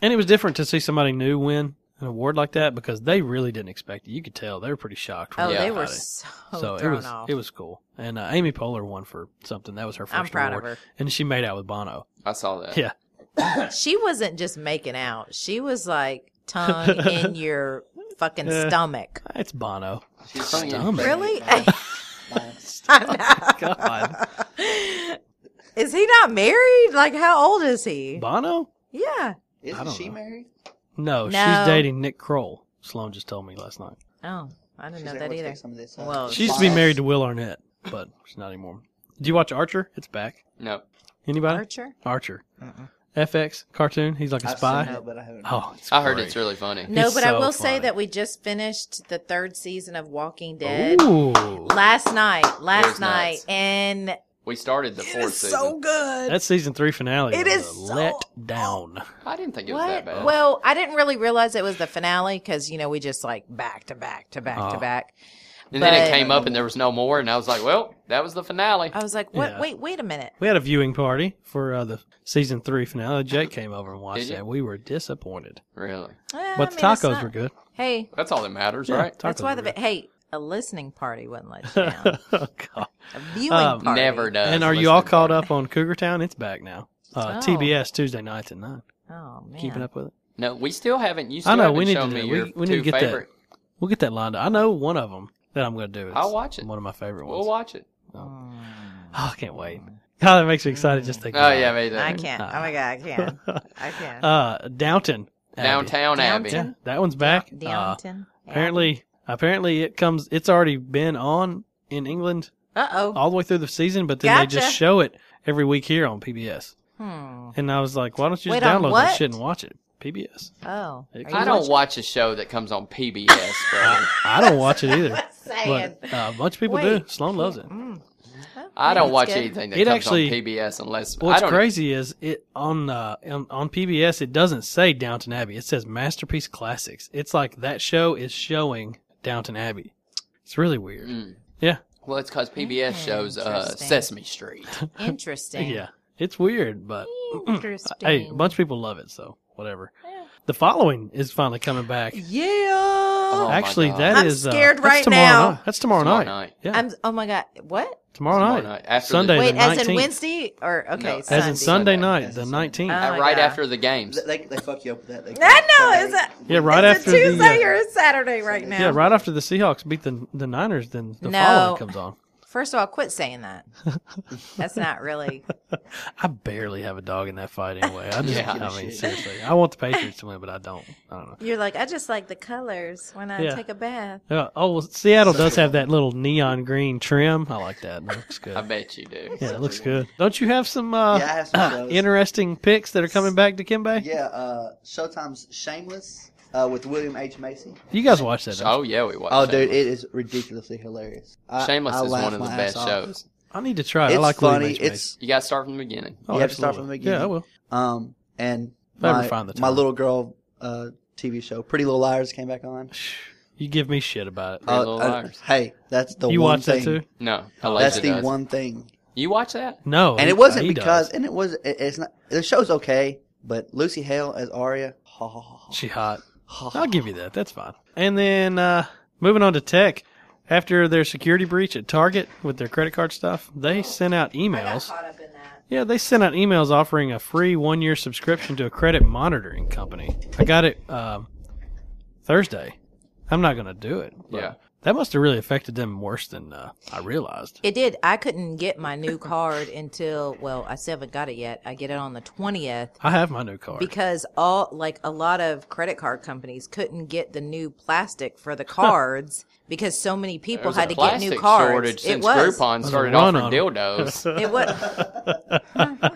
Speaker 2: And it was different to see somebody new win an award like that because they really didn't expect it. You could tell they were pretty shocked. when
Speaker 1: oh,
Speaker 3: Yeah,
Speaker 1: they
Speaker 2: got
Speaker 1: were
Speaker 2: it.
Speaker 1: so,
Speaker 2: so it
Speaker 1: thrown
Speaker 2: was
Speaker 1: off.
Speaker 2: it was cool. And uh, Amy Poehler won for something that was her first.
Speaker 1: I'm proud
Speaker 2: award.
Speaker 1: of her.
Speaker 2: And she made out with Bono.
Speaker 3: I saw that.
Speaker 2: Yeah,
Speaker 1: She wasn't just making out. She was like tongue in your fucking
Speaker 2: Yeah. Oh
Speaker 1: stomach.
Speaker 2: it's Bono.
Speaker 3: She's funny.
Speaker 2: Stomach.
Speaker 1: Really?
Speaker 5: Nice.
Speaker 1: I know.
Speaker 2: God,
Speaker 1: Is he not married? Like, how old is he?
Speaker 2: Bono?
Speaker 1: Yeah.
Speaker 5: Isn't
Speaker 2: don't
Speaker 5: she
Speaker 2: know.
Speaker 5: married?
Speaker 1: No.
Speaker 2: No, she's dating Nick Kroll. Sloan just told me last night.
Speaker 1: Oh, I didn't
Speaker 5: She's
Speaker 1: know
Speaker 5: like,
Speaker 1: that
Speaker 5: "Let's
Speaker 1: either.
Speaker 5: take some of this, uh,
Speaker 1: Well,
Speaker 2: She used to be married to Will Arnett, but she's not anymore. Do you watch Archer? It's back.
Speaker 3: No.
Speaker 2: Anybody?
Speaker 1: Archer?
Speaker 2: Archer. FX cartoon. He's like a
Speaker 5: I've
Speaker 2: spy.
Speaker 5: seen it, but I haven't.
Speaker 2: Oh, it's
Speaker 3: I heard
Speaker 2: great.
Speaker 3: it's really funny.
Speaker 1: No,
Speaker 2: It's
Speaker 1: but I
Speaker 2: so
Speaker 1: will
Speaker 2: funny.
Speaker 1: say that we just finished the third season of Walking Dead
Speaker 2: Ooh.
Speaker 1: last night.
Speaker 3: It
Speaker 1: Last
Speaker 3: was
Speaker 1: night,
Speaker 3: nuts.
Speaker 1: and it
Speaker 3: We started the fourth
Speaker 1: is
Speaker 3: season.
Speaker 1: so good.
Speaker 2: That season three finale.
Speaker 1: It
Speaker 2: was
Speaker 1: is
Speaker 2: a
Speaker 1: so-
Speaker 2: let down.
Speaker 3: I didn't think it was
Speaker 1: What?
Speaker 3: that bad.
Speaker 1: Well, I didn't really realize it was the finale because you know we just like back to back to back to
Speaker 2: Oh.
Speaker 1: back.
Speaker 3: and then it
Speaker 1: but-
Speaker 3: came up and there was no more, and I was like, well, that was the finale.
Speaker 1: I was like, what?
Speaker 2: Yeah.
Speaker 1: Wait, wait a minute.
Speaker 2: We had a viewing party for uh, the season three finale. Jake came over and watched
Speaker 3: Did you?
Speaker 2: that. We were disappointed,
Speaker 3: Really?
Speaker 1: Eh, I
Speaker 2: but the
Speaker 1: mean, it's
Speaker 2: tacos
Speaker 1: not-
Speaker 2: were good.
Speaker 1: Hey,
Speaker 3: That's all that matters,
Speaker 2: Yeah,
Speaker 3: right?
Speaker 1: that's
Speaker 2: tacos
Speaker 1: why
Speaker 2: were
Speaker 1: the
Speaker 2: good.
Speaker 1: hey a listening party wouldn't let you down.
Speaker 2: oh, God.
Speaker 1: A viewing
Speaker 2: Um,
Speaker 1: party
Speaker 3: Never does.
Speaker 2: And are you all
Speaker 3: Listen,
Speaker 2: caught up on Cougar Town? It's back now.
Speaker 1: Oh.
Speaker 2: Uh, TBS Tuesday nights at nine.
Speaker 1: Oh man,
Speaker 2: Keeping up with it.
Speaker 3: No, we still haven't. You
Speaker 2: I
Speaker 3: still
Speaker 2: know, we
Speaker 3: haven't
Speaker 2: need
Speaker 3: shown
Speaker 2: to
Speaker 3: me
Speaker 2: do-
Speaker 3: your
Speaker 2: we- we need to
Speaker 3: two
Speaker 2: get that.
Speaker 3: favorite.
Speaker 2: We'll get that lined up. I know one of them that I'm going to do. It's
Speaker 3: I'll watch it.
Speaker 2: One of my favorite ones.
Speaker 3: We'll watch it.
Speaker 1: Mm.
Speaker 2: Oh, I can't wait. God, that makes me excited just thinking.
Speaker 3: Oh
Speaker 2: about
Speaker 3: yeah,
Speaker 2: it.
Speaker 3: maybe.
Speaker 1: I can't. Oh my god, I can't. I can't.
Speaker 2: Uh, Downton. Abbey.
Speaker 3: Downtown Abbey.
Speaker 1: Downtown?
Speaker 2: Yeah, that one's back. Uh,
Speaker 1: Downton.
Speaker 2: Apparently, apparently it comes. It's already been on in England
Speaker 1: Uh oh.
Speaker 2: all the way through the season, but then they just
Speaker 1: Gotcha.
Speaker 2: show it every week here on PBS.
Speaker 1: Hmm.
Speaker 2: And I was like, why don't you
Speaker 1: Wait,
Speaker 2: just
Speaker 1: on
Speaker 2: download that
Speaker 1: what?
Speaker 2: shit and watch it? PBS.
Speaker 1: Oh.
Speaker 2: It
Speaker 1: Are
Speaker 2: comes
Speaker 1: you
Speaker 3: I don't
Speaker 1: watching-
Speaker 3: watch a show that comes on PBS, bro.
Speaker 2: I don't watch it either,
Speaker 1: Saying.
Speaker 2: but uh, a bunch of people do.
Speaker 1: Wait.
Speaker 2: Sloan loves it.
Speaker 1: Oh,
Speaker 3: I don't
Speaker 1: that's
Speaker 3: watch
Speaker 1: good.
Speaker 3: anything that
Speaker 2: It
Speaker 3: comes
Speaker 2: actually-
Speaker 3: on PBS unless I
Speaker 2: What's
Speaker 3: don't. e-
Speaker 2: crazy is it on uh, on, on PBS. It doesn't say Downton Abbey. It says Masterpiece Classics. It's like that show is showing Downton Abbey. It's really weird.
Speaker 3: Mm.
Speaker 2: Yeah,
Speaker 3: Well, it's because PBS shows uh,
Speaker 1: Interesting.
Speaker 3: Sesame Street.
Speaker 1: Interesting.
Speaker 2: yeah. It's weird, but
Speaker 1: Interesting.
Speaker 2: Hey, a bunch of people love it, so whatever. The following is finally coming back.
Speaker 1: Yeah.
Speaker 3: Oh, my
Speaker 2: Actually,
Speaker 3: God.
Speaker 2: that
Speaker 1: I'm
Speaker 2: is uh,
Speaker 1: scared
Speaker 2: that's
Speaker 1: right
Speaker 2: tomorrow
Speaker 1: now.
Speaker 2: Night. That's tomorrow,
Speaker 3: Tomorrow
Speaker 2: night.
Speaker 3: night.
Speaker 2: Yeah,
Speaker 1: I'm. Oh my god. What?
Speaker 2: tomorrow,
Speaker 3: Tomorrow
Speaker 2: night.
Speaker 3: night. After
Speaker 2: Sunday.
Speaker 3: the-
Speaker 1: Wait,
Speaker 2: the
Speaker 1: as
Speaker 2: 19th.
Speaker 1: in Wednesday or okay?
Speaker 3: No, as
Speaker 2: As in Sunday
Speaker 3: Sunday.
Speaker 2: night,
Speaker 5: As
Speaker 2: the
Speaker 5: in Sunday.
Speaker 2: nineteenth.
Speaker 1: Oh, my
Speaker 3: right
Speaker 1: God.
Speaker 3: after the games.
Speaker 5: They, they fuck you up with that. They-
Speaker 1: I know. Is it?
Speaker 2: yeah, right
Speaker 1: it's
Speaker 2: after
Speaker 1: a Tuesday
Speaker 2: the uh,
Speaker 1: or a Saturday right now?
Speaker 2: yeah, right after the Seahawks beat the the Niners, then the
Speaker 1: No.
Speaker 2: following comes on.
Speaker 1: First of all, quit saying that. That's not really.
Speaker 2: I barely have a dog in that fight anyway. I just,
Speaker 3: Yeah.
Speaker 2: I mean, seriously, I want the Patriots to win, but I don't. I don't know.
Speaker 1: You're like, I just like the colors when I
Speaker 2: Yeah.
Speaker 1: take a bath.
Speaker 2: Yeah, oh, well, Seattle does have that little neon green trim. I like that. That looks good.
Speaker 3: I bet you do.
Speaker 2: Yeah, it looks good. Don't you have some uh,
Speaker 5: Yeah, I have some of those.
Speaker 2: interesting picks that are coming back to Kimbe?
Speaker 5: Yeah, uh, Showtime's Shameless uh, with William H. Macy.
Speaker 2: You guys watch that? don't you?
Speaker 3: Oh yeah, we watched.
Speaker 5: Oh, dude,
Speaker 3: Shameless.
Speaker 5: it is ridiculously hilarious. I,
Speaker 3: Shameless
Speaker 5: I
Speaker 3: is
Speaker 5: laugh
Speaker 3: one of the
Speaker 5: my
Speaker 3: best
Speaker 5: ass off.
Speaker 3: shows.
Speaker 2: I need to try. it.
Speaker 5: It's
Speaker 2: I like William
Speaker 5: funny.
Speaker 2: H. Macy.
Speaker 5: It's
Speaker 3: You got to start from the beginning.
Speaker 5: you have to start
Speaker 2: Oh, absolutely.
Speaker 5: from the
Speaker 2: Yeah, I
Speaker 5: beginning.
Speaker 2: will.
Speaker 5: um and
Speaker 2: If I ever
Speaker 5: my,
Speaker 2: find the
Speaker 5: my
Speaker 2: time.
Speaker 5: little girl uh, TV show, Pretty Little Liars, came back on.
Speaker 2: You give me shit about it.
Speaker 3: Pretty
Speaker 5: Uh,
Speaker 3: Little
Speaker 5: uh,
Speaker 3: Liars.
Speaker 5: hey, that's the
Speaker 2: you
Speaker 5: one
Speaker 2: watch
Speaker 5: thing.
Speaker 2: that too?
Speaker 3: No, I like
Speaker 5: That's
Speaker 3: it
Speaker 5: the
Speaker 3: does.
Speaker 5: one thing.
Speaker 3: You watch that?
Speaker 2: No,
Speaker 5: And
Speaker 2: he-
Speaker 5: it wasn't
Speaker 2: he
Speaker 5: because,
Speaker 2: does.
Speaker 5: and it was, it, it's not. The show's okay, but Lucy Hale as Arya, ha ha ha,
Speaker 2: she hot.
Speaker 5: ha ha.
Speaker 2: I'll give you that. That's fine. And then uh, moving on to tech. After their security breach at Target with their credit card stuff, they sent out emails.
Speaker 1: Caught up in that.
Speaker 2: Yeah, they sent out emails offering a free one year subscription to a credit monitoring company. I got it um, Thursday. I'm not gonna do it. But
Speaker 3: Yeah.
Speaker 2: That must have really affected them worse than uh, I realized.
Speaker 1: It did. I couldn't get my new card until well, I still haven't got it yet. I get it on the twentieth.
Speaker 2: I have my new card.
Speaker 1: because all like a lot of credit card companies couldn't get the new plastic for the cards because so many people
Speaker 3: There's a
Speaker 1: had to get new
Speaker 3: plastic
Speaker 1: cards.
Speaker 3: Shortage
Speaker 1: it
Speaker 3: since
Speaker 1: was.
Speaker 3: Groupon
Speaker 2: a
Speaker 3: started
Speaker 2: run
Speaker 3: offering
Speaker 2: on 'em.
Speaker 3: dildos.
Speaker 1: It was.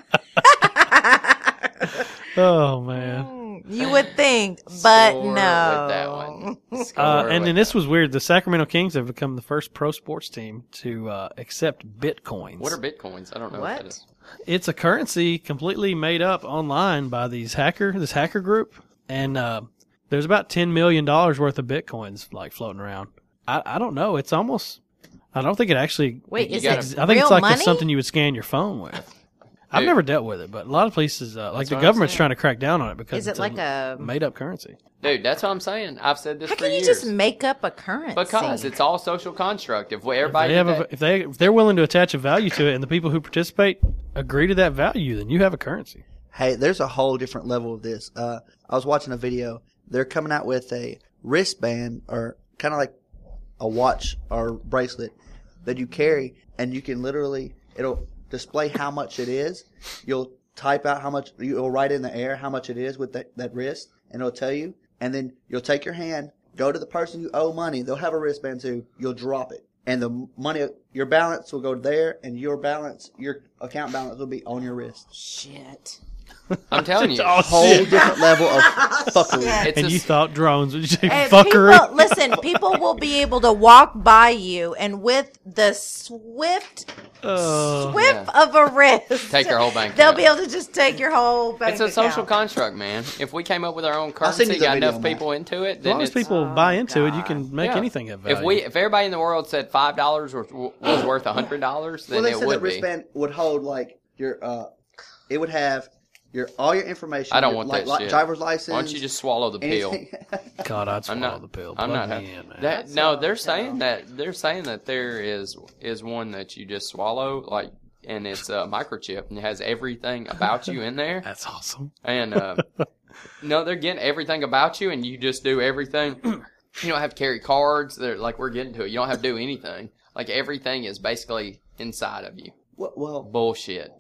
Speaker 2: oh man.
Speaker 1: you would think, but
Speaker 3: Score
Speaker 1: no.
Speaker 3: with that one. Score
Speaker 2: Uh, and then
Speaker 3: with-
Speaker 2: this was weird. The Sacramento Kings have become the first pro sports team to uh, accept bitcoins.
Speaker 3: What are bitcoins? I don't know what, that
Speaker 1: What?
Speaker 3: is.
Speaker 2: it's a currency completely made up online by these hacker this hacker group and uh, there's about 10 million dollars worth of bitcoins like floating around i, I don't know it's almost i don't think it actually
Speaker 1: Wait,
Speaker 3: You
Speaker 1: is
Speaker 3: gotta-
Speaker 1: it
Speaker 2: i think
Speaker 1: real
Speaker 2: it's like
Speaker 1: money?
Speaker 2: it's something you would scan your phone with i've
Speaker 3: Dude.
Speaker 2: never dealt with it but a lot of places uh, like
Speaker 3: That's
Speaker 2: the
Speaker 3: what I'm
Speaker 2: government's
Speaker 3: saying.
Speaker 2: trying to crack down on it because
Speaker 1: Is it
Speaker 2: it's
Speaker 1: like a?
Speaker 2: made up currency
Speaker 3: Dude, that's what I'm saying. I've said this
Speaker 1: How
Speaker 3: for
Speaker 1: can you
Speaker 3: years.
Speaker 1: just make up a currency?
Speaker 3: because it's all social construct. If we,
Speaker 2: if
Speaker 3: everybody
Speaker 2: they, have
Speaker 3: did
Speaker 2: a,
Speaker 3: that-
Speaker 2: if they if they're willing to attach a value to it and the people who participate agree to that value then you have a currency
Speaker 5: Hey, there's a whole different level of this. Uh, I was watching a video. They're coming out with a wristband or kind of like a watch or bracelet that you carry, and you can literally it'll display how much it is. You'll type out how much you'll write in the air how much it is with that, that wrist, and it'll tell you. And then you'll take your hand, go to the person you owe money. They'll have a wristband too. You'll drop it, and the money, your balance will go there, and your balance, your account balance will be on your wrist
Speaker 1: shit.
Speaker 3: I'm telling you,
Speaker 5: whole different level of fuckery.
Speaker 3: it's
Speaker 2: and
Speaker 3: a
Speaker 2: you
Speaker 3: s-
Speaker 2: thought drones would say
Speaker 1: And
Speaker 2: fuckery
Speaker 1: People, listen, people will be able to walk by you, and with the swift,
Speaker 2: Oh.
Speaker 1: swift of a wrist,
Speaker 3: Take your whole bank
Speaker 1: They'll
Speaker 3: account.
Speaker 1: be able to just take your whole bank.
Speaker 3: it's a social
Speaker 1: account.
Speaker 3: construct, man. If we came up with our own
Speaker 5: send
Speaker 3: currency,
Speaker 5: you the
Speaker 3: got
Speaker 5: video
Speaker 3: enough
Speaker 5: on that.
Speaker 3: people into it,
Speaker 2: As long
Speaker 3: then
Speaker 2: as
Speaker 3: it's,
Speaker 2: people buy into it, you can make
Speaker 3: Yeah.
Speaker 2: anything of value.
Speaker 3: if we if everybody in the world said five dollars was, was worth a hundred dollars,
Speaker 5: Well,
Speaker 3: then
Speaker 5: they
Speaker 3: it
Speaker 5: said
Speaker 3: would
Speaker 5: that
Speaker 3: be.
Speaker 5: wristband would hold like your uh, it would have your all your information.
Speaker 3: I don't
Speaker 5: your,
Speaker 3: want
Speaker 5: like,
Speaker 3: that
Speaker 5: li-
Speaker 3: shit.
Speaker 5: driver's license.
Speaker 3: Why don't you just swallow the pill?
Speaker 5: anything.
Speaker 2: God, I'd
Speaker 3: I'm
Speaker 2: swallow
Speaker 3: not
Speaker 2: the pill.
Speaker 3: I'm
Speaker 2: Plug
Speaker 3: not.
Speaker 2: me in, man.
Speaker 3: That, no, they're saying that they're saying that there is is one that you just swallow, like, and it's a microchip and it has everything about you in there.
Speaker 2: That's awesome.
Speaker 3: And uh, no, they're getting everything about you, and you just do everything. you don't have to carry cards. They're like we're getting to it. You don't have to do anything. Like everything is basically inside of you.
Speaker 5: well, well,
Speaker 3: Bullshit.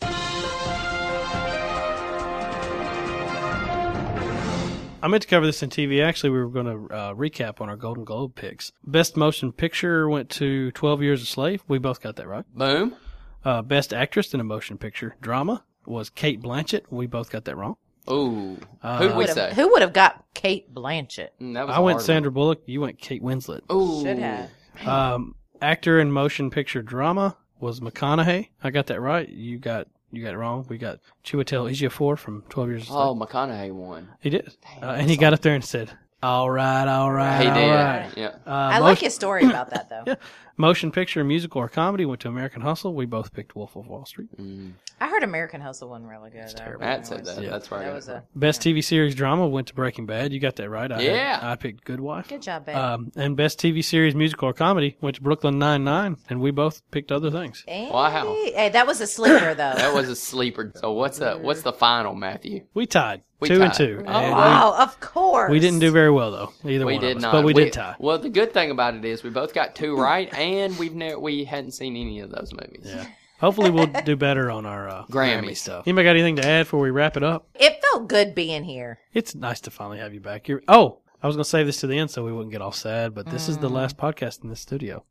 Speaker 2: I meant to cover this in TV. Actually, we were going to uh, recap on our Golden Globe picks. Best Motion Picture went to 12 Years a Slave. We both got that right.
Speaker 3: Boom.
Speaker 2: Uh, Best Actress in a Motion Picture Drama was Kate Blanchett. We both got that wrong. Uh,
Speaker 3: Ooh. Who'd we
Speaker 1: Would've-
Speaker 3: say?
Speaker 1: Who would have got Kate Blanchett?
Speaker 3: Mm, that was
Speaker 2: I
Speaker 3: a
Speaker 2: went
Speaker 3: hard Oh.
Speaker 2: Sandra Bullock. You went Kate Winslet.
Speaker 3: one. Ooh.
Speaker 1: Should have.
Speaker 2: Um, actor in Motion Picture Drama was McConaughey. I got that right. You got you got it wrong. We got Chiwetel Ejiofor from 12 Years a Slave.
Speaker 3: Oh, McConaughey won.
Speaker 2: He did. uh, and he got up there and said, All right, all right.
Speaker 3: He
Speaker 2: all
Speaker 3: did.
Speaker 2: right."
Speaker 3: Yeah.
Speaker 2: Uh,
Speaker 1: I
Speaker 2: mo-
Speaker 1: like his story about that though.
Speaker 2: Motion picture, musical, or comedy went to American Hustle. We both picked Wolf of Wall Street.
Speaker 3: Mm.
Speaker 1: I heard American Hustle wasn't really good. That's
Speaker 2: terrible.
Speaker 3: Matt said that.
Speaker 2: Yeah.
Speaker 3: That's where I
Speaker 1: That
Speaker 3: got it
Speaker 1: was
Speaker 3: from.
Speaker 1: a
Speaker 2: Best TV series drama went to Breaking Bad. You got that right. I had-
Speaker 3: Yeah.
Speaker 2: I picked Good Wife.
Speaker 1: good job, babe.
Speaker 2: Um, and best TV series, musical, or comedy went to Brooklyn Nine Nine, and we both picked other things.
Speaker 1: Andy.
Speaker 3: wow.
Speaker 1: Hey, that was a sleeper though.
Speaker 3: That was a sleeper. So what's the what's the final, Matthew?
Speaker 2: We tied
Speaker 3: We
Speaker 2: two and
Speaker 3: tied.
Speaker 2: two.
Speaker 3: Oh,
Speaker 2: and
Speaker 1: wow, of course.
Speaker 2: we, we didn't do very well though. Either
Speaker 3: We
Speaker 2: one of
Speaker 3: did
Speaker 2: us,
Speaker 3: not.
Speaker 2: but we, did tie.
Speaker 3: Well, the good thing about it is we both got two right, and we've never we hadn't seen any of those movies.
Speaker 2: Yeah. Hopefully, we'll do better on our uh,
Speaker 3: Grammys.
Speaker 2: Grammy stuff. Anybody got anything to add before we wrap it up?
Speaker 1: It felt good being here.
Speaker 2: It's nice to finally have you back. You're, oh, I was going to save this to the end so we wouldn't get all sad, but this is
Speaker 1: Mm.
Speaker 2: the last podcast in the studio.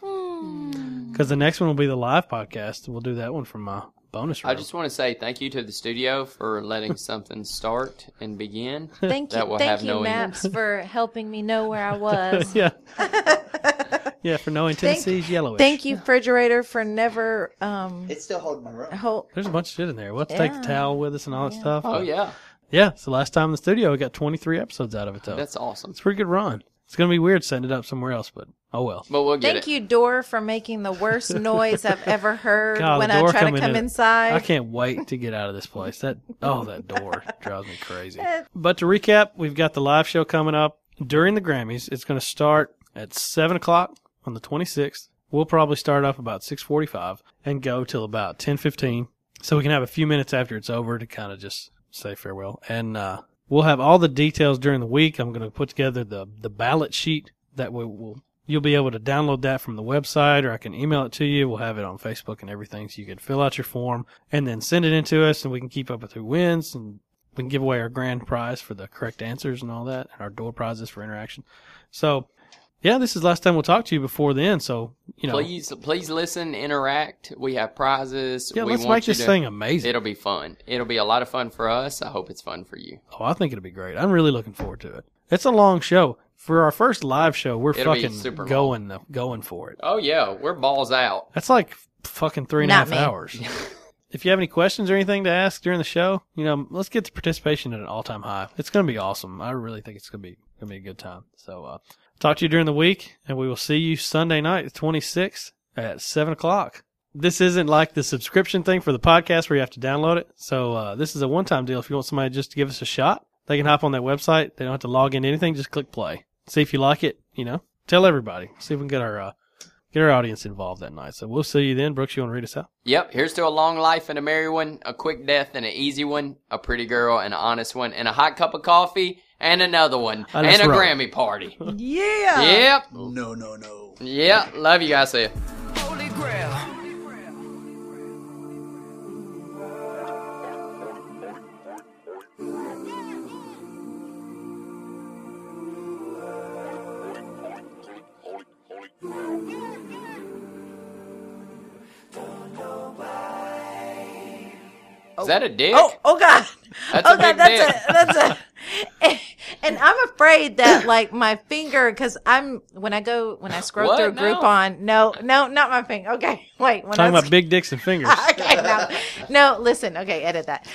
Speaker 1: Hmm.
Speaker 2: Because the next one will be the live podcast. We'll do that one from my bonus room.
Speaker 3: I just want to say thank you to the studio for letting something start and begin.
Speaker 1: Thank
Speaker 3: That
Speaker 1: you,
Speaker 3: will
Speaker 1: thank
Speaker 3: have
Speaker 1: you,
Speaker 3: no end.
Speaker 1: Maps, for helping me know where I was.
Speaker 2: yeah. yeah, for knowing Tennessee's yellowish.
Speaker 1: Thank you, refrigerator, for never um
Speaker 5: it's still holding my room.
Speaker 1: hold.
Speaker 2: There's a bunch of shit in there. We'll have to take the
Speaker 1: Yeah.
Speaker 2: towel with us and all that stuff.
Speaker 3: Oh yeah,
Speaker 2: Yeah, it's the last time in the studio. We got 23 episodes out of it, though. That's
Speaker 3: that's awesome.
Speaker 2: it's a pretty good run. It's going to be weird setting it up somewhere else, but oh well.
Speaker 3: But we'll get
Speaker 1: Thank
Speaker 3: it.
Speaker 1: you, door, for making the worst noise I've ever heard
Speaker 2: God, the
Speaker 1: when I
Speaker 2: door
Speaker 1: try to
Speaker 2: coming
Speaker 1: come
Speaker 2: in.
Speaker 1: inside.
Speaker 2: I can't wait to get out of this place. That oh, that door drives me crazy.
Speaker 1: Eh.
Speaker 2: But to recap, we've got the live show coming up during the Grammys. It's going to start at seven o'clock on the twenty sixth. We'll probably start off about six forty five and go till about ten fifteen, so we can have a few minutes after it's over to kind of just say farewell. And uh, We'll have all the details during the week. I'm going to put together the the ballot sheet that we will you'll be able to download that from the website or I can email it to you. We'll have it on Facebook and everything so you can fill out your form and then send it in to us and we can keep up with who wins and we can give away our grand prize for the correct answers and all that and our door prizes for interaction. So yeah, this is the last time we'll talk to you before then. So, you know,
Speaker 3: Please, please listen, interact. We have prizes.
Speaker 2: yeah,
Speaker 3: we
Speaker 2: let's
Speaker 3: want
Speaker 2: make
Speaker 3: you
Speaker 2: this
Speaker 3: to-
Speaker 2: thing amazing.
Speaker 3: It'll be fun. It'll be a lot of fun for us. I hope it's fun for you.
Speaker 2: Oh, I think it'll be great. I'm really looking forward to it. It's a long show. For our first live show, we're
Speaker 3: It'll be
Speaker 2: fucking
Speaker 3: super long.
Speaker 2: going the, going for it.
Speaker 3: Oh yeah, we're balls out.
Speaker 2: That's like fucking three and a
Speaker 1: Not
Speaker 2: half
Speaker 1: me.
Speaker 2: hours. if you have any questions or anything to ask during the show, you know, let's get the participation at an all time high. It's gonna be awesome. I really think it's gonna be gonna be a good time. So uh talk to you during the week and we will see you Sunday night, the twenty sixth at seven o'clock. This isn't like the subscription thing for the podcast where you have to download it. So uh this is a one time deal. If you want somebody just to give us a shot, they can hop on that website. They don't have to log into anything, just click play. See if you like it, you know. Tell everybody. See if we can get our uh get our audience involved that night. So we'll see you then. Brooks, you want to read us out?
Speaker 3: Yep. Here's to a long life and a merry one, a quick death and an easy one, a pretty girl and an honest one, and a hot cup of coffee and another one,
Speaker 2: Oh, that's
Speaker 3: and a
Speaker 2: right.
Speaker 3: Grammy party.
Speaker 1: Yeah.
Speaker 3: yep.
Speaker 5: No, no, no.
Speaker 3: Yep. Love you guys. See ya.
Speaker 4: Holy Grail.
Speaker 3: Is that a dick?
Speaker 1: Oh, oh God.
Speaker 3: That's
Speaker 1: oh
Speaker 3: a
Speaker 1: God,
Speaker 3: big
Speaker 1: that's a, that's a, and I'm afraid that like my finger, cause I'm, when I go, when I scroll
Speaker 3: What?
Speaker 1: through
Speaker 3: No.
Speaker 1: Groupon, no, no, not my finger. Okay. Wait. When
Speaker 2: Talking
Speaker 1: I,
Speaker 2: about big dicks and fingers.
Speaker 1: okay, no, no, listen. Okay. Edit that.